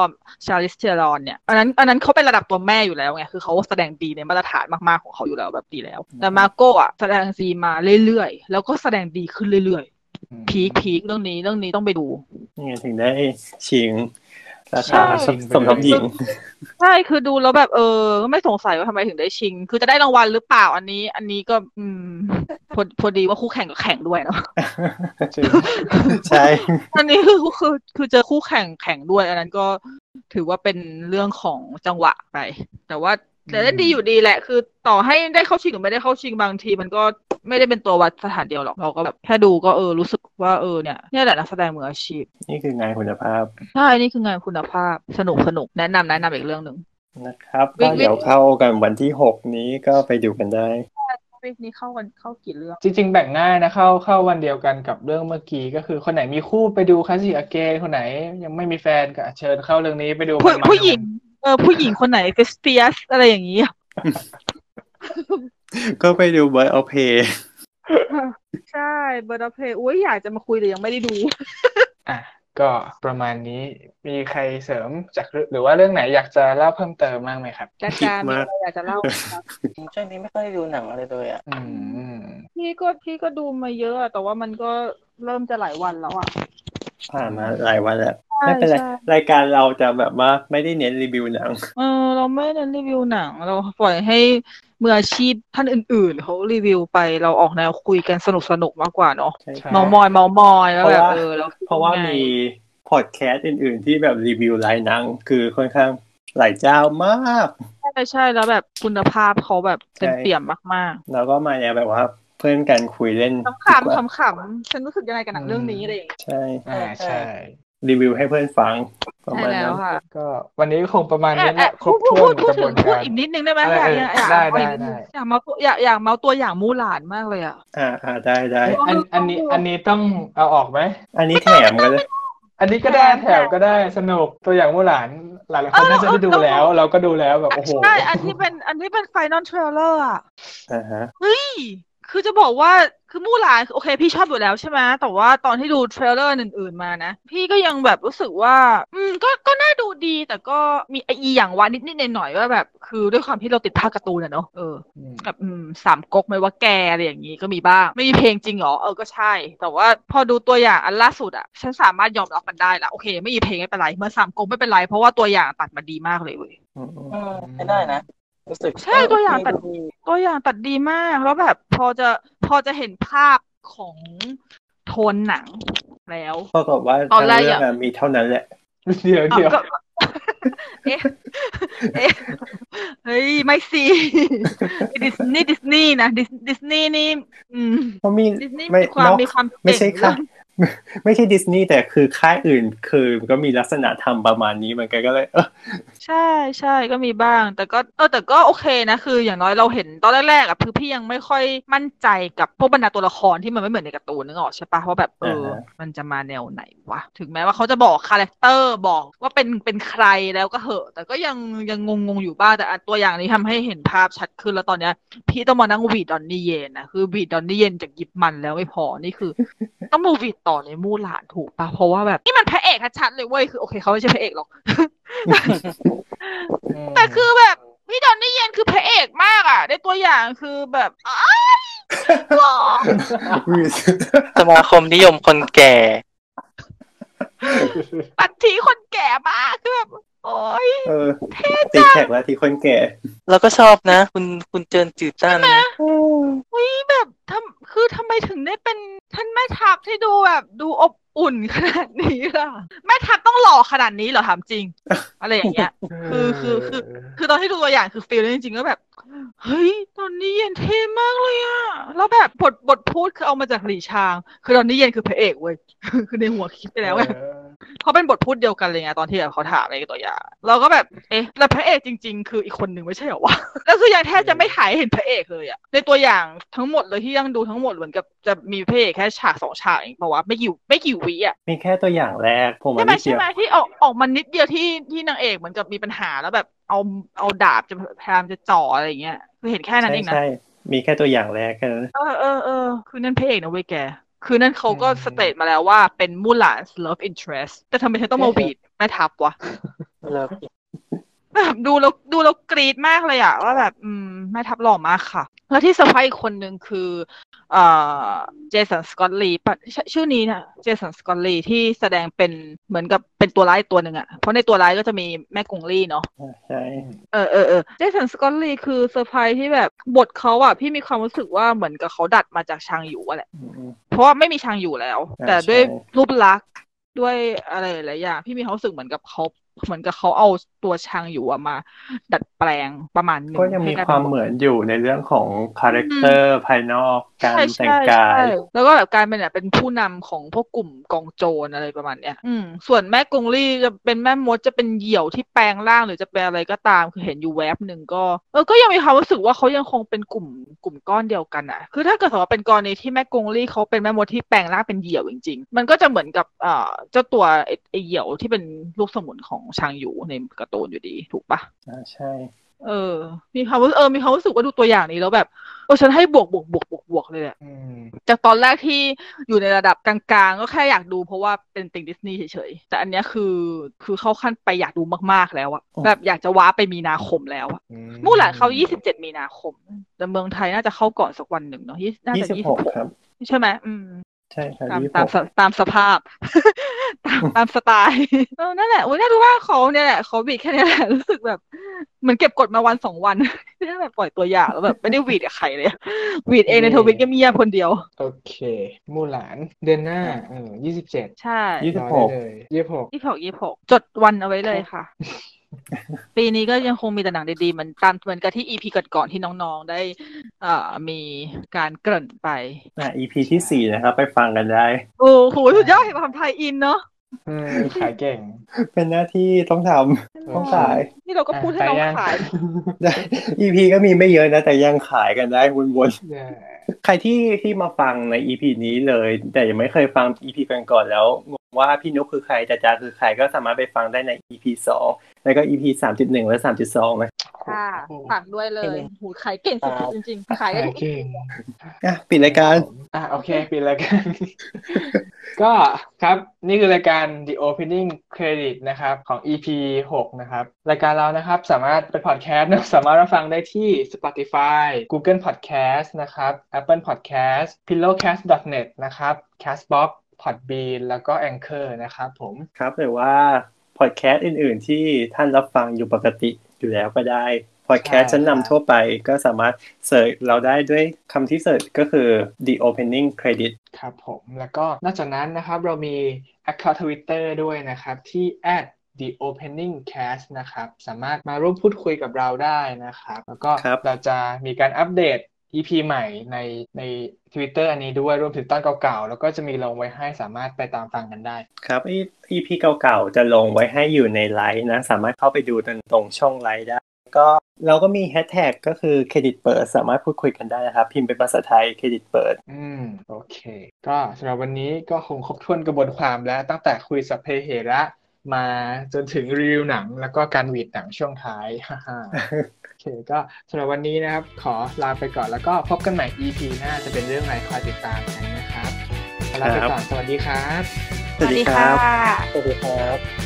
S3: ชาลิสเทรอนเนี่ยอันนั้นอันนั้นเขาเป็นระดับตัวแม่อยู่แล้วไงคือเขาแสดงดีในมาตรฐานมากๆของเขาอยู่แล้วแบบดีแล้ว แต่มาโก้อะแสดงดีมาเรื่อยๆแล้วก็แสดงดีขึ้นเรื่อยๆพีคพีคเรื่องนี้เรื่องนี้ต้องไปดู
S1: นี่ไงถึงได้ชิงรา
S3: ใช่
S1: คาสมทบหญิง
S3: ใช่คือดูแล้วแบบเออก็ไม่สงสัยว่าทำไมถึงได้ชิง คือจะได้รางวัลหรือเปล่าอันนี้ อันนี้ก็อืมพอพอดีว่าคู่แข่งก็แข่งด้วยเนาะ
S2: จริง
S1: ใช่
S3: อันนี้คือคือคือเจอคู่แข่งแข่งด้วย อันนั้นก็ถือว่าเป็นเรื่องของจังหวะไป แต่ว่าแต่เล่นดีอยู่ดีแหละ คือต่อให้ได้เข้าชิงหรือไม่ได้เข้าชิงบางที มันก็ไม่ได้เป็นตัววัดสถานเดียวหรอกเราก็แบบแค่ดูก็เออรู้สึกว่าเออเนี่ยเนี่ยแหละนักแสดงมืออาชีพ
S1: นี่คืองานคุณภาพ
S3: ใช่นี่คืองานคุณภาพสนุกสนุกแนะนำแนะนำอีกเรื่องหนึ่ง
S1: นะครับ
S3: วิ่
S1: ก็
S3: ง
S1: เดี๋ยวเข้ากันวันที่หกนี้ก็ไปดูกันได้
S3: วีคนี้เข้ากันเข้ากี่เรื่อง
S2: จริง ๆ แบ่งง่ายนะเข้าเข้าวันเดียวกันกับเรื่องเมื่อกี้ก็คือคนไหนมีคู่ไปดูคลาสสิกอเกนคนไหนยังไม่มีแฟนก็เชิญเข้าเรื่องนี้ไปดู
S3: ผู้
S2: มันๆ
S3: ผู้หญิง เออผู้หญิงคนไหนเฟสเฟียสอะไรอย่างนี้
S1: ก็ไปดูเบิร์ดเอาเพย์
S3: ใช่เบอร์ดเพลย์อุ้ยอยากจะมาคุยแต่ยังไม่ได้ดู
S2: อ่ะก็ประมาณนี้มีใครเสริมจากเรื่องหรือว่าเรื่องไหนอยากจะเล่าเพิ่มเติมบ้างไหม ครับ
S3: จาการมีอะไรอยากจะเล่าไหมครับ
S4: ช่วงนี้ไม่ค่อยได้ดูหนังอะไรเลยอ่ะ
S2: อืม
S3: พี่ก็พี่ก็ดูมาเยอะอะแต่ว่ามันก็เริ่มจะหลายวันแล้วอ่ะ
S1: ผ่านมาหลายวันแล้ว
S3: ใช่
S1: ไม่เป็นไร
S3: ใช่
S1: รายการเราจะแบบว่าไม่ได้เน้นรีวิวหนัง
S3: เออเราไม่ได้รีวิวหนัง เราปล่อยให้มืออาชีพท่านอื่น ๆเขารีวิวไปเราออกแนวคุยกันสนุกสนุกๆมากกว่าเนาะ
S1: ใช่
S2: ใช่
S1: ครับ
S3: เมามอยเมามอยแล้วแบบเออแล้ว
S1: เพราะว่ามีพอดแคสต์อื่น ๆ ที่แบบรีวิวหลายหนัง คือค่อนข้างหลายเจ้ามาก
S3: ใช่ใช่แล้วแบบคุณภาพเขาแบบเต็มเปี่ยมมากๆ
S1: แล้วก็มาแนวแบบว่าเพื่อนกันคุยเล่น
S3: ขำ
S1: ดีกว่า
S3: ๆขำๆฉันรู้สึกยังไงกับหนังเรื่องนี้อะไรอย่างเงี้ย
S1: ใช่
S2: อ่าใช่
S1: รีวิวให้เพื่อนฟังประ
S3: ใช่
S1: มาณ
S3: แล้
S1: นั้
S3: วน ค่ะ
S2: ก็วันนี้คงประมาณ
S3: แอบ
S2: นี้
S3: แอ
S2: แหละ
S3: บ
S2: คร
S3: พู
S2: บ
S3: ด
S2: ถ้วน
S3: พูดพู
S2: ก
S3: ด
S2: ระบ
S3: ถึ
S2: วน
S3: งพูด
S2: การ
S3: อีกนิดนึงได้ไหม
S2: เอ
S3: อ
S2: อย
S3: าก
S2: เออ
S3: อยากอยาก
S2: ได้
S3: ขออีก
S2: ได้
S3: นิ
S2: ได้
S3: นึงอยากเมาตัวอยากอยากเมาตัวอย่างมู่หลานมากเลยอ่ะ
S1: อ่าอ่าได้ได้
S2: เอ้ยอันอันนี้อันนี้ต้องเอาออกไหม
S1: อันนี้แถมก็ได้
S2: อันนี้ก็ได้
S3: แถม
S2: แถวก็ได้สนุกตัวอย่างมู่หลานหลายๆคน
S3: เออ
S2: น่าจะได้ดู
S3: เออ
S2: แล้ว เราก็ดูแล้วแบบโอ้โห
S3: ใช่อันที่เป็นอันที่เป็นไฟนอลเทรลเลอร์อ่ะ
S1: อ่าฮะ
S3: เฮ้ย คือจะบอกว่า คือมู่หลาน โอเค พี่ชอบอยู่แล้วใช่ไหม แต่ว่าตอนที่ดูเทรลเลอร์อื่นๆมานะ พี่ก็ยังแบบรู้สึกว่า อืม ก็ ก็น่าดูดี แต่ก็มีไออีอย่างวานิดๆหน่อยๆว่าแบบ คือด้วยความที่เราติดภาคการ์ตูนอะเนาะ เออ
S2: อืม
S3: แบบอืมสามก๊กไหมว่าแกอะไรอย่างนี้ก็มีบ้าง ไม่มีเพลงจริงเหรอเออก็ใช่ แต่ว่าพอดูตัวอย่างอันล่าสุดอ่ะ ฉันสามารถยอมรับมันได้ละโอเค ไม่มีเพลงไม่เป็นไรเมื่อสามก๊กไม่เป็นไร เพราะว่าตัวอย่างตัดมาดีมากเลยเว้ย
S4: อืมใช้ได้นะ รู้สึก
S3: ใช่ตัวอย่างตัด
S4: ดี
S3: ตัวอย่างตัดดีมากแล้วแบบพอจะพอจะเห็นภาพของโทนหนังแล้ว
S1: เท่ากับว่า
S3: ตอ
S1: ทั้
S3: น
S1: ง
S3: แรก
S1: เรื่อง
S3: อะ
S1: อะมีเท่านั้นแหละ
S2: เดี๋ยว
S3: อ่ะ
S2: เดี๋ยว
S3: ก็เอ๊ะเอ๊ะเฮ้ย ไม่สิดิสนีย์ดิสนีย์นะดิสดิสนีย์นี่อืม
S1: เพราะมี
S3: ดิสนีย์
S1: ไม่
S3: มีความ
S1: นอก
S3: มีความ
S1: ไม่ใช่
S3: เจ๋ง
S1: ค่า
S3: เรื่อง
S1: ไม่ใช่ดิสนีย์แต่คือค่ายอื่นคือก็มีลักษณะทำประมาณนี้เหมือนกันก็เลยเอ อ
S3: ใช่ใช่ก็มีบ้าง แต่ก็เออแต่ก็โอเคนะ คืออย่างน้อยเราเห็นตอนแรกๆอ่ะคือพี่ยังไม่ค่อยมั่นใจกับพวกบรรดาตัวละครที่มันไม่เหมือนในการ์ตูนนึกออกใช่ปะว่าแบบเออ มันจะมาแนวไหนวะถึงแม้ว่าเขาจะบอกคาแรคเตอร์บอกว่าเป็นเป็นใครแล้วก็เหอะ แต่ก็ยังยังงงๆอยู่บ้างแต่อ่ะตัวอย่างนี้ทำให้เห็นภาพชัดขึ้นแล้วตอนเนี้ย พี่ต้องมานั่งหวีดดอนนี่เยนนะคือหวีดดอนนี่เยนจากยิบมันแล้วไม่พอนี่คือ ต้องมาหวีดต่อในมู่หลานถูกปะเพราะว่าแบบนี่มันพระเอกชัดๆเลยเว้ยคือโอเคเขาไม่ใช่พระเอกหรอก
S2: ม
S3: แต่คือแบบพี่ดอนนี่เย็นคือพระเอกมากอ่ะ ได้ตัวอย่างคือแบบอ้ายหล่อ
S4: สมาคมนิยมคนแก่
S3: ปัดทีคนแก่มากคือแบบโอ้ย
S1: เออตีแขกแล้วทีคนแก่
S4: แล้วก็ชอบนะ คุณคุณเจินจืดตั้น
S3: วิแบบทำคือทำไมถึงได้เป็นท่านแม่ทัพที่ดูแบบดูอบอุ่นขนาดนี้ล่ะแม่ทัพต้องหล่อขนาดนี้เหรอถามจริง อะไรอย่างเงี้ย คือคือคือ คือตอนที่ดูตัวอย่างคือฟีลนั้นจริงๆก็แบบ เฮ้ยตอนนี้เย็นเท่มากเลยอะแล้วแบบบทบทพูดคือเอามาจากหลีชาง คือตอนนี้เย็นคือพระเอกเว้ย คือในหัวคิดไปแล้วไง
S2: เออ
S3: เขาเป็นบทพูดเดียวกันเลยไงตอนที่แบบเขาถามอะไรตัวอย่างเราก็แบบเอ๊ะแล้วพระเอกจริง ๆ คืออีกคนหนึ่งไม่ใช่เหรอวะ แล้วคือยังแทบจะไม่ถ่ายให้เห็นพระเอกเลยอะในตัวอย่างทั้งหมดเลยที่ยังดูทั้งหมดเหมือนกับจะมีพระเอกแค่ฉากสองฉากเองปะวะไม่กี่ไม่กี่วิอะ
S1: มีแค่ตัวอย่างแรกผมมั
S3: ใช่
S1: น
S3: ไหม
S1: นิด
S3: ใช่
S1: เดียว
S3: ไหมที่ออกออกมานิดเดียวที่ที่นางเอกเหมือนกับมีปัญหาแล้วแบบเอาเอาดาบจะพยายามจะจ่ออะไรอย่างเงี้ยคือเห็นแค่นั้น
S1: ใช่
S3: เองนะ
S1: ใช่มีแค่ตัวอย่างแรกแค่นั้น
S3: เออเออเออคือนั่นพระเอกนะเว้ยแก คือนั่นเขาก็สเตทมาแล้วว่าเป็นมู่หลาน love interest แต่ทำไมเธอต้องมาวีดแม่ทับวะ
S4: เลิก
S3: แบบดูแล้วดูแล้วกรี๊ดมากเลยอะว่าแบบอืมแม่ทัพหล่อมากค่ะ แล้วที่เซอร์ไพรส์อีกคนนึงคือ เอ่อเจสันสกอตลีปะชชื่อนี้นะเจสันสกอตลีที่แสดงเป็นเหมือนกับเป็นตัวร้ายตัวหนึ่งอะเพราะในตัวร้ายก็จะมีแม่กงลี่เนาะ
S1: ใช่
S3: เออเออเออเจสันสกอตลีคือเซอร์ไพรส์ที่แบบบทเขาอะพี่มีความรู้สึกว่าเหมือนกับเขาดัดมาจากชางอยู่อะแหละ
S1: อืมอืม
S3: เพราะว่าไม่มีชางอยู่แล้ว
S1: อ่า
S3: แต่ด้วย
S1: ใช่
S3: รูปลักษณ์ด้วยอะไรหลายๆอย่างพี่มีความรู้สึกเหมือนกับเขาเหมือนกับเขาเอาตัวชางอยู่อะมา ดัดแปลงประมาณหนึง
S1: ก็ยังมี
S3: ให้กลย
S1: ความ
S3: ป็น
S1: เหมือนอยู่ในเรื่องของคาแรคเตอร์ภายนอกการแต่
S3: ใช่ใช่
S1: งกา
S3: ใช่
S1: ย
S3: แล้วก็แบบการเป็นแบบเป็นผู้นำของพวกกลุ่มกองโจรอะไรประมาณเนี้ยอืมส่วนแม่กงลี่จะเป็นแม่มดจะเป็นเหยี่ยวที่แปลงร่างหรือจะเป็นอะไรก็ตามคือเห็นอยู่แวบหนึ่งก็เออก็ยังมีความรู้สึกว่าเขายังคงเป็นกลุ่มกลุ่มก้อนเดียวกันอ่ะ คือถ้าเกิดสมมติว่าเป็นกรณีที่แม่กงลี่เขาเป็นแม่มดที่แปลงร่างเป็นเหยี่ยวจริงๆ มันก็จะเหมือนกับเอ่อเจ้าตัวไอ้ไอเหยี่ยวที่เป็นลูกสมุนของชางอยู่ในการ์ตูนอยู่ดีถูกปะ
S1: อ่าใช่
S3: เออ มีความรู้เออ มีความรู้สึกว่าดูตัวอย่างนี้แล้วแบบเออฉันให้บวกบวกบวกบวกบวกเลยแหละ
S2: อืม
S3: จากตอนแรกที่อยู่ในระดับกลางๆ ก็แค่อยากดูเพราะว่าเป็นติ่งดิสนีย์เฉยๆ แต่อันเนี้ยคือคือเข้าขั้นไปอยากดูมากๆแล้วอะแบบอยากจะว้าไปมีนาคมแล้วอะ
S2: อื
S3: มู่หลานเข้า 27 มีนาคม แต่เมืองไทยน่าจะเข้าก่อนสักวันหนึ่งเนาะยี่น่า
S1: ยี่
S3: จะ
S1: สิบหกครับ
S3: 26ใช่ไหมอืม
S1: ใช่ครับ
S3: ตาม
S1: ยี่สิบ
S3: ตาม
S1: หก
S3: สตามสภาพ ตามตามสไตล์ เออนั่นแหละโอ้ยน่าดูว่าเขาเนี่ยแหละเขาบีดแค่เนี้ยแหละ รู้สึกแบบเหมือนเก็บกดมาวันสองวัน นี่แบบปล่อยตัวอย่างแล้วแบบไม่ได้หวีดกับใครเลยหวีดเองในทวิตเงียบๆคนเดียว
S2: โอเคมู่หลานเดือนหน้าเออยี่สิบเจ็ด
S3: ใช่
S1: ยี่สิบหก
S2: เลยยี่สิบหก
S3: ยี่สิบหกยี่สิบหกจดวันเอาไว้เลยค่ะ ปีนี้ก็ยังคงมีแต่หนังดีๆเหมือนตามเหมือนกับที่อีพีก่อนๆที่น้องๆได้เอ่อมีการเกริ่นไป
S1: อ่ะ EP ที่สี่นะครับ ไปฟังกันได้
S3: โอ้โหสุดยอดเห็นความไทยอินเนาะ
S2: อืมขายเก่ง
S1: เป็นหน้าที่ต้องทำต้องขาย
S3: นี่เราก็พูดให้น้อง
S2: อ่ะไปยัง
S3: ขาย
S1: ได้ EP ก็มีไม่เยอะนะ แต่ยังขายกันได้วน
S2: เย้
S1: ๆ ใครที่ที่มาฟังใน EP นี้เลย แต่ยังไม่เคยฟัง EP กันก่อนๆแล้วงงว่าพี่นุกคือใครจาจาคือใครก็สามารถไปฟังได้ใน EP สองแล้วก็ EP สามจุดหนึ่งและสามจุดสองนะ
S3: ค่ะฝากด้วยเลยหูขายเก่งสุดๆจริงๆ ขายได้
S2: ขาย
S3: ทุก
S2: เก่ง
S1: อ่ะปิดรายการ
S2: อ่ะโอเค ปิดรายการ ก็ครับนี่คือรายการ The Opening Credit นะครับของ EP 6 นะครับ รายการเรานะครับสามารถเป็นพอดแคสต์นะ สามารถรับฟังได้ที่ Spotify Google Podcast นะครับ Apple Podcast Pillowcast.net นะครับ Castbox Podbean แล้วก็ Anchor นะครับผม
S1: ครับหรือว่าพอดแคสต์อื่นๆ ที่ท่านรับฟังอยู่ปกติอยู่แล้วก็ได้พอดแคสต์
S2: ใช่
S1: ชั้น
S2: ครับ
S1: นำทั่วไปก็สามารถเสิร์ชเราได้ด้วยคำที่เสิร์ชก็คือ the opening credit
S2: ครับผมแล้วก็นอกจากนั้นนะครับเรามี Account Twitter ด้วยนะครับที่ the opening cast นะครับ สามารถมาร่วมพูดคุยกับเราได้นะครับ แล้วก็
S1: ครับ
S2: เราจะมีการอัปเดต EP ใหม่ในใน Twitter อันนี้ด้วยรวมถึงตอนเก่าๆ แล้วก็จะมีลงไว้ให้สามารถไปตามฟังกันได้
S1: ครับไอ้ EP เก่าๆ จะลงไว้ให้อยู่ในไลฟ์นะ สามารถเข้าไปดูตรงช่องไลฟ์ได้ ก็เราก็มีแฮชแท็กก็คือเครดิตเปิดสามารถพูดคุยกันได้นะครับ พิมพ์เป็นภาษาไทยเครดิตเปิด
S2: อืมโอเค ก็สำหรับวันนี้ก็คงครบถ้วนกระบวนความแล้วตั้งแต่คุยสัพเพเหระมาจนถึงรีวิวหนัง แล้วก็การหวีดหนังช่วงท้าย ฮ่าๆโอเคก็สำหรับวันนี้นะครับ ขอลาไปก่อนแล้วก็พบกันใหม่ EP หน้าจะเป็นเรื่องอะไรคอยติดตามกันนะครับลาไปก่อนสวัสดีครับ
S1: สวัสดีครับ
S3: ะ
S4: สวัสดีครับ